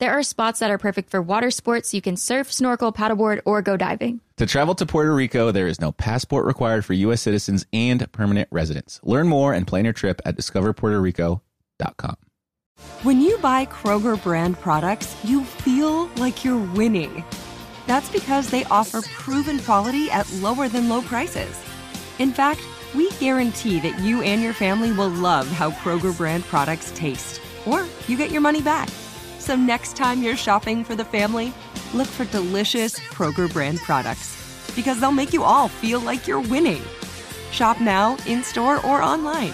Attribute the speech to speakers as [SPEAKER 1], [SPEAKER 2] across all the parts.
[SPEAKER 1] There are spots that are perfect for water sports. You can surf, snorkel, paddleboard, or go diving.
[SPEAKER 2] To travel to Puerto Rico, there is no passport required for U.S. citizens and permanent residents. Learn more and plan your trip at discoverpuertorico.com.
[SPEAKER 3] When you buy Kroger brand products, you feel like you're winning. That's because they offer proven quality at lower than low prices. In fact, we guarantee that you and your family will love how Kroger brand products taste, or you get your money back. So next time you're shopping for the family, look for delicious Kroger brand products because they'll make you all feel like you're winning. Shop now, in store, or online.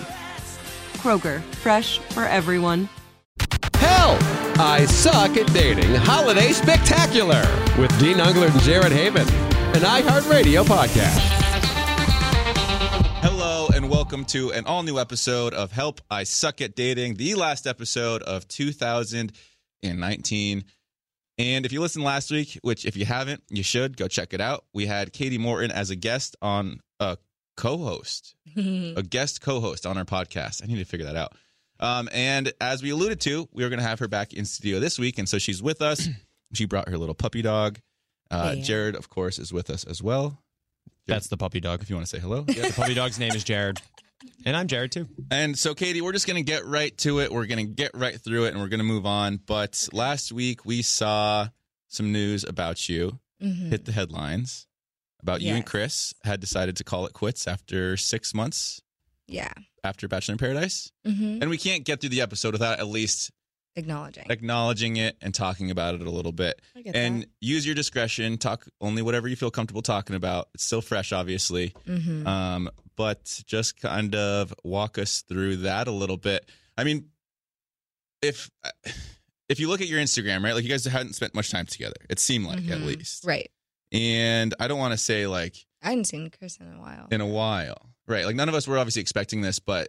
[SPEAKER 3] Kroger, fresh for everyone.
[SPEAKER 4] Hell, I suck at dating. Holiday Spectacular with Dean Ungler and Jared Haven, an iHeartRadio podcast.
[SPEAKER 2] Hello, and welcome to an all new episode of Help I Suck at Dating, the last episode of 2019. And if you listened last week, which if you haven't, you should go check it out. We had Katie Morton as a guest on a co host, a guest co host on our podcast. I need to figure that out. Um, and as we alluded to, we were going to have her back in studio this week. And so she's with us. she brought her little puppy dog. Uh,
[SPEAKER 5] Yeah.
[SPEAKER 2] Jared, of course, is with us as well.
[SPEAKER 6] That's the puppy dog.
[SPEAKER 2] If you want to say hello,
[SPEAKER 6] The puppy dog's name is Jared. And I'm Jared too.
[SPEAKER 2] And so, Katie, we're just going to get right to it. We're going to get right through it and we're going to move on. But last week we saw some news about you
[SPEAKER 5] Mhm.
[SPEAKER 2] hit the headlines about you and
[SPEAKER 5] Yes.
[SPEAKER 2] Chris had decided to call it quits after six months
[SPEAKER 5] Yeah.
[SPEAKER 2] after Bachelor in Paradise.
[SPEAKER 5] hmm
[SPEAKER 2] And we can't get through the episode without at least
[SPEAKER 5] Acknowledging.
[SPEAKER 2] acknowledging it and talking about it a little bit.
[SPEAKER 5] I get
[SPEAKER 2] And use your discretion, talk only whatever you feel comfortable talking about. It's still fresh, obviously.
[SPEAKER 5] hmm
[SPEAKER 2] um, but just kind of walk us through that a little bit. I mean, if if you look at your Instagram, right, like you guys hadn't spent much time together. It seemed like at
[SPEAKER 5] Mhm.
[SPEAKER 2] least,
[SPEAKER 5] Right.
[SPEAKER 2] and I don't want to say like
[SPEAKER 5] I hadn't seen Chris in a while.
[SPEAKER 2] in a while, right? Like none of us were obviously expecting this, but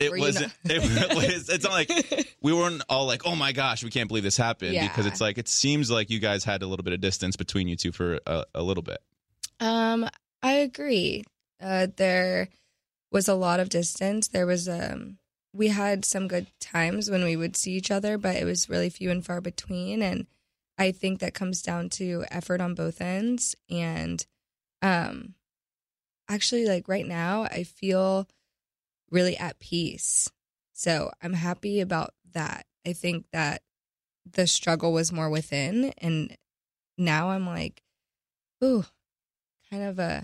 [SPEAKER 2] it
[SPEAKER 5] Were you
[SPEAKER 2] wasn't.
[SPEAKER 5] not-
[SPEAKER 2] it was. It's not like we weren't all like, "Oh my gosh, we can't believe this happened," because
[SPEAKER 5] Yeah.
[SPEAKER 2] it's like it seems like you guys had a little bit of distance between you two for a, a little bit.
[SPEAKER 5] um, I agree. Uh, there was a lot of distance. There was um, we had some good times when we would see each other, but it was really few and far between. And I think that comes down to effort on both ends. And um, actually, like right now, I feel really at peace. So I'm happy about that. I think that the struggle was more within, and now I'm like, ooh, kind of uh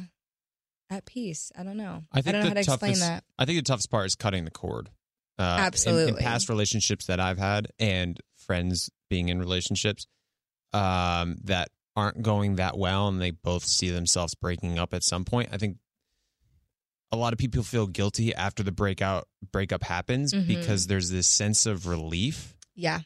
[SPEAKER 5] at peace. I don't know. I, don't know how to explain
[SPEAKER 6] toughest,
[SPEAKER 5] that.
[SPEAKER 6] I think the toughest part is cutting the cord. Uh, in- In,
[SPEAKER 5] Absolutely.
[SPEAKER 6] past relationships that I've had and friends being in relationships um, that aren't going that well and they both see themselves breaking up at some point. I think a lot of people feel guilty after the breakout breakup happens
[SPEAKER 5] Mhm.
[SPEAKER 6] because there's this sense of relief
[SPEAKER 5] Yeah.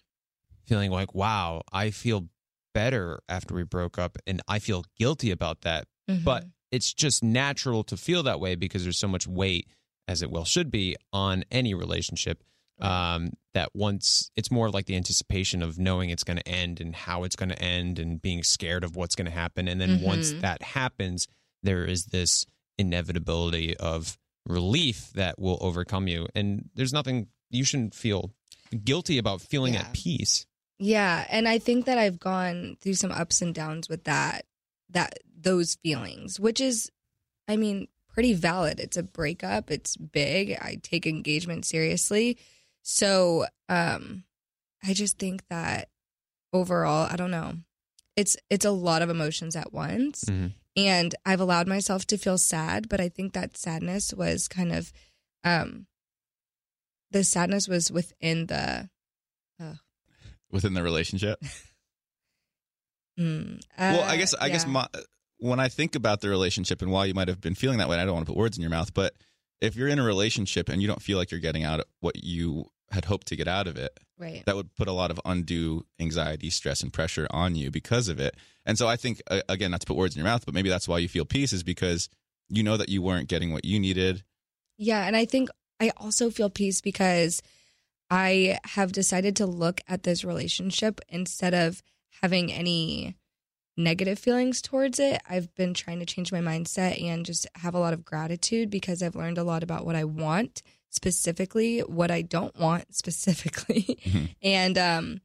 [SPEAKER 6] feeling like, wow, I feel better after we broke up and I feel guilty about that. But
[SPEAKER 5] Mhm.
[SPEAKER 6] it's just natural to feel that way because there's so much weight, as it well should be, on any relationship. Um, that once it's more like the anticipation of knowing it's going to end and how it's going to end and being scared of what's going to happen. And then once
[SPEAKER 5] Mhm.
[SPEAKER 6] that happens, there is this inevitability of relief that will overcome you. And there's nothing you shouldn't feel guilty about feeling
[SPEAKER 5] Yeah.
[SPEAKER 6] at peace.
[SPEAKER 5] yeah, and I think that I've gone through some ups and downs with that that those feelings, which is I mean, pretty valid. It's a breakup, it's big. I take engagement seriously. So, um I just think that overall, I don't know. It's it's a lot of emotions at once.
[SPEAKER 6] Mhm.
[SPEAKER 5] And I've allowed myself to feel sad, but I think that sadness was kind of um the sadness was within the uh,
[SPEAKER 2] within the relationship.
[SPEAKER 5] mm,
[SPEAKER 2] well,
[SPEAKER 5] uh,
[SPEAKER 2] I guess I guess
[SPEAKER 5] yeah.
[SPEAKER 2] my, when I think about the relationship and why you might have been feeling that way, and I don't want to put words in your mouth, but if you're in a relationship and you don't feel like you're getting out what you had hoped to get out of it,
[SPEAKER 5] right.
[SPEAKER 2] that would put a lot of undue anxiety, stress, and pressure on you because of it. And so I think, uh, again, not to put words in your mouth, but maybe that's why you feel peace is because you know that you weren't getting what you needed.
[SPEAKER 5] Yeah, and I think I also feel peace because I have decided to look at this relationship instead of having any negative feelings towards it. I've been trying to change my mindset and just have a lot of gratitude because I've learned a lot about what I want specifically, what I don't want specifically,
[SPEAKER 2] Mhm.
[SPEAKER 5] and um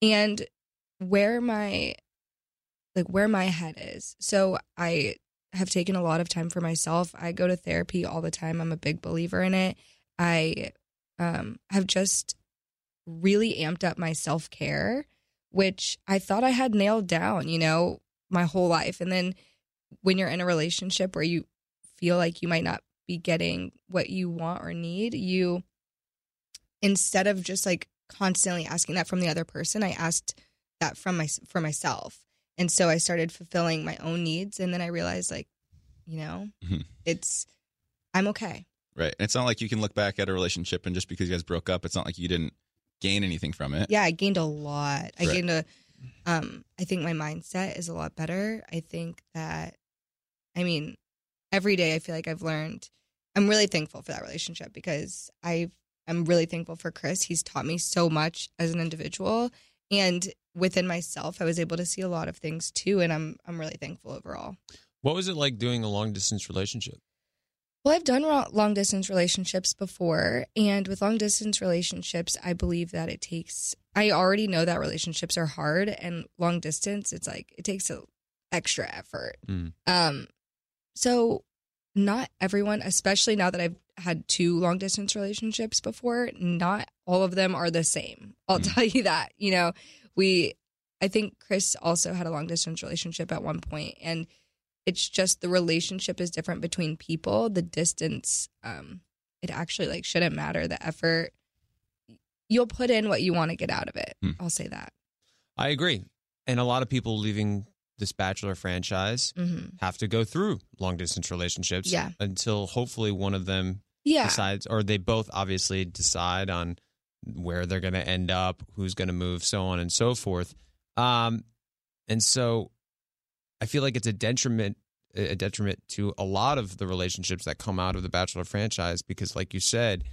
[SPEAKER 5] and where my like where my head is. So I have taken a lot of time for myself. I go to therapy all the time. I'm a big believer in it. I um, have just really amped up my self care, which I thought I had nailed down, you know, my whole life. And then when you're in a relationship where you feel like you might not be getting what you want or need, you, instead of just like constantly asking that from the other person, I asked that from my, for myself. And so I started fulfilling my own needs. And then I realized, like, you know,
[SPEAKER 2] Mhm.
[SPEAKER 5] it's, I'm okay.
[SPEAKER 2] Right. And it's not like you can look back at a relationship and just because you guys broke up, it's not like you didn't gain anything from it.
[SPEAKER 5] Yeah, I gained a lot. I
[SPEAKER 2] Eh. Right.
[SPEAKER 5] gained a, um, I think my mindset is a lot better. I think that, I mean, every day I feel like I've learned. I'm really thankful for that relationship because I, I'm really thankful for Chris. He's taught me so much as an individual and within myself. I was able to see a lot of things too, and I'm, I'm really thankful overall.
[SPEAKER 6] What was it like doing a long distance relationship?
[SPEAKER 5] Well, I've done ro- long distance relationships before, and with long distance relationships, I believe that it takes. I already know that relationships are hard, and long distance, it's like it takes a extra effort.
[SPEAKER 6] Mm.
[SPEAKER 5] Um, so not everyone, especially now that I've had two long distance relationships before, not all of them are the same. I'll
[SPEAKER 6] Hmm.
[SPEAKER 2] Mm.
[SPEAKER 5] tell you that. You know, we, I think Chris also had a long distance relationship at one point, and it's just the relationship is different between people the distance um it actually like shouldn't matter the effort you'll put in what you want to get out of it
[SPEAKER 2] Hmm.
[SPEAKER 5] i'll say that
[SPEAKER 6] I agree. And a lot of people leaving this Bachelor franchise
[SPEAKER 5] hmm
[SPEAKER 6] have to go through long distance relationships
[SPEAKER 5] Yeah.
[SPEAKER 6] until hopefully one of them
[SPEAKER 5] yeah
[SPEAKER 6] decides, or they both obviously decide on where they're going to end up, who's going to move, so on and so forth. Um, and so I feel like it's a detriment a detriment to a lot of the relationships that come out of the bachelor franchise because like you said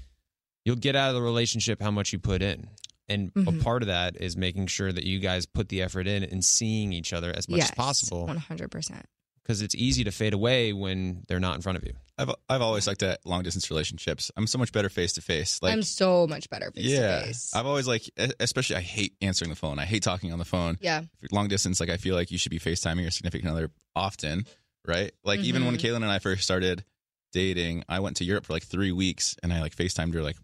[SPEAKER 6] you'll get out of the relationship how much you put in and
[SPEAKER 5] Mhm.
[SPEAKER 6] a part of that is making sure that you guys put the effort in and seeing each other as much
[SPEAKER 5] yes,
[SPEAKER 6] as possible
[SPEAKER 5] 100%
[SPEAKER 6] because it's easy to fade away when they're not in front of you
[SPEAKER 2] I've I've always liked that long distance relationships. I'm so much better face to face. Like
[SPEAKER 5] i'm so much better face
[SPEAKER 2] yeah,
[SPEAKER 5] to face
[SPEAKER 2] I've always like, e- especially I hate answering the phone. I hate talking on the phone.
[SPEAKER 5] yeah
[SPEAKER 2] Long distance, like I feel like you should be FaceTiming your significant other often, right? Like even when
[SPEAKER 5] Mhm.
[SPEAKER 2] Kaylin and I first started dating, I went to Europe for like three weeks and I like FaceTimed her like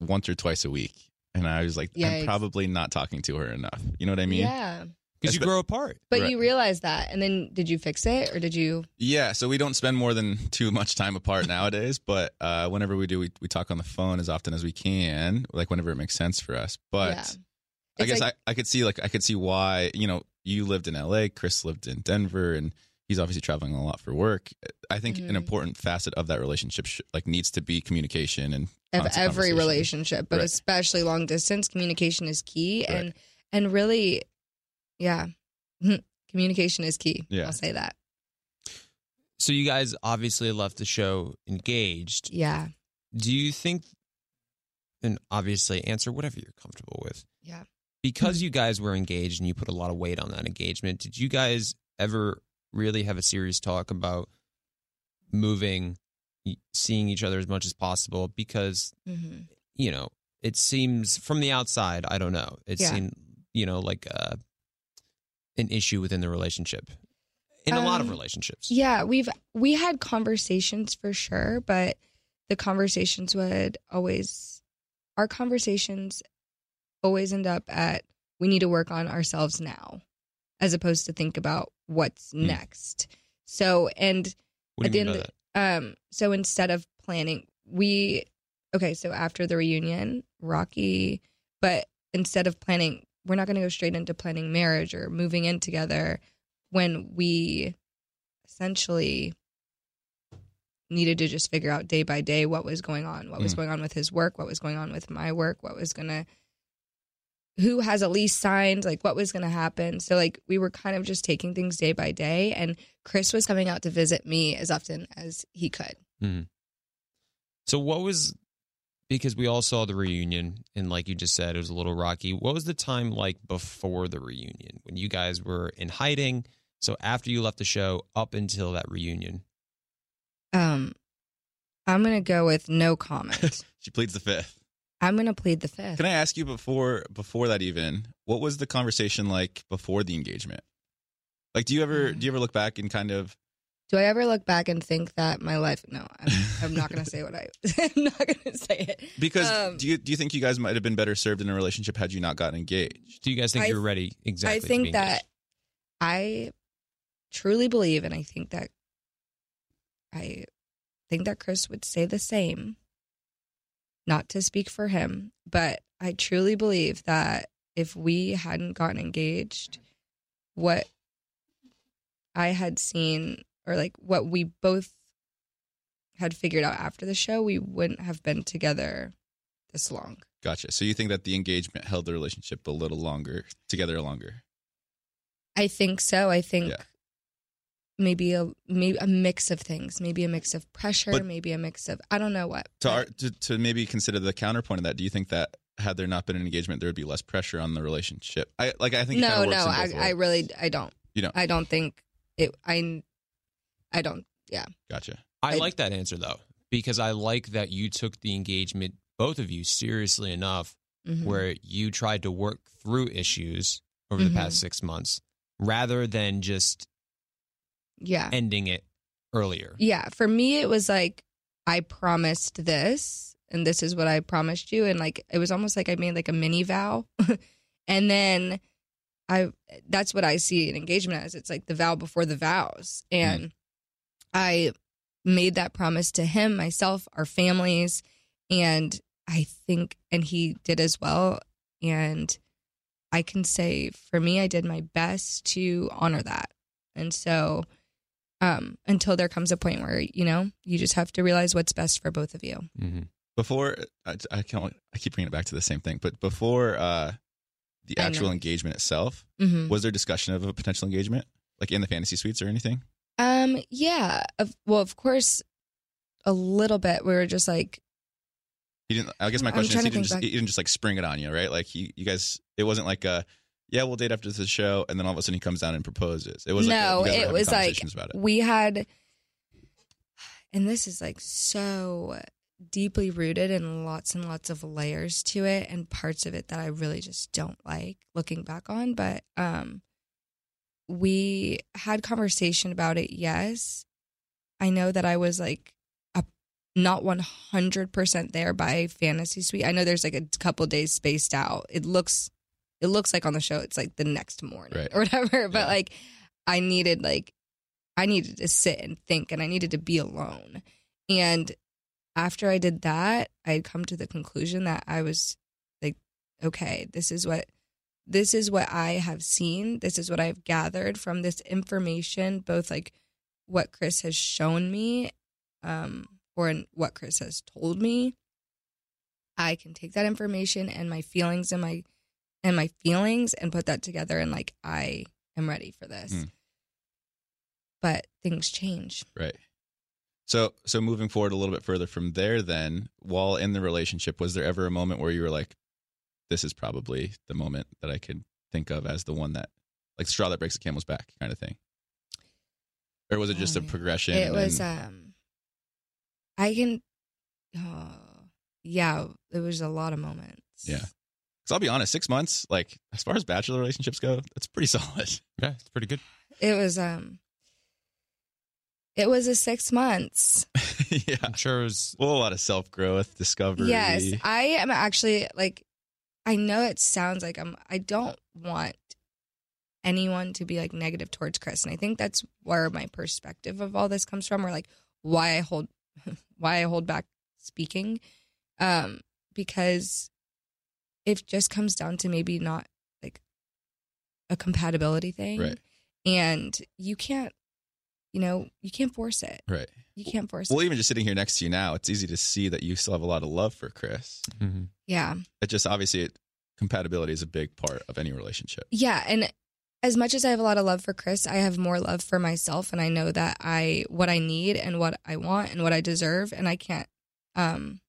[SPEAKER 2] once or twice a week. And I was like,
[SPEAKER 5] Yikes.
[SPEAKER 2] I'm probably not talking to her enough. You know what I mean?
[SPEAKER 5] yeah
[SPEAKER 6] because you
[SPEAKER 2] Espe-
[SPEAKER 6] grow apart
[SPEAKER 5] but
[SPEAKER 2] Right.
[SPEAKER 5] you realize that and then did you fix it or did you
[SPEAKER 2] Yeah, so we don't spend more than too much time apart nowadays, but uh, whenever we do, we, we talk on the phone as often as we can, like whenever it makes sense for us. But
[SPEAKER 5] Yeah.
[SPEAKER 2] I
[SPEAKER 5] It's
[SPEAKER 2] guess
[SPEAKER 5] like-
[SPEAKER 2] I, I could see like I could see why you know you lived in L.A., Chris lived in Denver, and he's obviously traveling a lot for work. I think an
[SPEAKER 5] Mhm.
[SPEAKER 2] important facet of that relationship sh- like needs to be communication and
[SPEAKER 5] of
[SPEAKER 2] constant
[SPEAKER 5] every
[SPEAKER 2] conversation.
[SPEAKER 5] relationship, but
[SPEAKER 2] Right.
[SPEAKER 5] especially long distance communication is key
[SPEAKER 2] Right.
[SPEAKER 5] and and really yeah. communication is key.
[SPEAKER 2] Yeah.
[SPEAKER 5] I'll say that.
[SPEAKER 6] so you guys obviously left the show engaged
[SPEAKER 5] Yeah.
[SPEAKER 6] do you think and obviously answer whatever you're comfortable with
[SPEAKER 5] Yeah.
[SPEAKER 6] because you guys were engaged and you put a lot of weight on that engagement did you guys ever really have a serious talk about moving y- seeing each other as much as possible because
[SPEAKER 5] hmm
[SPEAKER 6] you know it seems from the outside i don't know it
[SPEAKER 5] Yeah.
[SPEAKER 6] seemed you know like uh an issue within the relationship in a lot of
[SPEAKER 5] Um,
[SPEAKER 6] relationships
[SPEAKER 5] Yeah, we've we had conversations for sure, but the conversations would always our conversations always end up at we need to work on ourselves now as opposed to think about what's next. So, and
[SPEAKER 6] Hmm. What do
[SPEAKER 5] At the
[SPEAKER 6] you mean by
[SPEAKER 5] end
[SPEAKER 6] that?
[SPEAKER 5] of um, so instead of planning, we okay. So after the reunion, Rocky, but instead of planning, we're not going to go straight into planning marriage or moving in together when we essentially needed to just figure out day by day what was going on, what was going on with his work, what was going on with my work, what was going to who has a lease signed, like what was going to happen. So like we were kind of just taking things day by day and Chris was coming out to visit me as often as he could.
[SPEAKER 6] Mm-hmm. So what was because we all saw the reunion and like you just said it was a little rocky. What was the time like before the reunion when you guys were in hiding? So after you left the show up until that reunion.
[SPEAKER 5] Um, I'm gonna go with no comment.
[SPEAKER 2] She pleads the fifth.
[SPEAKER 5] I'm gonna plead the fifth.
[SPEAKER 2] Can I ask you before before that even what was the conversation like before the engagement? Like, do you ever
[SPEAKER 5] Mm.
[SPEAKER 2] do you ever look back and kind of
[SPEAKER 5] Do I ever look back and think that my life? No, I'm, I'm not gonna say what I. I'm not gonna say it
[SPEAKER 2] because
[SPEAKER 5] Um,
[SPEAKER 2] do you do you think you guys might have been better served in a relationship had you not gotten engaged?
[SPEAKER 6] Do you guys think
[SPEAKER 5] I-
[SPEAKER 6] you were ready exactly?
[SPEAKER 5] I
[SPEAKER 6] to be
[SPEAKER 5] think
[SPEAKER 6] engaged?
[SPEAKER 5] that I truly believe, and I think that I think that Chris would say the same. Not to speak for him, but I truly believe that if we hadn't gotten engaged, what I had seen, or like what we both had figured out after the show, we wouldn't have been together this long.
[SPEAKER 2] Gotcha. So you think that the engagement held the relationship a little longer together longer?
[SPEAKER 5] I think so. I think
[SPEAKER 2] Yeah.
[SPEAKER 5] maybe a maybe a mix of things, maybe a mix of pressure,
[SPEAKER 2] But-
[SPEAKER 5] maybe a mix of I don't know what.
[SPEAKER 2] To, our,
[SPEAKER 5] but
[SPEAKER 2] to to maybe consider the counterpoint of that, do you think that had there not been an engagement, there would be less pressure on the relationship? I like. I think it
[SPEAKER 5] no,
[SPEAKER 2] kinda works
[SPEAKER 5] no,
[SPEAKER 2] in
[SPEAKER 5] I,
[SPEAKER 2] both
[SPEAKER 5] I
[SPEAKER 2] ways.
[SPEAKER 5] really I don't.
[SPEAKER 2] You don't.
[SPEAKER 5] I don't think it. I I don't.
[SPEAKER 2] gotcha.
[SPEAKER 6] I,
[SPEAKER 5] I-
[SPEAKER 6] like that answer though because I like that you took the engagement both of you seriously enough
[SPEAKER 5] Mhm.
[SPEAKER 6] where you tried to work through issues over
[SPEAKER 5] Mhm.
[SPEAKER 6] the past 6 months rather than just
[SPEAKER 5] yeah,
[SPEAKER 6] ending it earlier.
[SPEAKER 5] yeah. For me, it was like I promised this, and this is what I promised you, and like it was almost like I made like a mini vow, and then I that's what I see an engagement as. It's like the vow before the vows,
[SPEAKER 2] Hmm.
[SPEAKER 5] and I made that promise to him, myself, our families, and I think, and he did as well. And I can say for me, I did my best to honor that. And so, um, until there comes a point where you know you just have to realize what's best for both of you.
[SPEAKER 6] Mm-hmm.
[SPEAKER 2] before I, I can't I keep bringing it back to the same thing, but before uh the
[SPEAKER 5] I know.
[SPEAKER 2] actual engagement itself,
[SPEAKER 5] Mm-hmm.
[SPEAKER 2] was there discussion of a potential engagement, like in the fantasy suites or anything?
[SPEAKER 5] Um, yeah. Of, well, of course, a little bit. We were just like,
[SPEAKER 2] He didn't. I guess my
[SPEAKER 5] I'm
[SPEAKER 2] question is,
[SPEAKER 5] trying
[SPEAKER 2] he didn't,
[SPEAKER 5] to think
[SPEAKER 2] just,
[SPEAKER 5] back.
[SPEAKER 2] he didn't just like spring it on you, right? Like he, you guys, it wasn't like a yeah, we'll date after the show, and then all of a sudden he comes down and proposes. It was
[SPEAKER 5] No,
[SPEAKER 2] like a, you guys were
[SPEAKER 5] it
[SPEAKER 2] having
[SPEAKER 5] was like-
[SPEAKER 2] conversations about it.
[SPEAKER 5] we had and this is like so deeply rooted in lots and lots of layers to it and parts of it that I really just don't like looking back on but um we had conversation about it yes I know that I was like a, not 100% there by fantasy suite I know there's like a couple days spaced out it looks it looks like on the show it's like the next morning
[SPEAKER 2] Right.
[SPEAKER 5] or whatever but
[SPEAKER 2] Yeah.
[SPEAKER 5] like I needed like I needed to sit and think and I needed to be alone. And after I did that, I had come to the conclusion that I was like, okay, this is what this is what I have seen. This is what I've gathered from this information, both like what Chris has shown me, um, or in what Chris has told me. I can take that information and my feelings and my and my feelings and put that together and like I am ready for this.
[SPEAKER 2] Hmm.
[SPEAKER 5] But things change.
[SPEAKER 2] Right. So, so moving forward a little bit further from there, then while in the relationship, was there ever a moment where you were like, "This is probably the moment that I could think of as the one that, like, the straw that breaks the camel's back," kind of thing? Or was it just
[SPEAKER 5] Oh,
[SPEAKER 2] a
[SPEAKER 5] yeah.
[SPEAKER 2] progression?
[SPEAKER 5] It was
[SPEAKER 2] and-
[SPEAKER 5] um I can oh, yeah, it was a lot of moments.
[SPEAKER 2] Yeah. 'cause I'll be honest, six months, like as far as bachelor relationships go, that's pretty solid.
[SPEAKER 6] Yeah, it's pretty good.
[SPEAKER 5] It was um it was a six months.
[SPEAKER 2] yeah,
[SPEAKER 6] I'm sure it was
[SPEAKER 2] well, a lot of self growth, discovery.
[SPEAKER 5] Yes, I am actually like I know it sounds like I'm. I don't want anyone to be like negative towards Chris, and I think that's where my perspective of all this comes from, or like why I hold why I hold back speaking, um, because it just comes down to maybe not like a compatibility thing,
[SPEAKER 2] Right.
[SPEAKER 5] and you can't, you know, you can't force it.
[SPEAKER 2] Right.
[SPEAKER 5] You can't force
[SPEAKER 2] Well,
[SPEAKER 5] it.
[SPEAKER 2] even just sitting here next to you now, it's easy to see that you still have a lot of love for Chris.
[SPEAKER 6] Mm-hmm.
[SPEAKER 5] Yeah.
[SPEAKER 2] It just obviously it, compatibility is a big part of any relationship.
[SPEAKER 5] Yeah, and as much as I have a lot of love for Chris, I have more love for myself and I know that I what I need and what I want and what I deserve and I can't um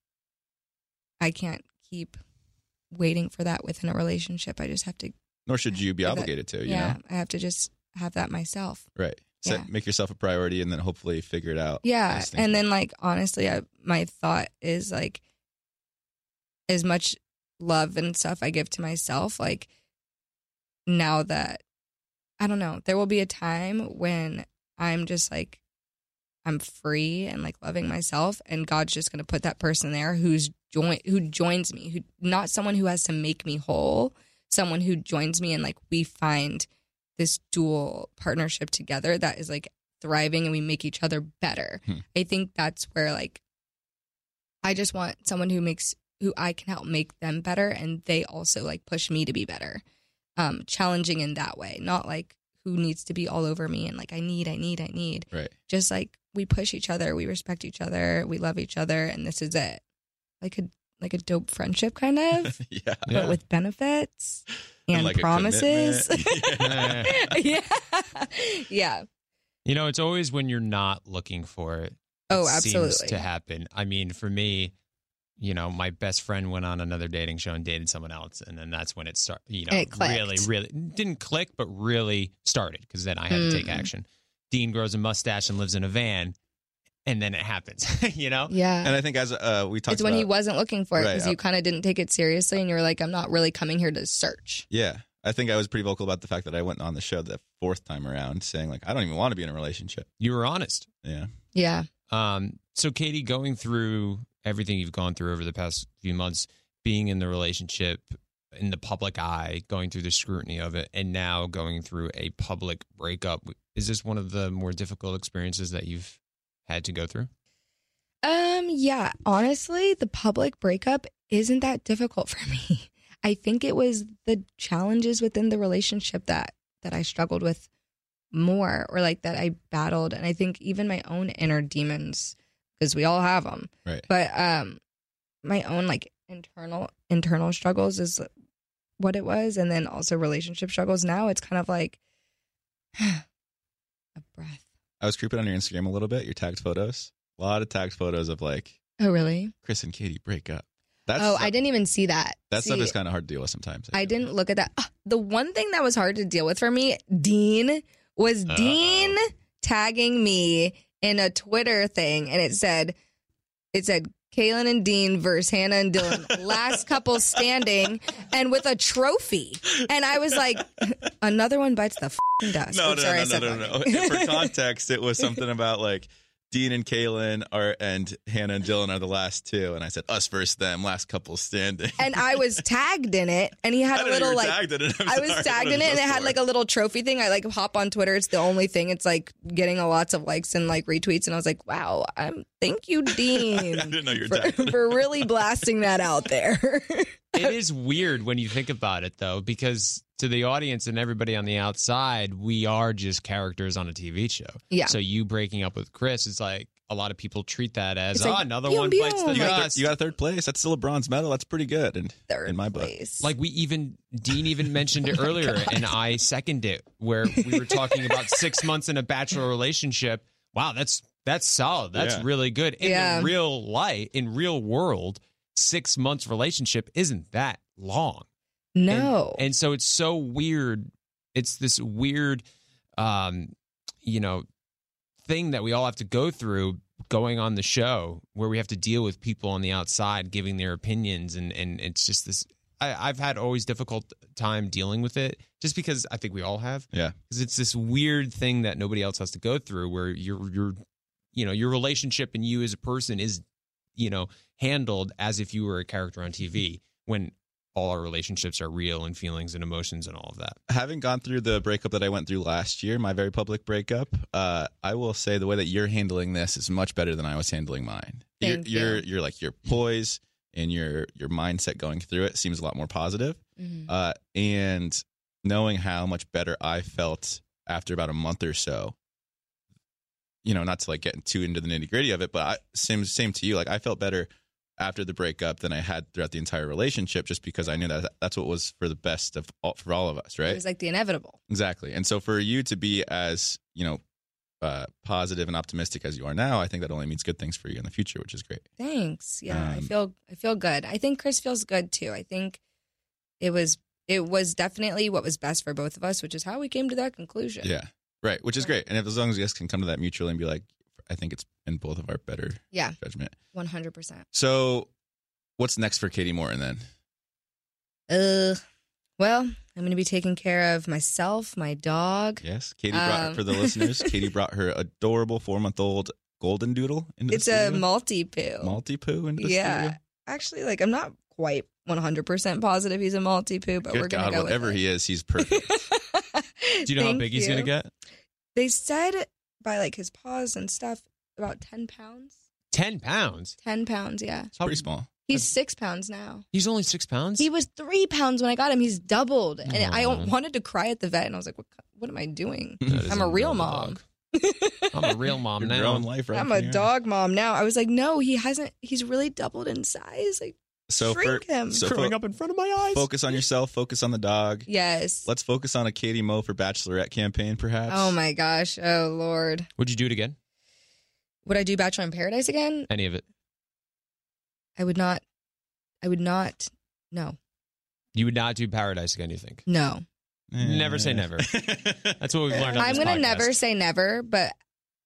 [SPEAKER 5] I can't keep waiting for that within a relationship. I just have to
[SPEAKER 2] Nor should you be
[SPEAKER 5] Yeah, that-
[SPEAKER 2] obligated to. You
[SPEAKER 5] Yeah,
[SPEAKER 2] know.
[SPEAKER 5] I have to just have that myself.
[SPEAKER 2] Right. Set,
[SPEAKER 5] Yeah.
[SPEAKER 2] Make yourself a priority, and then hopefully figure it out.
[SPEAKER 5] Yeah,
[SPEAKER 2] as things
[SPEAKER 5] and then like honestly, I, my thought is like as much love and stuff I give to myself, like now that I don't know, there will be a time when I'm just like I'm free and like loving myself, and God's just gonna put that person there who's join who joins me, who not someone who has to make me whole, someone who joins me and like we find this dual partnership together that is like thriving and we make each other better.
[SPEAKER 2] Hmm.
[SPEAKER 5] I think that's where like I just want someone who makes who I can help make them better and they also like push me to be better. Um challenging in that way, not like who needs to be all over me and like I need I need I need.
[SPEAKER 2] Right.
[SPEAKER 5] Just like we push each other, we respect each other, we love each other and this is it. Like a like a dope friendship kind of,
[SPEAKER 2] yeah.
[SPEAKER 5] but with benefits
[SPEAKER 2] And
[SPEAKER 5] and,
[SPEAKER 2] like a
[SPEAKER 5] promises.
[SPEAKER 2] commitment.
[SPEAKER 5] yeah. yeah.
[SPEAKER 6] You know, it's always when you're not looking for it.
[SPEAKER 5] Oh,
[SPEAKER 6] it Seems
[SPEAKER 5] absolutely.
[SPEAKER 6] to happen. I mean, for me, you know, my best friend went on another dating show and dated someone else, and then that's when it started. You know,
[SPEAKER 5] It clicked.
[SPEAKER 6] really, really didn't click, but really started because then I had to take
[SPEAKER 5] Mm.
[SPEAKER 6] action. Dean grows a mustache and lives in a van, and then it happens. you know,
[SPEAKER 5] Yeah.
[SPEAKER 2] And I think as uh, we talked
[SPEAKER 5] it's when
[SPEAKER 2] about,
[SPEAKER 5] he wasn't looking for it
[SPEAKER 2] Right,
[SPEAKER 5] because
[SPEAKER 2] uh,
[SPEAKER 5] you kind of didn't take it seriously and you were like, I'm not really coming here to search.
[SPEAKER 2] Yeah. I think I was pretty vocal about the fact that I went on the show the fourth time around saying, like, I don't even want to be in a relationship.
[SPEAKER 6] you were honest.
[SPEAKER 2] Yeah.
[SPEAKER 5] Yeah.
[SPEAKER 6] Um, so, Katie, going through everything you've gone through over the past few months, being in the relationship, in the public eye, going through the scrutiny of it, and now going through a public breakup, is this one of the more difficult experiences that you've had to go through?
[SPEAKER 5] Um, yeah. Honestly, the public breakup isn't that difficult for me. I think it was the challenges within the relationship that that I struggled with more or like that I battled and I think even my own inner demons because we all have them.
[SPEAKER 2] Right.
[SPEAKER 5] But um my own like internal internal struggles is what it was and then also relationship struggles now it's kind of like a breath.
[SPEAKER 2] I was creeping on your Instagram a little bit, your tagged photos. A lot of tagged photos of like
[SPEAKER 5] Oh really?
[SPEAKER 2] Chris and Katie break up. That's
[SPEAKER 5] oh, I didn't even see that.
[SPEAKER 2] That stuff
[SPEAKER 5] See,
[SPEAKER 2] is kind of hard to deal with sometimes.
[SPEAKER 5] I
[SPEAKER 2] feel.
[SPEAKER 5] didn't look at that. Ah, the one thing that was hard to deal with for me, Dean, was
[SPEAKER 6] Uh-oh.
[SPEAKER 5] Dean tagging me in a Twitter thing, and it said, it said. Kaylin and Dean versus Hannah and Dylan, last couple standing, and with a trophy. And I was like, another one bites the fing dust.
[SPEAKER 2] No,
[SPEAKER 5] Oops,
[SPEAKER 2] no,
[SPEAKER 5] sorry, I
[SPEAKER 2] no,
[SPEAKER 5] said
[SPEAKER 2] no, no, no.
[SPEAKER 5] fucking.
[SPEAKER 2] For context, it was something about like Dean and Kaylin are and Hannah and Dylan are the last two, and I said us versus them, last couple standing.
[SPEAKER 5] and I was tagged in it, and he
[SPEAKER 2] I
[SPEAKER 5] had a
[SPEAKER 2] didn't know you
[SPEAKER 5] little
[SPEAKER 2] were
[SPEAKER 5] like
[SPEAKER 2] tagged in it. I'm
[SPEAKER 5] I was
[SPEAKER 2] sorry.
[SPEAKER 5] tagged
[SPEAKER 2] What
[SPEAKER 5] in it,
[SPEAKER 2] is
[SPEAKER 5] and it
[SPEAKER 2] this
[SPEAKER 5] had
[SPEAKER 2] for?
[SPEAKER 5] like a little trophy thing. I like hop on Twitter. It's the only thing. It's like getting a lots of likes and like retweets. And I was like, wow, I'm thank you,
[SPEAKER 2] I
[SPEAKER 5] Dean,
[SPEAKER 2] didn't know you were
[SPEAKER 5] for,
[SPEAKER 2] tagged. in it.
[SPEAKER 5] for really blasting that out there.
[SPEAKER 6] it is weird when you think about it though because to the audience and everybody on the outside we are just characters on a tv show
[SPEAKER 5] Yeah.
[SPEAKER 6] so you breaking up with chris is like a lot of people treat that as
[SPEAKER 5] It's
[SPEAKER 6] oh,
[SPEAKER 5] like,
[SPEAKER 6] another
[SPEAKER 5] pew,
[SPEAKER 6] one
[SPEAKER 5] pew.
[SPEAKER 6] bites the
[SPEAKER 2] You got, a
[SPEAKER 6] dust
[SPEAKER 2] third, you got a third place. That's still a bronze medal. That's pretty good. And
[SPEAKER 5] Third
[SPEAKER 2] In my book.
[SPEAKER 5] place.
[SPEAKER 6] like we even dean even mentioned it earlier and i second it where we were talking about six months in a bachelor relationship wow that's that's solid that's
[SPEAKER 2] Yeah.
[SPEAKER 6] really good in
[SPEAKER 5] Yeah.
[SPEAKER 6] the real life in real world six months relationship isn't that long
[SPEAKER 5] no,
[SPEAKER 6] And, and so it's so weird. It's this weird, um, you know, thing that we all have to go through going on the show where we have to deal with people on the outside giving their opinions. And, and it's just this, I, I've had always difficult time dealing with it just because I think we all have.
[SPEAKER 2] Yeah.
[SPEAKER 6] Because it's this weird thing that nobody else has to go through where your, your, you know, your relationship and you as a person is, you know, handled as if you were a character on TV when all our relationships are real and feelings and emotions and all of that.
[SPEAKER 2] having gone through the breakup that I went through last year, my very public breakup, uh, I will say the way that you're handling this is much better than I was handling mine.
[SPEAKER 5] Thank
[SPEAKER 2] you're, you're
[SPEAKER 5] you.
[SPEAKER 2] you're like your poise and your your mindset going through it seems a lot more positive.
[SPEAKER 6] Mm.
[SPEAKER 5] Mhm.
[SPEAKER 2] Uh, and knowing how much better I felt after about a month or so, you know, not to like get too into the nitty gritty of it, but I same same to you. Like I felt better after the breakup than I had throughout the entire relationship, just because I knew that that's what was for the best of all, for all of us,
[SPEAKER 5] It
[SPEAKER 2] right?
[SPEAKER 5] was like the inevitable.
[SPEAKER 2] Exactly. And so for you to be as, you know, uh, positive and optimistic as you are now, I think that only means good things for you in the future, which is great.
[SPEAKER 5] Thanks. Yeah, I
[SPEAKER 2] Um,
[SPEAKER 5] feel I feel good. I think Chris feels good too. I think it was it was definitely what was best for both of us, which is how we came to that conclusion.
[SPEAKER 2] Yeah. Right. Which is
[SPEAKER 5] Right.
[SPEAKER 2] great. And if, as long as you guys can come to that mutually and be like, I think it's in both of our better
[SPEAKER 5] Yeah,
[SPEAKER 2] judgment.
[SPEAKER 5] one hundred percent.
[SPEAKER 2] So what's next for Katie Morton then?
[SPEAKER 5] Uh, well, I'm gonna be taking care of myself, my dog.
[SPEAKER 2] Yes. Katie brought,
[SPEAKER 5] Um,
[SPEAKER 2] for the listeners, Katie brought her adorable four month old golden doodle into
[SPEAKER 5] It's
[SPEAKER 2] the
[SPEAKER 5] a
[SPEAKER 2] studio.
[SPEAKER 5] multi poo.
[SPEAKER 2] multi poo into the
[SPEAKER 5] yeah,
[SPEAKER 2] studio.
[SPEAKER 5] actually, like I'm not quite one hundred percent positive he's a multi poo, but we're
[SPEAKER 2] Good
[SPEAKER 5] gonna
[SPEAKER 2] God,
[SPEAKER 5] go
[SPEAKER 2] whatever
[SPEAKER 5] with it.
[SPEAKER 2] he is, he's perfect.
[SPEAKER 6] Do you know how big he's going to get?
[SPEAKER 5] They said by like his paws and stuff about ten pounds.
[SPEAKER 6] 10 pounds.
[SPEAKER 5] Ten pounds, yeah.
[SPEAKER 2] It's pretty small.
[SPEAKER 5] He's six pounds now.
[SPEAKER 6] He's only six pounds.
[SPEAKER 5] He was three pounds when I got him. He's doubled, and I
[SPEAKER 6] Aw.
[SPEAKER 5] wanted to cry at the vet, and I was like, "What? What am I doing?
[SPEAKER 6] That is
[SPEAKER 5] I'm a real
[SPEAKER 6] adorable
[SPEAKER 5] mom.
[SPEAKER 6] dog. I'm a real mom
[SPEAKER 2] You're
[SPEAKER 6] now.
[SPEAKER 2] growing life right
[SPEAKER 5] I'm
[SPEAKER 2] from
[SPEAKER 5] a
[SPEAKER 2] your-
[SPEAKER 5] dog mom now." I was like, "No, he hasn't. He's really doubled in size. Like,
[SPEAKER 2] So for,
[SPEAKER 5] shrink him."
[SPEAKER 2] so
[SPEAKER 6] Growing
[SPEAKER 2] for-
[SPEAKER 6] up in front of my eyes.
[SPEAKER 2] focus on yourself, focus on the dog.
[SPEAKER 5] yes.
[SPEAKER 2] Let's focus on a Katie Mo for Bachelorette campaign, perhaps.
[SPEAKER 5] Oh my gosh. Oh lord.
[SPEAKER 6] Would you do it again?
[SPEAKER 5] Would I do Bachelor in Paradise again?
[SPEAKER 6] Any of it?
[SPEAKER 5] I would not. I would not. No.
[SPEAKER 6] You would not do Paradise again, you think?
[SPEAKER 5] No.
[SPEAKER 6] Never say never. That's what we've learned on
[SPEAKER 5] I'm
[SPEAKER 6] this
[SPEAKER 5] gonna
[SPEAKER 6] podcast.
[SPEAKER 5] never say never, but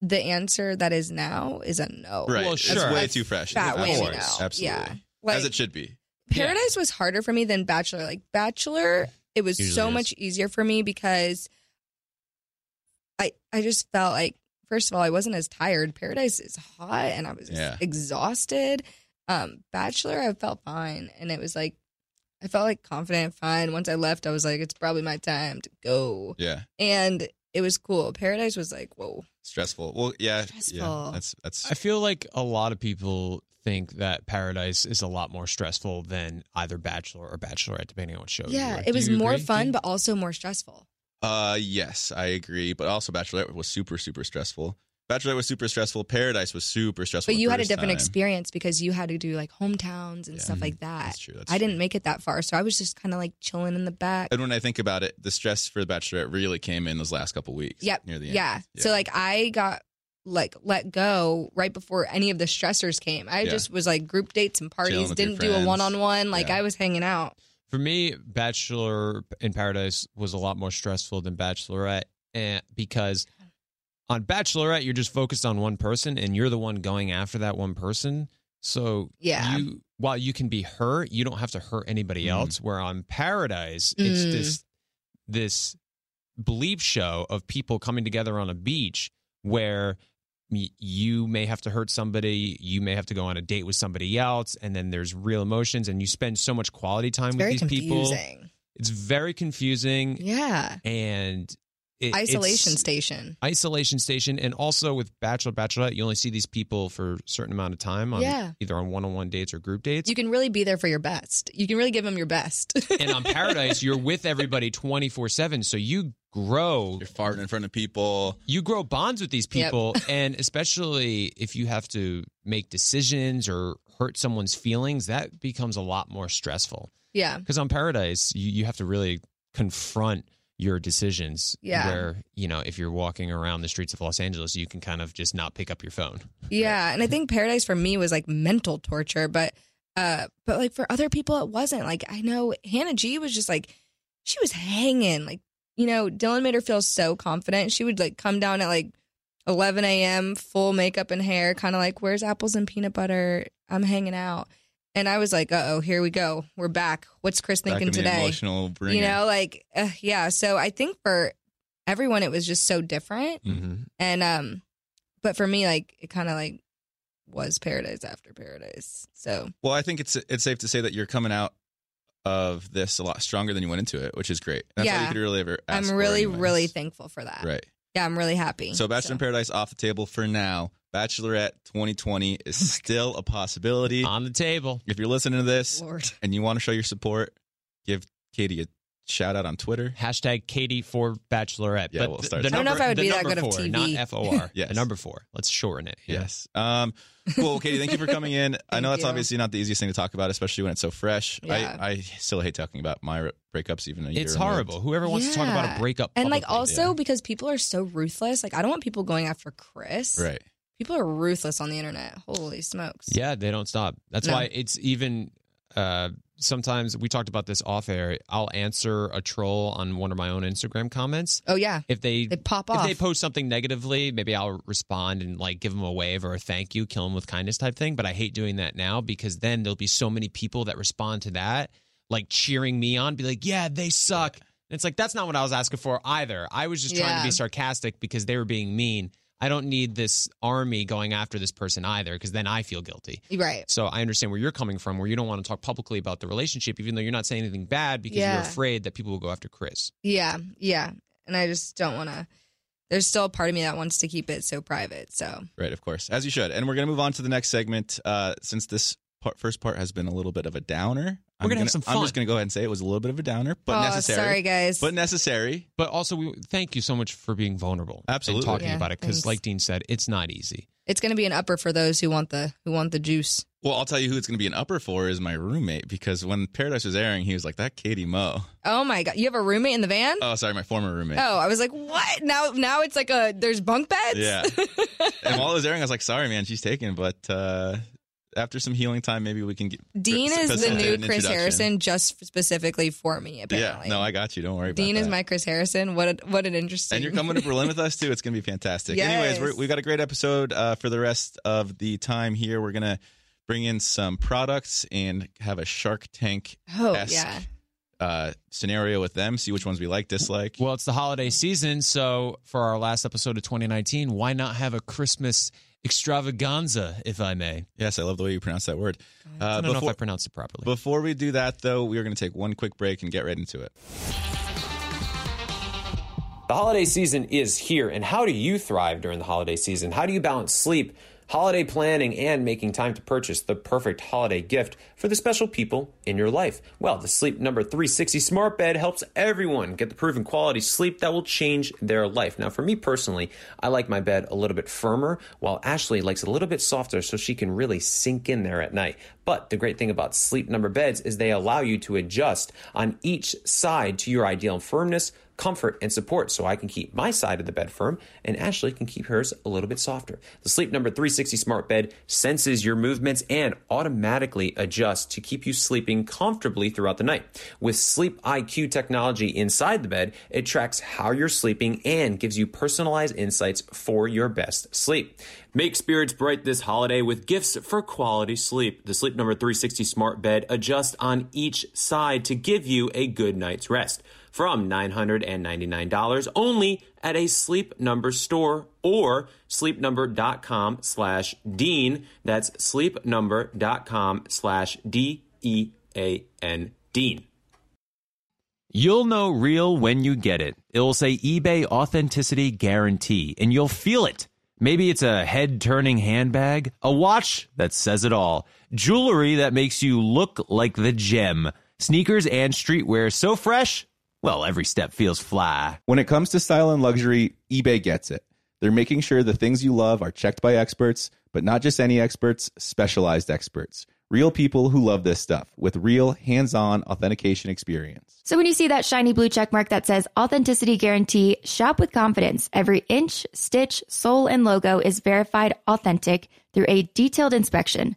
[SPEAKER 5] the answer that is now is a no.
[SPEAKER 2] right.
[SPEAKER 6] Well, sure.
[SPEAKER 2] It's way too fresh.
[SPEAKER 5] Fat
[SPEAKER 2] Absolutely.
[SPEAKER 5] women now.
[SPEAKER 2] Absolutely.
[SPEAKER 5] Yeah.
[SPEAKER 2] As
[SPEAKER 5] Like,
[SPEAKER 2] it should be.
[SPEAKER 5] Paradise was harder for me than Bachelor. Like Bachelor, it was
[SPEAKER 6] Usually
[SPEAKER 5] so
[SPEAKER 6] is.
[SPEAKER 5] much easier for me because I I just felt like first of all I wasn't as tired. Paradise is hot and I was just
[SPEAKER 2] Yeah.
[SPEAKER 5] exhausted. Um Bachelor I felt fine and it was like I felt like confident, fine. Once I left, I was like, it's probably my time to go.
[SPEAKER 2] Yeah.
[SPEAKER 5] And it was cool. Paradise was like, whoa.
[SPEAKER 2] Stressful. Well, yeah. Yeah.
[SPEAKER 5] Stressful.
[SPEAKER 2] That's that's
[SPEAKER 6] I feel like a lot of people think that Paradise is a lot more stressful than either Bachelor or Bachelorette, depending on what
[SPEAKER 2] Oh,
[SPEAKER 6] show. you
[SPEAKER 5] yeah,
[SPEAKER 6] were.
[SPEAKER 5] it
[SPEAKER 6] Do
[SPEAKER 5] was
[SPEAKER 6] you
[SPEAKER 5] more
[SPEAKER 6] agree?
[SPEAKER 5] fun, but also more stressful.
[SPEAKER 2] uh yes, I agree. But also Bachelorette was super, super stressful. Bachelorette was super stressful. Paradise was super stressful.
[SPEAKER 5] But
[SPEAKER 2] the
[SPEAKER 5] you had a
[SPEAKER 2] first
[SPEAKER 5] different
[SPEAKER 2] time.
[SPEAKER 5] experience because you had to do like hometowns and
[SPEAKER 2] Yeah.
[SPEAKER 5] stuff like that.
[SPEAKER 2] That's true. That's
[SPEAKER 5] I
[SPEAKER 2] true.
[SPEAKER 5] didn't make it that far, so I was just kind of like chilling in the back.
[SPEAKER 2] And when I think about it, the stress for the Bachelorette really came in those last couple weeks.
[SPEAKER 5] Yep.
[SPEAKER 2] Near the end.
[SPEAKER 5] Yeah. So like I got like let go right before any of the stressors came. I
[SPEAKER 2] Yeah.
[SPEAKER 5] just was like group dates and
[SPEAKER 2] Chilling
[SPEAKER 5] parties,
[SPEAKER 2] with your
[SPEAKER 5] didn't do a
[SPEAKER 2] friends.
[SPEAKER 5] one on one. Like
[SPEAKER 2] Yeah.
[SPEAKER 5] I was hanging out.
[SPEAKER 6] For me, Bachelor in Paradise was a lot more stressful than Bachelorette eh, because on Bachelorette, you're just focused on one person and you're the one going after that one person. So
[SPEAKER 5] Yeah.
[SPEAKER 6] you while you can be hurt, you don't have to hurt anybody
[SPEAKER 2] Mm.
[SPEAKER 6] else. Where on Paradise, it's
[SPEAKER 5] Mm.
[SPEAKER 6] this this bleep show of people coming together on a beach where y- you may have to hurt somebody, you may have to go on a date with somebody else, and then there's real emotions, and you spend so much quality time
[SPEAKER 5] It's
[SPEAKER 6] with
[SPEAKER 5] very
[SPEAKER 6] these people.
[SPEAKER 5] confusing.
[SPEAKER 6] It's very confusing
[SPEAKER 5] Yeah.
[SPEAKER 6] and it- it's-
[SPEAKER 5] Isolation station.
[SPEAKER 6] isolation station and also with bachelor bachelorette you only see these people for a certain amount of time on
[SPEAKER 5] Yeah.
[SPEAKER 6] either on one-on-one dates or group dates
[SPEAKER 5] You can really be there for your best. You can really give them your best.
[SPEAKER 6] and on paradise you're with everybody 24-7 so you grow
[SPEAKER 2] you're farting in front of people.
[SPEAKER 6] you grow bonds with these
[SPEAKER 5] Yep.
[SPEAKER 6] people and especially if you have to make decisions or hurt someone's feelings that becomes a lot more stressful
[SPEAKER 5] yeah.
[SPEAKER 6] because on paradise you, you have to really confront your decisions
[SPEAKER 5] Yeah.
[SPEAKER 6] where you know if you're walking around the streets of los angeles you can kind of just not pick up your phone
[SPEAKER 5] Yeah, and I think paradise for me was like mental torture, but uh but like for other people it wasn't. Like I know Hannah G was just like she was hanging. Like, you know, Dylan made her feel so confident. She would like come down at like 11 a.m., full makeup and hair, kind of like, where's apples and peanut butter? I'm hanging out. And I was like, uh oh, here we go. We're back. What's Chris
[SPEAKER 2] Back
[SPEAKER 5] thinking
[SPEAKER 2] in the
[SPEAKER 5] today?
[SPEAKER 2] Emotional
[SPEAKER 5] You
[SPEAKER 2] bringer.
[SPEAKER 5] know, like, uh, yeah. So I think for everyone, it was just so different.
[SPEAKER 6] mm-hmm.
[SPEAKER 5] And um but for me like it kind of like was paradise after paradise. So
[SPEAKER 2] Well, I think it's it's safe to say that you're coming out of this a lot stronger than you went into it, which is great. That's all you
[SPEAKER 5] Yeah.
[SPEAKER 2] could really ever ask
[SPEAKER 5] I'm
[SPEAKER 2] for
[SPEAKER 5] really,
[SPEAKER 2] anyways.
[SPEAKER 5] really thankful for that.
[SPEAKER 2] Right.
[SPEAKER 5] Yeah, I'm really happy.
[SPEAKER 2] So Bachelor in Paradise off the table for now. Bachelorette 2020 is still a possibility.
[SPEAKER 7] on the table.
[SPEAKER 2] if you're listening to this
[SPEAKER 5] Lord.
[SPEAKER 2] and you want to show your support, give Katie a shout out on Twitter.
[SPEAKER 7] Hashtag Katie for Bachelorette.
[SPEAKER 2] Yeah,
[SPEAKER 7] but
[SPEAKER 2] we'll
[SPEAKER 7] th-
[SPEAKER 2] start
[SPEAKER 7] the
[SPEAKER 2] there. I
[SPEAKER 5] don't know
[SPEAKER 7] number-
[SPEAKER 5] if I would
[SPEAKER 7] the
[SPEAKER 5] be that
[SPEAKER 7] number
[SPEAKER 5] good of
[SPEAKER 7] four,
[SPEAKER 5] TV.
[SPEAKER 7] Not FOR.
[SPEAKER 2] Yes.
[SPEAKER 7] The number four. Let's shorten it. here.
[SPEAKER 2] Yes. Um, cool. Katie, thank you for coming in. I know
[SPEAKER 5] Thank
[SPEAKER 2] that's
[SPEAKER 5] you.
[SPEAKER 2] obviously not the easiest thing to talk about, especially when it's so fresh.
[SPEAKER 5] Yeah.
[SPEAKER 2] I, I still hate talking about my re- breakups, even a year.
[SPEAKER 7] It's
[SPEAKER 2] removed.
[SPEAKER 7] horrible. Whoever wants to talk about
[SPEAKER 5] Yeah.
[SPEAKER 7] a breakup
[SPEAKER 5] And like
[SPEAKER 7] publicly.
[SPEAKER 5] also because people are so ruthless. Like I don't want people going after Chris.
[SPEAKER 2] Right.
[SPEAKER 5] People are ruthless on the internet. Holy smokes.
[SPEAKER 7] Yeah, they don't stop. That's
[SPEAKER 5] No.
[SPEAKER 7] why it's even uh, sometimes we talked about this off air. I'll answer a troll on one of my own Instagram comments
[SPEAKER 5] Oh yeah.
[SPEAKER 7] if they.
[SPEAKER 5] They pop
[SPEAKER 7] if
[SPEAKER 5] off.
[SPEAKER 7] they post something negatively, maybe I'll respond and like give them a wave or a thank you, kill them with kindness type thing. But I hate doing that now because then there'll be so many people that respond to that, like cheering me on, be like, yeah, they suck. And it's like, that's not what I was asking for either. I was just trying to
[SPEAKER 5] Yeah.
[SPEAKER 7] be sarcastic because they were being mean. I don't need this army going after this person either because then I feel guilty.
[SPEAKER 5] right.
[SPEAKER 7] So I understand where you're coming from, where you don't want to talk publicly about the relationship, even though you're not saying anything bad because
[SPEAKER 5] Yeah.
[SPEAKER 7] you're afraid that people will go after Chris.
[SPEAKER 5] Yeah. Yeah. And I just don't wanna there's still a part of me that wants to keep it so private. So
[SPEAKER 2] Right, of course, as you should. And we're gonna move on to the next segment. Uh, since this part, first part has been a little bit of a downer,
[SPEAKER 7] We're gonna have
[SPEAKER 2] I'm
[SPEAKER 7] some
[SPEAKER 2] I'm
[SPEAKER 7] fun.
[SPEAKER 2] just gonna go ahead and say it was a little bit of a downer, but
[SPEAKER 5] oh,
[SPEAKER 2] necessary.
[SPEAKER 5] sorry guys.
[SPEAKER 2] But necessary.
[SPEAKER 7] But also, we thank you so much for being vulnerable, and
[SPEAKER 2] Absolutely.
[SPEAKER 7] talking
[SPEAKER 5] Yeah,
[SPEAKER 7] about it because,
[SPEAKER 5] thanks.
[SPEAKER 7] like Dean said, it's not easy.
[SPEAKER 5] it's gonna be an upper for those who want the who want the juice.
[SPEAKER 2] Well, I'll tell you who it's gonna be an upper for is my roommate because when Paradise was airing, he was like, "That Katie Mo."
[SPEAKER 5] Oh my god. You have a roommate in the van?
[SPEAKER 2] Oh, sorry, my former roommate.
[SPEAKER 5] Oh, I was like, what? Now, now it's like a there's bunk beds.
[SPEAKER 2] Yeah. And while it was airing, I was like, "Sorry, man, she's taken." But uh, after some healing time, maybe we can get.
[SPEAKER 5] Dean
[SPEAKER 2] Chris-
[SPEAKER 5] is the
[SPEAKER 2] facilitate
[SPEAKER 5] new
[SPEAKER 2] an
[SPEAKER 5] Chris
[SPEAKER 2] introduction.
[SPEAKER 5] Harrison, just specifically for me. Apparently,
[SPEAKER 2] Yeah, no, I got you. Don't worry about
[SPEAKER 5] Dean
[SPEAKER 2] that.
[SPEAKER 5] is my Chris Harrison. What? A, what an interesting.
[SPEAKER 2] And you're coming to Berlin with us too. It's going to be fantastic. Anyways,
[SPEAKER 5] Yes.
[SPEAKER 2] we're, we got a great episode uh, for the rest of the time here. We're going to bring in some products and have a Shark Tank
[SPEAKER 5] oh
[SPEAKER 2] esque
[SPEAKER 5] yeah.
[SPEAKER 2] uh, scenario with them. See which ones we like, dislike.
[SPEAKER 7] Well, it's the holiday season, so for our last episode of 2019, why not have a Christmas extravaganza, if I may?
[SPEAKER 2] yes, I love the way you pronounce that word.
[SPEAKER 7] I
[SPEAKER 2] Uh,
[SPEAKER 7] don't know if
[SPEAKER 2] before,
[SPEAKER 7] I pronounced it properly.
[SPEAKER 2] before we do that, though, we are going to take one quick break and get right into it.
[SPEAKER 6] The holiday season is here, and how do you thrive during the holiday season? How do you balance sleep, holiday planning, and making time to purchase the perfect holiday gift for the special people in your life? Well, the Sleep Number 360 Smart Bed helps everyone get the proven quality sleep that will change their life. Now, for me personally, I like my bed a little bit firmer, while Ashley likes it a little bit softer so she can really sink in there at night. But the great thing about Sleep Number beds is they allow you to adjust on each side to your ideal firmness comfort and support so I can keep my side of the bed firm and Ashley can keep hers a little bit softer. The Sleep Number 360 Smart Bed senses your movements and automatically adjusts to keep you sleeping comfortably throughout the night. With Sleep IQ technology inside the bed, it tracks how you're sleeping and gives you personalized insights for your best sleep. Make spirits bright this holiday with gifts for quality sleep. The Sleep Number 360 Smart Bed adjusts on each side to give you a good night's rest from $999 only at a Sleep Number store or sleepnumber.com slash Dean. That's sleepnumber.com slash D-E-A-N Dean. You'll know real when you get it. It will say eBay authenticity guarantee, and you'll feel it. Maybe it's a head turning handbag, a watch that says it all, jewelry that makes you look like the gem, sneakers and streetwear so fresh, well, every step feels fly.
[SPEAKER 8] When it comes to style and luxury, eBay gets it. They're making sure the things you love are checked by experts, but not just any experts, specialized experts. Real people who love this stuff with real hands on authentication experience.
[SPEAKER 1] So when you see that shiny blue check mark that says authenticity guarantee, shop with confidence. Every inch, stitch, sole, and logo is verified authentic through a detailed inspection.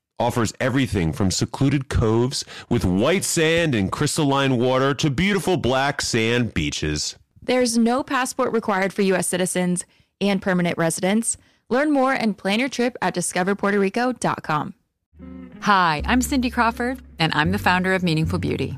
[SPEAKER 9] offers everything from secluded coves with white sand and crystalline water to beautiful black sand beaches.
[SPEAKER 1] There's no passport required for U.S. citizens and permanent residents. Learn more and plan your trip at discoverpuertorico.com.
[SPEAKER 10] Hi, I'm Cindy Crawford, and I'm the founder of Meaningful Beauty.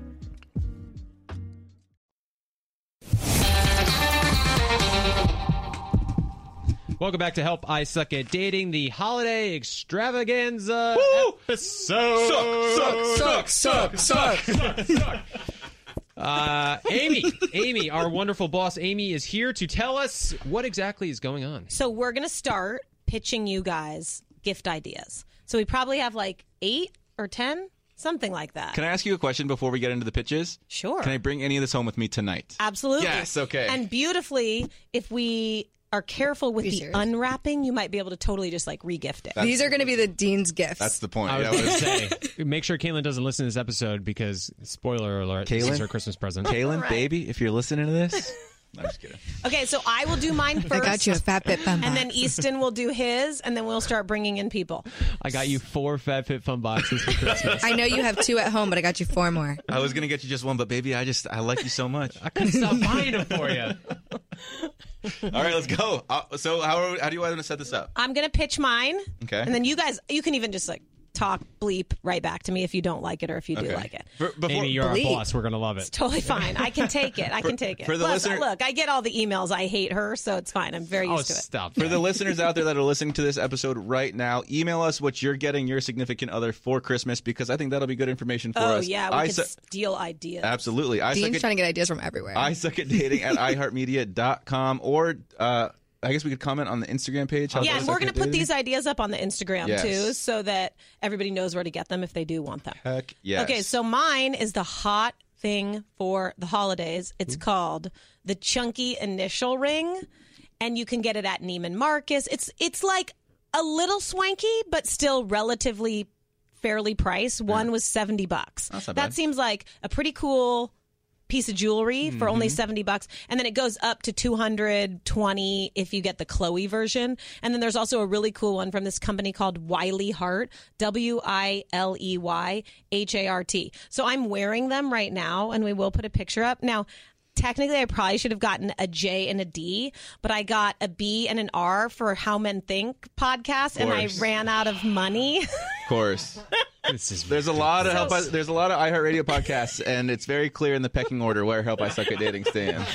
[SPEAKER 6] Welcome back to Help I Suck at Dating, the holiday extravaganza episode.
[SPEAKER 11] Suck, suck, suck, suck.
[SPEAKER 6] Uh, Amy, Amy, our wonderful boss, Amy, is here to tell us what exactly is going on.
[SPEAKER 12] So we're going to start pitching you guys gift ideas. So we probably have like eight or 10, something like that.
[SPEAKER 2] Can I ask you a question before we get into the pitches?
[SPEAKER 12] Sure.
[SPEAKER 2] Can I bring any of this home with me tonight?
[SPEAKER 12] Absolutely.
[SPEAKER 2] Yes, okay.
[SPEAKER 12] And beautifully, if we are careful with the
[SPEAKER 5] serious?
[SPEAKER 12] unwrapping, you might be able to totally just like regift it.
[SPEAKER 5] These are going to be the dean's gifts.
[SPEAKER 2] That's the point.
[SPEAKER 6] I
[SPEAKER 2] Yeah,
[SPEAKER 6] was
[SPEAKER 2] what
[SPEAKER 6] going to
[SPEAKER 2] is-
[SPEAKER 6] say, make sure Caitlin doesn't listen to this episode because, spoiler alert, this
[SPEAKER 2] Caitlin?
[SPEAKER 6] is her Christmas present.
[SPEAKER 2] Kaylin, baby, if you're listening to this, I'm just kidding.
[SPEAKER 12] Okay, so I will do mine first.
[SPEAKER 5] I got you a fat bit
[SPEAKER 12] And
[SPEAKER 5] bum box.
[SPEAKER 12] then Easton will do his, and then we'll start bringing in people.
[SPEAKER 6] I got you four Fat Fit Fun boxes for Christmas.
[SPEAKER 5] I know you have two at home, but I got you four more.
[SPEAKER 2] I was gonna get you just one, but baby, I just I like you so much.
[SPEAKER 6] I couldn't stop buying them for you.
[SPEAKER 2] All right, let's go. Uh, so how are, how do you want to set this up?
[SPEAKER 12] I'm gonna pitch mine.
[SPEAKER 2] Okay.
[SPEAKER 12] And then you guys, you can even just like talk bleep right back to me if you don't like it or if you do like it.
[SPEAKER 2] For- before,
[SPEAKER 6] Amy, you're
[SPEAKER 5] Believe.
[SPEAKER 6] our boss. We're going to love it.
[SPEAKER 12] It's totally fine. I can take it. I can take it.
[SPEAKER 2] for the
[SPEAKER 12] Plus,
[SPEAKER 2] listener-
[SPEAKER 12] look, I get all the emails. I hate her, so it's fine. I'm very
[SPEAKER 6] oh,
[SPEAKER 12] used to it.
[SPEAKER 6] stop.
[SPEAKER 2] for the listeners out there that are listening to this episode right now, email us what you're getting your significant other for Christmas because I think that'll be good information for
[SPEAKER 12] Oh
[SPEAKER 2] us.
[SPEAKER 12] yeah, we
[SPEAKER 2] I
[SPEAKER 12] can
[SPEAKER 2] su-
[SPEAKER 12] steal ideas.
[SPEAKER 2] absolutely. I suck
[SPEAKER 5] Dean's
[SPEAKER 2] at,
[SPEAKER 5] trying to get ideas from everywhere.
[SPEAKER 2] I suck at dating at iHeartMedia.com or uh, I guess we could comment on the Instagram page. How I
[SPEAKER 12] yeah, and
[SPEAKER 2] Suck
[SPEAKER 12] we're going
[SPEAKER 2] at
[SPEAKER 12] to put
[SPEAKER 2] Dating.
[SPEAKER 12] these ideas up on the Instagram
[SPEAKER 2] Yes.
[SPEAKER 12] too so that everybody knows where to get them if they do want them.
[SPEAKER 2] Heck yes.
[SPEAKER 12] Okay, so mine is the hot thing for the holidays. It's
[SPEAKER 2] Hmm.
[SPEAKER 12] called the chunky initial ring and you can get it at Neiman Marcus. It's it's like a little swanky but still relatively fairly priced. One was 70 bucks.
[SPEAKER 2] Hmm. not
[SPEAKER 12] that
[SPEAKER 2] bad.
[SPEAKER 12] seems like a pretty cool piece of jewelry for only
[SPEAKER 2] Mm-hmm.
[SPEAKER 12] 70 bucks and then it goes up to 220 if you get the Chloe version and then there's also a really cool one from this company called Wiley Hart W I L E Y H A R T so I'm wearing them right now and we will put a picture up now technically I probably should have gotten a J and a D but I got a B and an R for How Men Think podcast and I
[SPEAKER 2] course.
[SPEAKER 12] ran out of money
[SPEAKER 2] of course.
[SPEAKER 6] This is
[SPEAKER 2] There's a lot of help. I, there's a lot of iHeartRadio podcasts, and it's very clear in the pecking order where Help I Suck at Dating stands.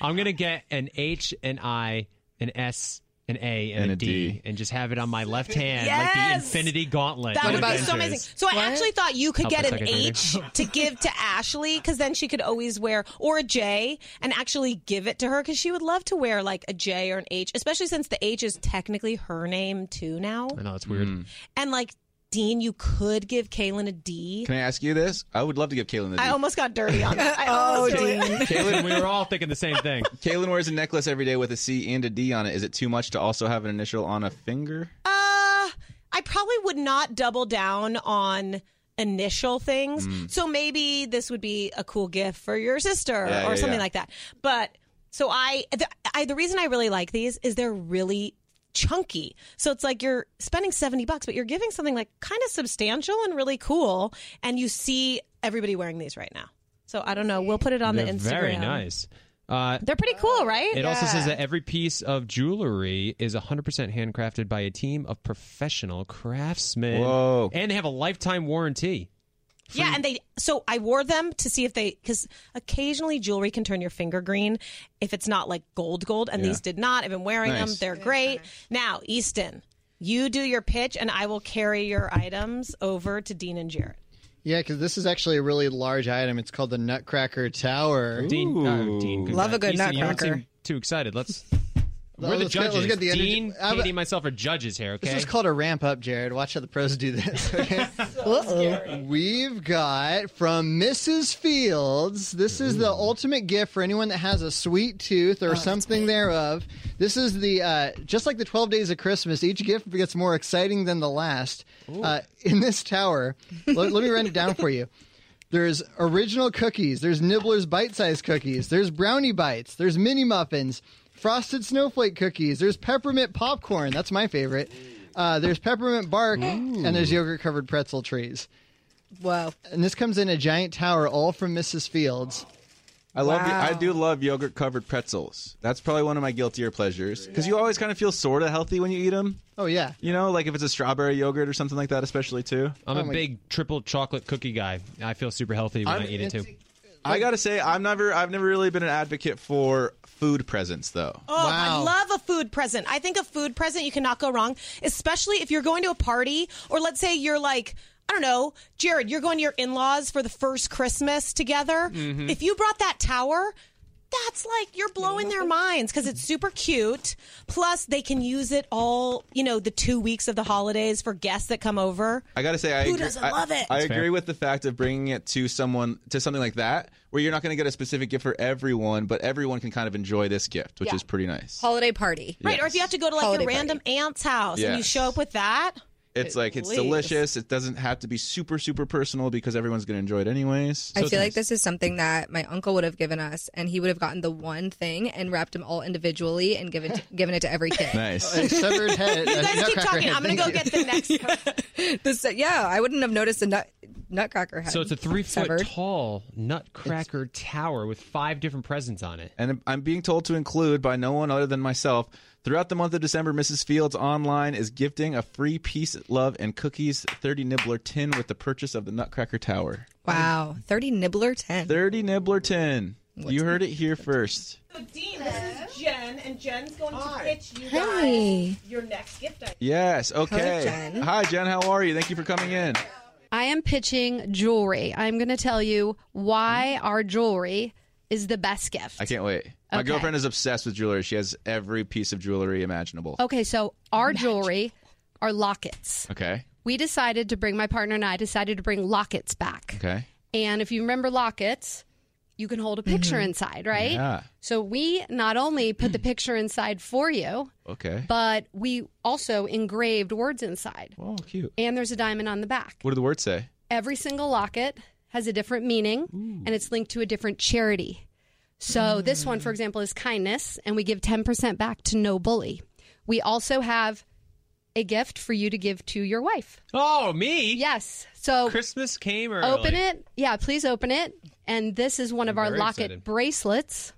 [SPEAKER 6] I'm gonna get an H, an I, an S, an A, and,
[SPEAKER 2] And
[SPEAKER 6] a
[SPEAKER 2] a
[SPEAKER 6] D,
[SPEAKER 2] D.
[SPEAKER 6] and just have it on my left hand, like the
[SPEAKER 12] Yes!
[SPEAKER 6] Infinity Gauntlet.
[SPEAKER 12] That
[SPEAKER 6] of
[SPEAKER 12] would be
[SPEAKER 6] Avengers.
[SPEAKER 12] so amazing. So I actually thought you could
[SPEAKER 6] Help us,
[SPEAKER 12] get an
[SPEAKER 6] Secretary.
[SPEAKER 12] H to give to Ashley because then she could always wear or a J and actually give it to her because she would love to wear like a J or an H, especially since the H is technically her name too now.
[SPEAKER 6] I know it's weird.
[SPEAKER 2] Hmm.
[SPEAKER 12] And like Dean, you could give Kaylin a D.
[SPEAKER 2] Can I ask you this? I would love to give Kaylin the. D.
[SPEAKER 12] I almost got dirty on that. I almost really-
[SPEAKER 6] Kaylin, we were all thinking the same thing.
[SPEAKER 2] Kaylin wears a necklace every day with a C and a D on it. Is it too much to also have an initial on a finger?
[SPEAKER 12] Uh, I probably would not double down on initial things.
[SPEAKER 6] Mm.
[SPEAKER 12] So maybe this would be a cool gift for your sister
[SPEAKER 2] Yeah,
[SPEAKER 12] or
[SPEAKER 2] yeah,
[SPEAKER 12] something
[SPEAKER 2] yeah.
[SPEAKER 12] like that. But so I, the, I, the reason I really like these is they're really chunky. So it's like you're spending 70 bucks, but you're giving something like kind of substantial and really cool. And you see everybody wearing these right now. So I don't know. We'll put it on
[SPEAKER 6] They're
[SPEAKER 12] the Instagram.
[SPEAKER 6] very nice. Uh,
[SPEAKER 12] They're pretty cool, right?
[SPEAKER 6] it also says that every piece of jewelry is 100% handcrafted by a team of professional craftsmen.
[SPEAKER 2] Whoa.
[SPEAKER 6] And they have a lifetime warranty.
[SPEAKER 12] Yeah, and they so I wore them to see if they because occasionally jewelry can turn your finger green if it's not like gold gold, and these did not. I've been wearing them;
[SPEAKER 2] Nice.
[SPEAKER 12] they're great. Now, Easton, You do your pitch, and I will carry your items over to Dean and Jared.
[SPEAKER 13] Yeah, because this is actually a really large item. It's called the Nutcracker Tower.
[SPEAKER 6] Dean, uh, Dean, good
[SPEAKER 13] Love
[SPEAKER 6] night.
[SPEAKER 13] a good
[SPEAKER 6] You seem- you don't
[SPEAKER 13] nutcracker.
[SPEAKER 6] seem too excited. Let's.
[SPEAKER 13] Well,
[SPEAKER 6] We're the
[SPEAKER 13] let's get- let's
[SPEAKER 6] judges.
[SPEAKER 13] get the energy-
[SPEAKER 6] Dean,
[SPEAKER 13] I'm-
[SPEAKER 6] Katie, myself are judges here. Okay.
[SPEAKER 13] This is called a ramp up, Jared. Watch how the pros do this. Okay. We've got from Mrs. Fields. This is the ultimate gift for anyone that has a sweet tooth or something thereof. This is the uh, just like the twelve days of Christmas. Each gift gets more exciting than the last. Uh, in this tower, let, let me run it down for you. There's original cookies. There's Nibbler's bite-sized cookies. There's brownie bites. There's mini muffins, frosted snowflake cookies. There's peppermint popcorn. That's my favorite. Uh, there's peppermint bark, and there's yogurt-covered pretzel trees.
[SPEAKER 5] Wow!
[SPEAKER 13] And this comes in a giant tower, all from Mrs. Fields.
[SPEAKER 2] I love.
[SPEAKER 13] Wow.
[SPEAKER 2] I do love yogurt covered pretzels. That's probably one of my guiltier pleasures because you always kind of feel sort of healthy when you eat them.
[SPEAKER 13] Oh yeah.
[SPEAKER 2] You know, like if it's a strawberry yogurt or something like that, especially too.
[SPEAKER 6] I'm
[SPEAKER 14] Oh
[SPEAKER 6] a big triple chocolate cookie guy. I feel super healthy when i
[SPEAKER 2] I'm-
[SPEAKER 6] eat it too.
[SPEAKER 2] I gotta say, I'm never. I've never really been an advocate for food presents though.
[SPEAKER 12] Oh, I love a food present. I think a food present you cannot go wrong, especially if you're going to a party or let's say you're like I don't know, Jared, you're going to your in-laws for the first Christmas together.
[SPEAKER 2] Mm-hmm.
[SPEAKER 15] Mhm.
[SPEAKER 12] If you brought that tower, that's like you're blowing
[SPEAKER 5] Mm-hmm.
[SPEAKER 12] their minds because it's super cute. Plus, they can use it all, you know, the two weeks of the holidays for guests that come over.
[SPEAKER 2] I gotta say, I
[SPEAKER 12] Who
[SPEAKER 2] agree,
[SPEAKER 12] doesn't
[SPEAKER 2] I,
[SPEAKER 12] love it?
[SPEAKER 2] I
[SPEAKER 12] That's
[SPEAKER 2] agree
[SPEAKER 12] fair.
[SPEAKER 2] with the fact of bringing it to someone to something like that, where you're not going to get a specific gift for everyone, but everyone can kind of enjoy this gift, which
[SPEAKER 5] Yeah.
[SPEAKER 2] is pretty nice.
[SPEAKER 5] Holiday party.
[SPEAKER 12] Right, or if you have to go to like
[SPEAKER 5] Holiday
[SPEAKER 12] your random aunt's house and you
[SPEAKER 2] Yes.
[SPEAKER 12] show up with that,
[SPEAKER 2] It's like it's
[SPEAKER 12] Please.
[SPEAKER 2] delicious. It doesn't have to be super super personal because everyone's going to enjoy it anyways.
[SPEAKER 5] I feel like this is something that my uncle would have given us, and he would have gotten the one thing and wrapped them all individually and given given it to every kid.
[SPEAKER 2] Nice.
[SPEAKER 13] A severed head.
[SPEAKER 5] You
[SPEAKER 13] a
[SPEAKER 5] guys keep
[SPEAKER 13] nutcracker
[SPEAKER 5] talking.
[SPEAKER 13] head.
[SPEAKER 5] I'm gonna
[SPEAKER 13] Thank
[SPEAKER 5] go
[SPEAKER 13] you.
[SPEAKER 5] get the next. this, yeah, I wouldn't have noticed a nut, nutcracker head.
[SPEAKER 6] So it's a three foot
[SPEAKER 5] Severed.
[SPEAKER 6] tall nutcracker tower with five different presents on it.
[SPEAKER 2] And I'm being told to include by no one other than myself. Throughout the month of December, Mrs. Fields Online is gifting a free peace, love, and cookies 30 nibbler tin with the purchase of the Nutcracker Tower.
[SPEAKER 5] Wow, thirty nibbler ten.
[SPEAKER 2] 30 nibbler tin. You heard it here first.
[SPEAKER 12] So Dean, this is Jen, and Jen's going to pitch you
[SPEAKER 5] Hey.
[SPEAKER 12] guys your next gift idea.
[SPEAKER 2] Yes. Okay.
[SPEAKER 14] Jen.
[SPEAKER 2] Hi, Jen. How are you? Thank you for coming in.
[SPEAKER 14] I am pitching jewelry. I'm going to tell you why
[SPEAKER 6] Mm-hmm.
[SPEAKER 14] our jewelry is the best gift.
[SPEAKER 2] I can't wait. My
[SPEAKER 14] Okay.
[SPEAKER 2] girlfriend is obsessed with jewelry. She has every piece of jewelry imaginable.
[SPEAKER 14] Okay, so our jewelry are lockets.
[SPEAKER 2] Okay.
[SPEAKER 14] We decided to bring my partner and I decided to bring lockets back.
[SPEAKER 2] Okay.
[SPEAKER 14] And if you remember lockets, you can hold a picture
[SPEAKER 6] Mm-hmm.
[SPEAKER 14] inside, right?
[SPEAKER 2] Yeah.
[SPEAKER 14] So we not only put the picture inside for you,
[SPEAKER 2] Okay.
[SPEAKER 14] but we also engraved words inside.
[SPEAKER 2] Oh, cute.
[SPEAKER 14] And there's a diamond on the back.
[SPEAKER 2] What do the words say?
[SPEAKER 14] Every single locket has a different meaning and it's linked to a different charity. So, this one, for example, is kindness, and we give 10% back to No Bully. We also have a gift for you to give to your wife.
[SPEAKER 6] Oh, me?
[SPEAKER 14] Yes. So,
[SPEAKER 6] Christmas came early.
[SPEAKER 14] open it. Yeah, please open it. And this is one of our
[SPEAKER 6] very
[SPEAKER 14] locket
[SPEAKER 6] excited.
[SPEAKER 14] bracelets.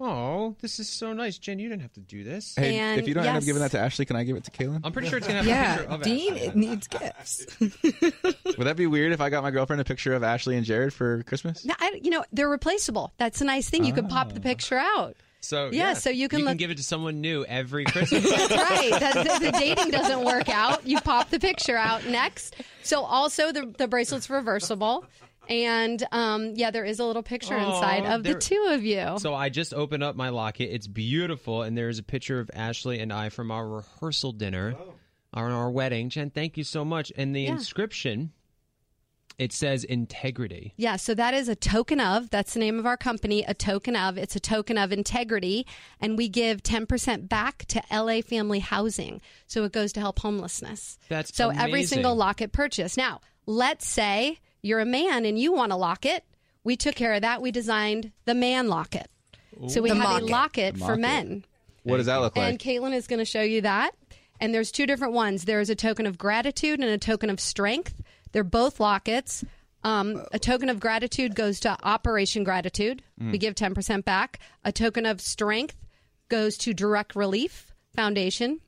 [SPEAKER 6] Oh, this is so nice, Jen. You didn't have to do this.
[SPEAKER 2] Hey, if
[SPEAKER 14] And
[SPEAKER 2] you don't end up
[SPEAKER 14] yes.
[SPEAKER 2] giving that to Ashley, can I give it to Kaylin?
[SPEAKER 6] I'm pretty sure it's gonna have a picture
[SPEAKER 5] Yeah,
[SPEAKER 6] of
[SPEAKER 5] Dean it needs
[SPEAKER 6] Uh,
[SPEAKER 5] gifts.
[SPEAKER 2] Would that be weird if I got my girlfriend a picture of Ashley and Jared for Christmas?
[SPEAKER 14] No, I- you know, they're replaceable. That's a nice thing. You could pop the picture out.
[SPEAKER 6] So
[SPEAKER 14] Yeah, so you
[SPEAKER 6] Ah. Oh,
[SPEAKER 14] can
[SPEAKER 6] you
[SPEAKER 14] look-
[SPEAKER 6] can give it to someone new every Christmas.
[SPEAKER 14] right. That, the, the dating doesn't work out. You pop the picture out next. So also the the bracelet's reversible, and um, yeah, there is a little picture
[SPEAKER 6] Aw,
[SPEAKER 14] inside of the
[SPEAKER 6] there-
[SPEAKER 14] two of
[SPEAKER 5] Oh.
[SPEAKER 14] you.
[SPEAKER 6] So I just opened up my locket. It's beautiful, and there's a picture of Ashley and I from our rehearsal dinner, on our wedding. Jen, thank you so much. And the
[SPEAKER 14] Yeah.
[SPEAKER 6] inscription, it says integrity.
[SPEAKER 14] yeah, so that is a token of. That's the name of our company, a token of. It's a token of integrity, and we give 10% back to LA Family Housing. So it goes to help homelessness.
[SPEAKER 6] That's
[SPEAKER 14] so every
[SPEAKER 6] amazing.
[SPEAKER 14] single locket purchase. Now, let's say you're a man and you want a locket. We took care of that. We designed the man locket. So we
[SPEAKER 5] Ooh. The
[SPEAKER 14] have a
[SPEAKER 5] mocket.
[SPEAKER 14] locket
[SPEAKER 2] The
[SPEAKER 14] for
[SPEAKER 2] mocket.
[SPEAKER 14] men.
[SPEAKER 2] What does that look like?
[SPEAKER 14] And Caitlin is going to show you that. And there's two different ones. There's a token of gratitude and a token of strength. They're both lockets. Um, a token of gratitude goes to Operation Gratitude.
[SPEAKER 16] Mm.
[SPEAKER 14] We give 10% back. A token of strength goes to Direct Relief Foundation.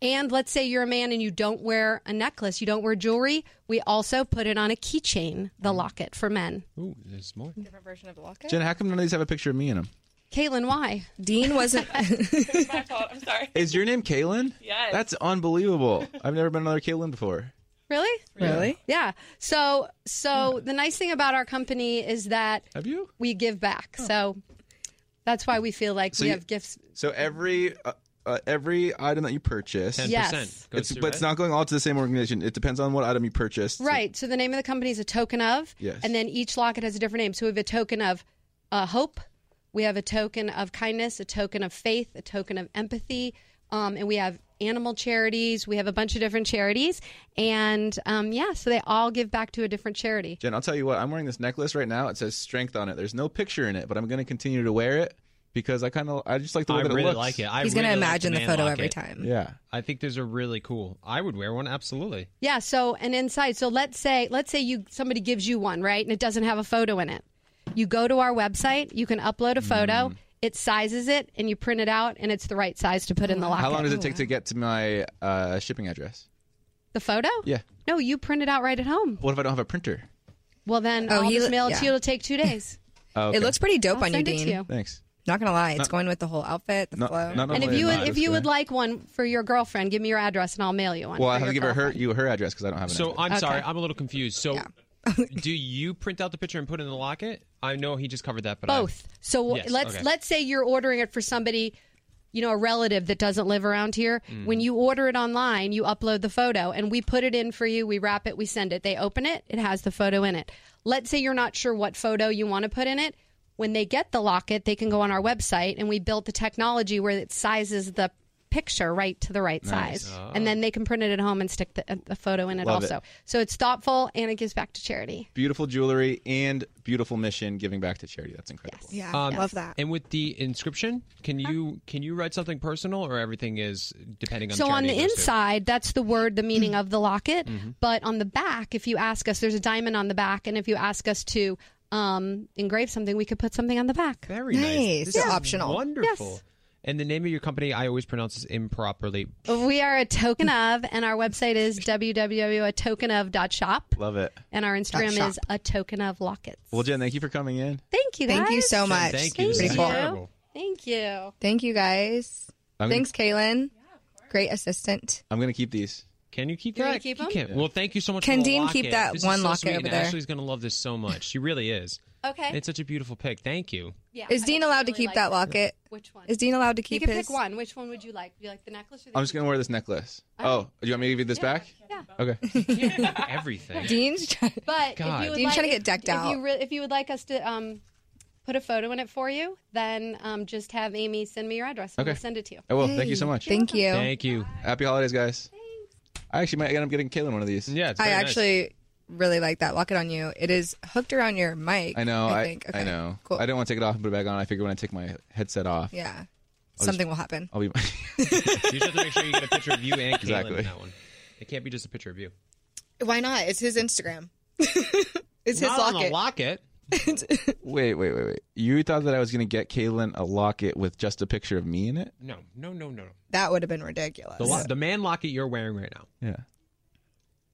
[SPEAKER 14] And let's say you're a man and you don't wear a necklace, you don't wear jewelry. We also put it on a keychain, the locket for men.
[SPEAKER 6] Ooh, there's more.
[SPEAKER 5] Different version of the locket.
[SPEAKER 2] Jen, how come none of these have a picture of me in them?
[SPEAKER 14] Caitlin, why?
[SPEAKER 5] Dean wasn't.
[SPEAKER 15] I'm sorry.
[SPEAKER 2] Is your name Caitlin?
[SPEAKER 15] Yes.
[SPEAKER 2] That's unbelievable. I've never been another Caitlin before.
[SPEAKER 14] Really?
[SPEAKER 2] Really?
[SPEAKER 14] Yeah. So, so the nice thing about our company is that
[SPEAKER 2] Have you? Oh.
[SPEAKER 14] we give back. So that's why we feel like
[SPEAKER 2] So
[SPEAKER 14] we
[SPEAKER 2] you-
[SPEAKER 14] have gifts.
[SPEAKER 2] So every uh, uh, every item that you purchase,
[SPEAKER 14] 10% Yes.
[SPEAKER 6] goes
[SPEAKER 2] it's,
[SPEAKER 6] to
[SPEAKER 2] but it's
[SPEAKER 6] Red.
[SPEAKER 2] not going all to the same organization. It depends on what item you purchased.
[SPEAKER 14] Right. So the name of the company is a token of,
[SPEAKER 2] Yes.
[SPEAKER 14] and then each locket has a different name. So we have a token of uh, hope, we have a token of kindness, a token of faith, a token of empathy, um, and we have animal charities. We have a bunch of different charities, and um, yeah, so they all give back to a different charity.
[SPEAKER 2] Jen, I'll tell you what. I'm wearing this necklace right now. It says strength on it. There's no picture in it, but I'm going to continue to wear it because I kind of I just like the way
[SPEAKER 6] I
[SPEAKER 2] that
[SPEAKER 6] really
[SPEAKER 2] it looks.
[SPEAKER 6] like it. I
[SPEAKER 5] He's gonna
[SPEAKER 6] really like
[SPEAKER 5] imagine the
[SPEAKER 6] man
[SPEAKER 5] photo
[SPEAKER 6] locket.
[SPEAKER 5] every time.
[SPEAKER 2] Yeah.
[SPEAKER 6] I think those are really cool. I would wear one absolutely.
[SPEAKER 14] Yeah. So and inside, so let's say let's say you somebody gives you one right, and it doesn't have a photo in it. You go to our website, you can upload a
[SPEAKER 2] Mm.
[SPEAKER 14] photo. It sizes it, and you print it out, and it's the right size to put in the locket.
[SPEAKER 2] How long does it take to get to my uh, shipping address?
[SPEAKER 14] the photo?
[SPEAKER 2] Yeah.
[SPEAKER 14] No, you print it out right at home.
[SPEAKER 2] What if I don't have a printer?
[SPEAKER 14] Well, then
[SPEAKER 5] Oh,
[SPEAKER 14] I'll
[SPEAKER 5] he
[SPEAKER 14] just
[SPEAKER 5] lo-
[SPEAKER 14] mail it to
[SPEAKER 5] yeah.
[SPEAKER 14] you. It'll take two days.
[SPEAKER 2] Oh,
[SPEAKER 5] It
[SPEAKER 2] okay.
[SPEAKER 5] looks pretty dope
[SPEAKER 14] I'll
[SPEAKER 5] on you,
[SPEAKER 14] send it to
[SPEAKER 5] Dean.
[SPEAKER 14] you.
[SPEAKER 2] Thanks.
[SPEAKER 5] Not gonna lie, it's
[SPEAKER 2] Not-
[SPEAKER 5] going with the whole outfit, the
[SPEAKER 2] Not-
[SPEAKER 5] flow.
[SPEAKER 2] not
[SPEAKER 14] and if
[SPEAKER 2] only
[SPEAKER 14] you
[SPEAKER 2] am
[SPEAKER 14] would,
[SPEAKER 2] I
[SPEAKER 14] if you
[SPEAKER 2] just
[SPEAKER 14] would like one for your girlfriend, give me your address and I'll mail you one.
[SPEAKER 2] Well,
[SPEAKER 14] for
[SPEAKER 2] I have to
[SPEAKER 14] your
[SPEAKER 2] give her,
[SPEAKER 14] girlfriend.
[SPEAKER 2] her you her address because I don't have an
[SPEAKER 6] So
[SPEAKER 2] address.
[SPEAKER 6] I'm
[SPEAKER 14] Okay.
[SPEAKER 6] sorry, I'm a little confused. So do you print out the picture and put it in the locket? I know he just covered that, but I-
[SPEAKER 14] both. So
[SPEAKER 6] Yes,
[SPEAKER 14] let's
[SPEAKER 6] okay.
[SPEAKER 14] let's say you're ordering it for somebody, you know, a relative that doesn't live around here.
[SPEAKER 6] Mhm.
[SPEAKER 14] When you order it online, you upload the photo and we put it in for you. We wrap it, we send it. They open it, it has the photo in it. Let's say you're not sure what photo you want to put in it. When they get the locket, they can go on our website and we built the technology where it sizes the picture right to the right
[SPEAKER 2] Nice.
[SPEAKER 14] size.
[SPEAKER 6] Oh.
[SPEAKER 2] Ah.
[SPEAKER 14] And then they can print it at home and stick the, a- a photo in it
[SPEAKER 2] Love it.
[SPEAKER 14] also. So it's thoughtful and it gives back to charity.
[SPEAKER 2] Beautiful jewelry and beautiful mission giving back to charity. That's incredible.
[SPEAKER 14] Yeah,
[SPEAKER 6] Um,
[SPEAKER 14] that.
[SPEAKER 6] And with the inscription, can you can you write something personal, or everything is depending on
[SPEAKER 14] So
[SPEAKER 6] the
[SPEAKER 14] on
[SPEAKER 6] charity
[SPEAKER 14] the
[SPEAKER 6] it goes to?
[SPEAKER 14] inside, that's the word, the meaning of the locket.
[SPEAKER 6] Mhm.
[SPEAKER 14] But on the back, if you ask us, there's a diamond on the back, and if you ask us to um, engrave something, we could put something on the back.
[SPEAKER 6] Very nice. This is Wonderful. And the name of your company, I always pronounce this improperly.
[SPEAKER 14] Yes. We are a token of, and our website is www.atokenof.shop,
[SPEAKER 2] Love it.
[SPEAKER 14] and our Instagram
[SPEAKER 2] shop.
[SPEAKER 14] is a token of locket.
[SPEAKER 2] Well, Jen, thank you for coming in.
[SPEAKER 14] Thank you, guys.
[SPEAKER 5] Thank you so
[SPEAKER 2] Jen,
[SPEAKER 5] much.
[SPEAKER 2] thank you. This is incredible.
[SPEAKER 14] Thank you.
[SPEAKER 5] Thank you guys.
[SPEAKER 2] I'm gonna-
[SPEAKER 5] Thanks, Kaylin. Great assistant.
[SPEAKER 2] I'm gonna keep these.
[SPEAKER 6] Can you keep
[SPEAKER 5] You wanna
[SPEAKER 6] that?
[SPEAKER 5] keep
[SPEAKER 6] You
[SPEAKER 5] 'em?
[SPEAKER 6] can't. Well, thank you so much.
[SPEAKER 5] Can
[SPEAKER 6] for the
[SPEAKER 5] Dean keep
[SPEAKER 6] locket.
[SPEAKER 5] that
[SPEAKER 6] This
[SPEAKER 5] one
[SPEAKER 6] is so
[SPEAKER 5] locket
[SPEAKER 6] sweet,
[SPEAKER 5] over
[SPEAKER 6] and
[SPEAKER 5] there?
[SPEAKER 6] Ashley's gonna love this so much. She really is.
[SPEAKER 14] Okay.
[SPEAKER 6] It's such a beautiful pick. Thank you.
[SPEAKER 14] Yeah,
[SPEAKER 5] Is
[SPEAKER 14] I
[SPEAKER 5] Dean allowed to keep that locket?
[SPEAKER 14] Which one?
[SPEAKER 5] Is Dean allowed to keep
[SPEAKER 14] You can
[SPEAKER 5] his?
[SPEAKER 14] pick one. Which one would you like? Do you like the necklace or the
[SPEAKER 2] I'm just gonna wear this necklace. Oh, do you want me to give you this back?
[SPEAKER 14] Yeah.
[SPEAKER 2] Okay.
[SPEAKER 6] Everything.
[SPEAKER 5] Dean's trying.
[SPEAKER 14] But if
[SPEAKER 2] God.
[SPEAKER 14] you would
[SPEAKER 5] Dean's
[SPEAKER 14] like,
[SPEAKER 5] trying to
[SPEAKER 14] if-
[SPEAKER 5] get decked
[SPEAKER 14] if
[SPEAKER 5] out.
[SPEAKER 14] You re- if you would like us to um, put a photo in it for you, then um, just have Amy send me your address. and
[SPEAKER 2] Okay.
[SPEAKER 14] We'll send it to you.
[SPEAKER 2] I will. Thank you so much.
[SPEAKER 5] Thank you.
[SPEAKER 6] Thank you.
[SPEAKER 2] Happy holidays, guys. I actually might end up getting Kaylin one of these.
[SPEAKER 6] Yeah, it's
[SPEAKER 5] I actually really like that locket on you. It is hooked around your mic.
[SPEAKER 2] I know.
[SPEAKER 5] I,
[SPEAKER 2] I,
[SPEAKER 5] think.
[SPEAKER 2] I know. I don't want to take it off and put it back on. I figure when I take my headset off,
[SPEAKER 5] Yeah.
[SPEAKER 2] just-
[SPEAKER 5] Something will happen.
[SPEAKER 2] I'll be.
[SPEAKER 6] You just have to make sure you get a picture of you and Caitlin
[SPEAKER 2] Exactly.
[SPEAKER 6] in that one. It can't be just a picture of you.
[SPEAKER 5] Why not? It's his Instagram. it's his
[SPEAKER 6] Not on a
[SPEAKER 5] locket.
[SPEAKER 6] locket.
[SPEAKER 2] wait, wait, wait, wait. You thought that I was gonna get Kaylin a locket with just a picture of me in it?
[SPEAKER 6] No, no, no, no. no.
[SPEAKER 5] That would have been ridiculous.
[SPEAKER 6] The, lo- the man locket you're wearing right now.
[SPEAKER 2] Yeah.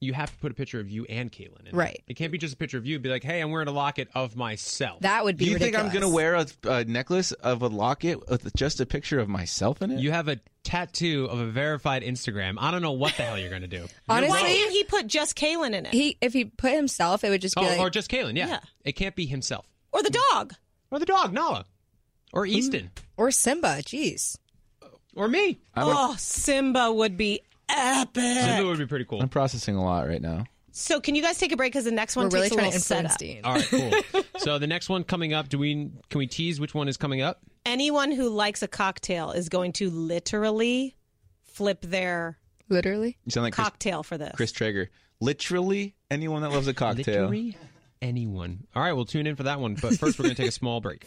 [SPEAKER 6] You have to put a picture of you and Caitlin in it.
[SPEAKER 5] Right.
[SPEAKER 6] It can't be just a picture of you. Be like, hey, I'm wearing a locket of myself.
[SPEAKER 5] That would be
[SPEAKER 2] you
[SPEAKER 5] ridiculous.
[SPEAKER 2] think I'm gonna wear a, a necklace of a locket with just a picture of myself in it?
[SPEAKER 6] You have a tattoo of a verified Instagram. I don't know what the hell you're going to do.
[SPEAKER 12] Why
[SPEAKER 5] Honestly,
[SPEAKER 12] didn't he put just Kalen in it?
[SPEAKER 5] he if he put himself, it would just
[SPEAKER 6] Oh,
[SPEAKER 5] be like
[SPEAKER 6] or just Caitlin, yeah.
[SPEAKER 12] Yeah.
[SPEAKER 6] It can't be himself.
[SPEAKER 12] or the dog. Mm.
[SPEAKER 6] Or the dog, Nala.
[SPEAKER 5] Hmm.
[SPEAKER 6] Or Easton.
[SPEAKER 5] or Simba. Jeez.
[SPEAKER 6] Or me.
[SPEAKER 2] I would-
[SPEAKER 12] oh, Simba would be
[SPEAKER 6] Simba
[SPEAKER 12] epic.
[SPEAKER 6] would be pretty cool.
[SPEAKER 2] I'm processing a lot right now.
[SPEAKER 12] So can you guys take a break because the next one
[SPEAKER 5] We're really
[SPEAKER 12] takes
[SPEAKER 5] trying
[SPEAKER 12] a
[SPEAKER 5] to
[SPEAKER 12] little
[SPEAKER 5] influence
[SPEAKER 12] setup.
[SPEAKER 6] All
[SPEAKER 5] Dean.
[SPEAKER 6] right, cool. so the next one coming up, do we can we tease which one is coming up?
[SPEAKER 12] Anyone who likes a cocktail is going to literally flip their
[SPEAKER 5] Literally.
[SPEAKER 2] You sound like Chris,
[SPEAKER 12] cocktail for this.
[SPEAKER 2] Chris Traeger. Literally anyone that loves a cocktail.
[SPEAKER 6] Literary anyone. All right, we'll tune in for that one. But first, we're going to take a small break.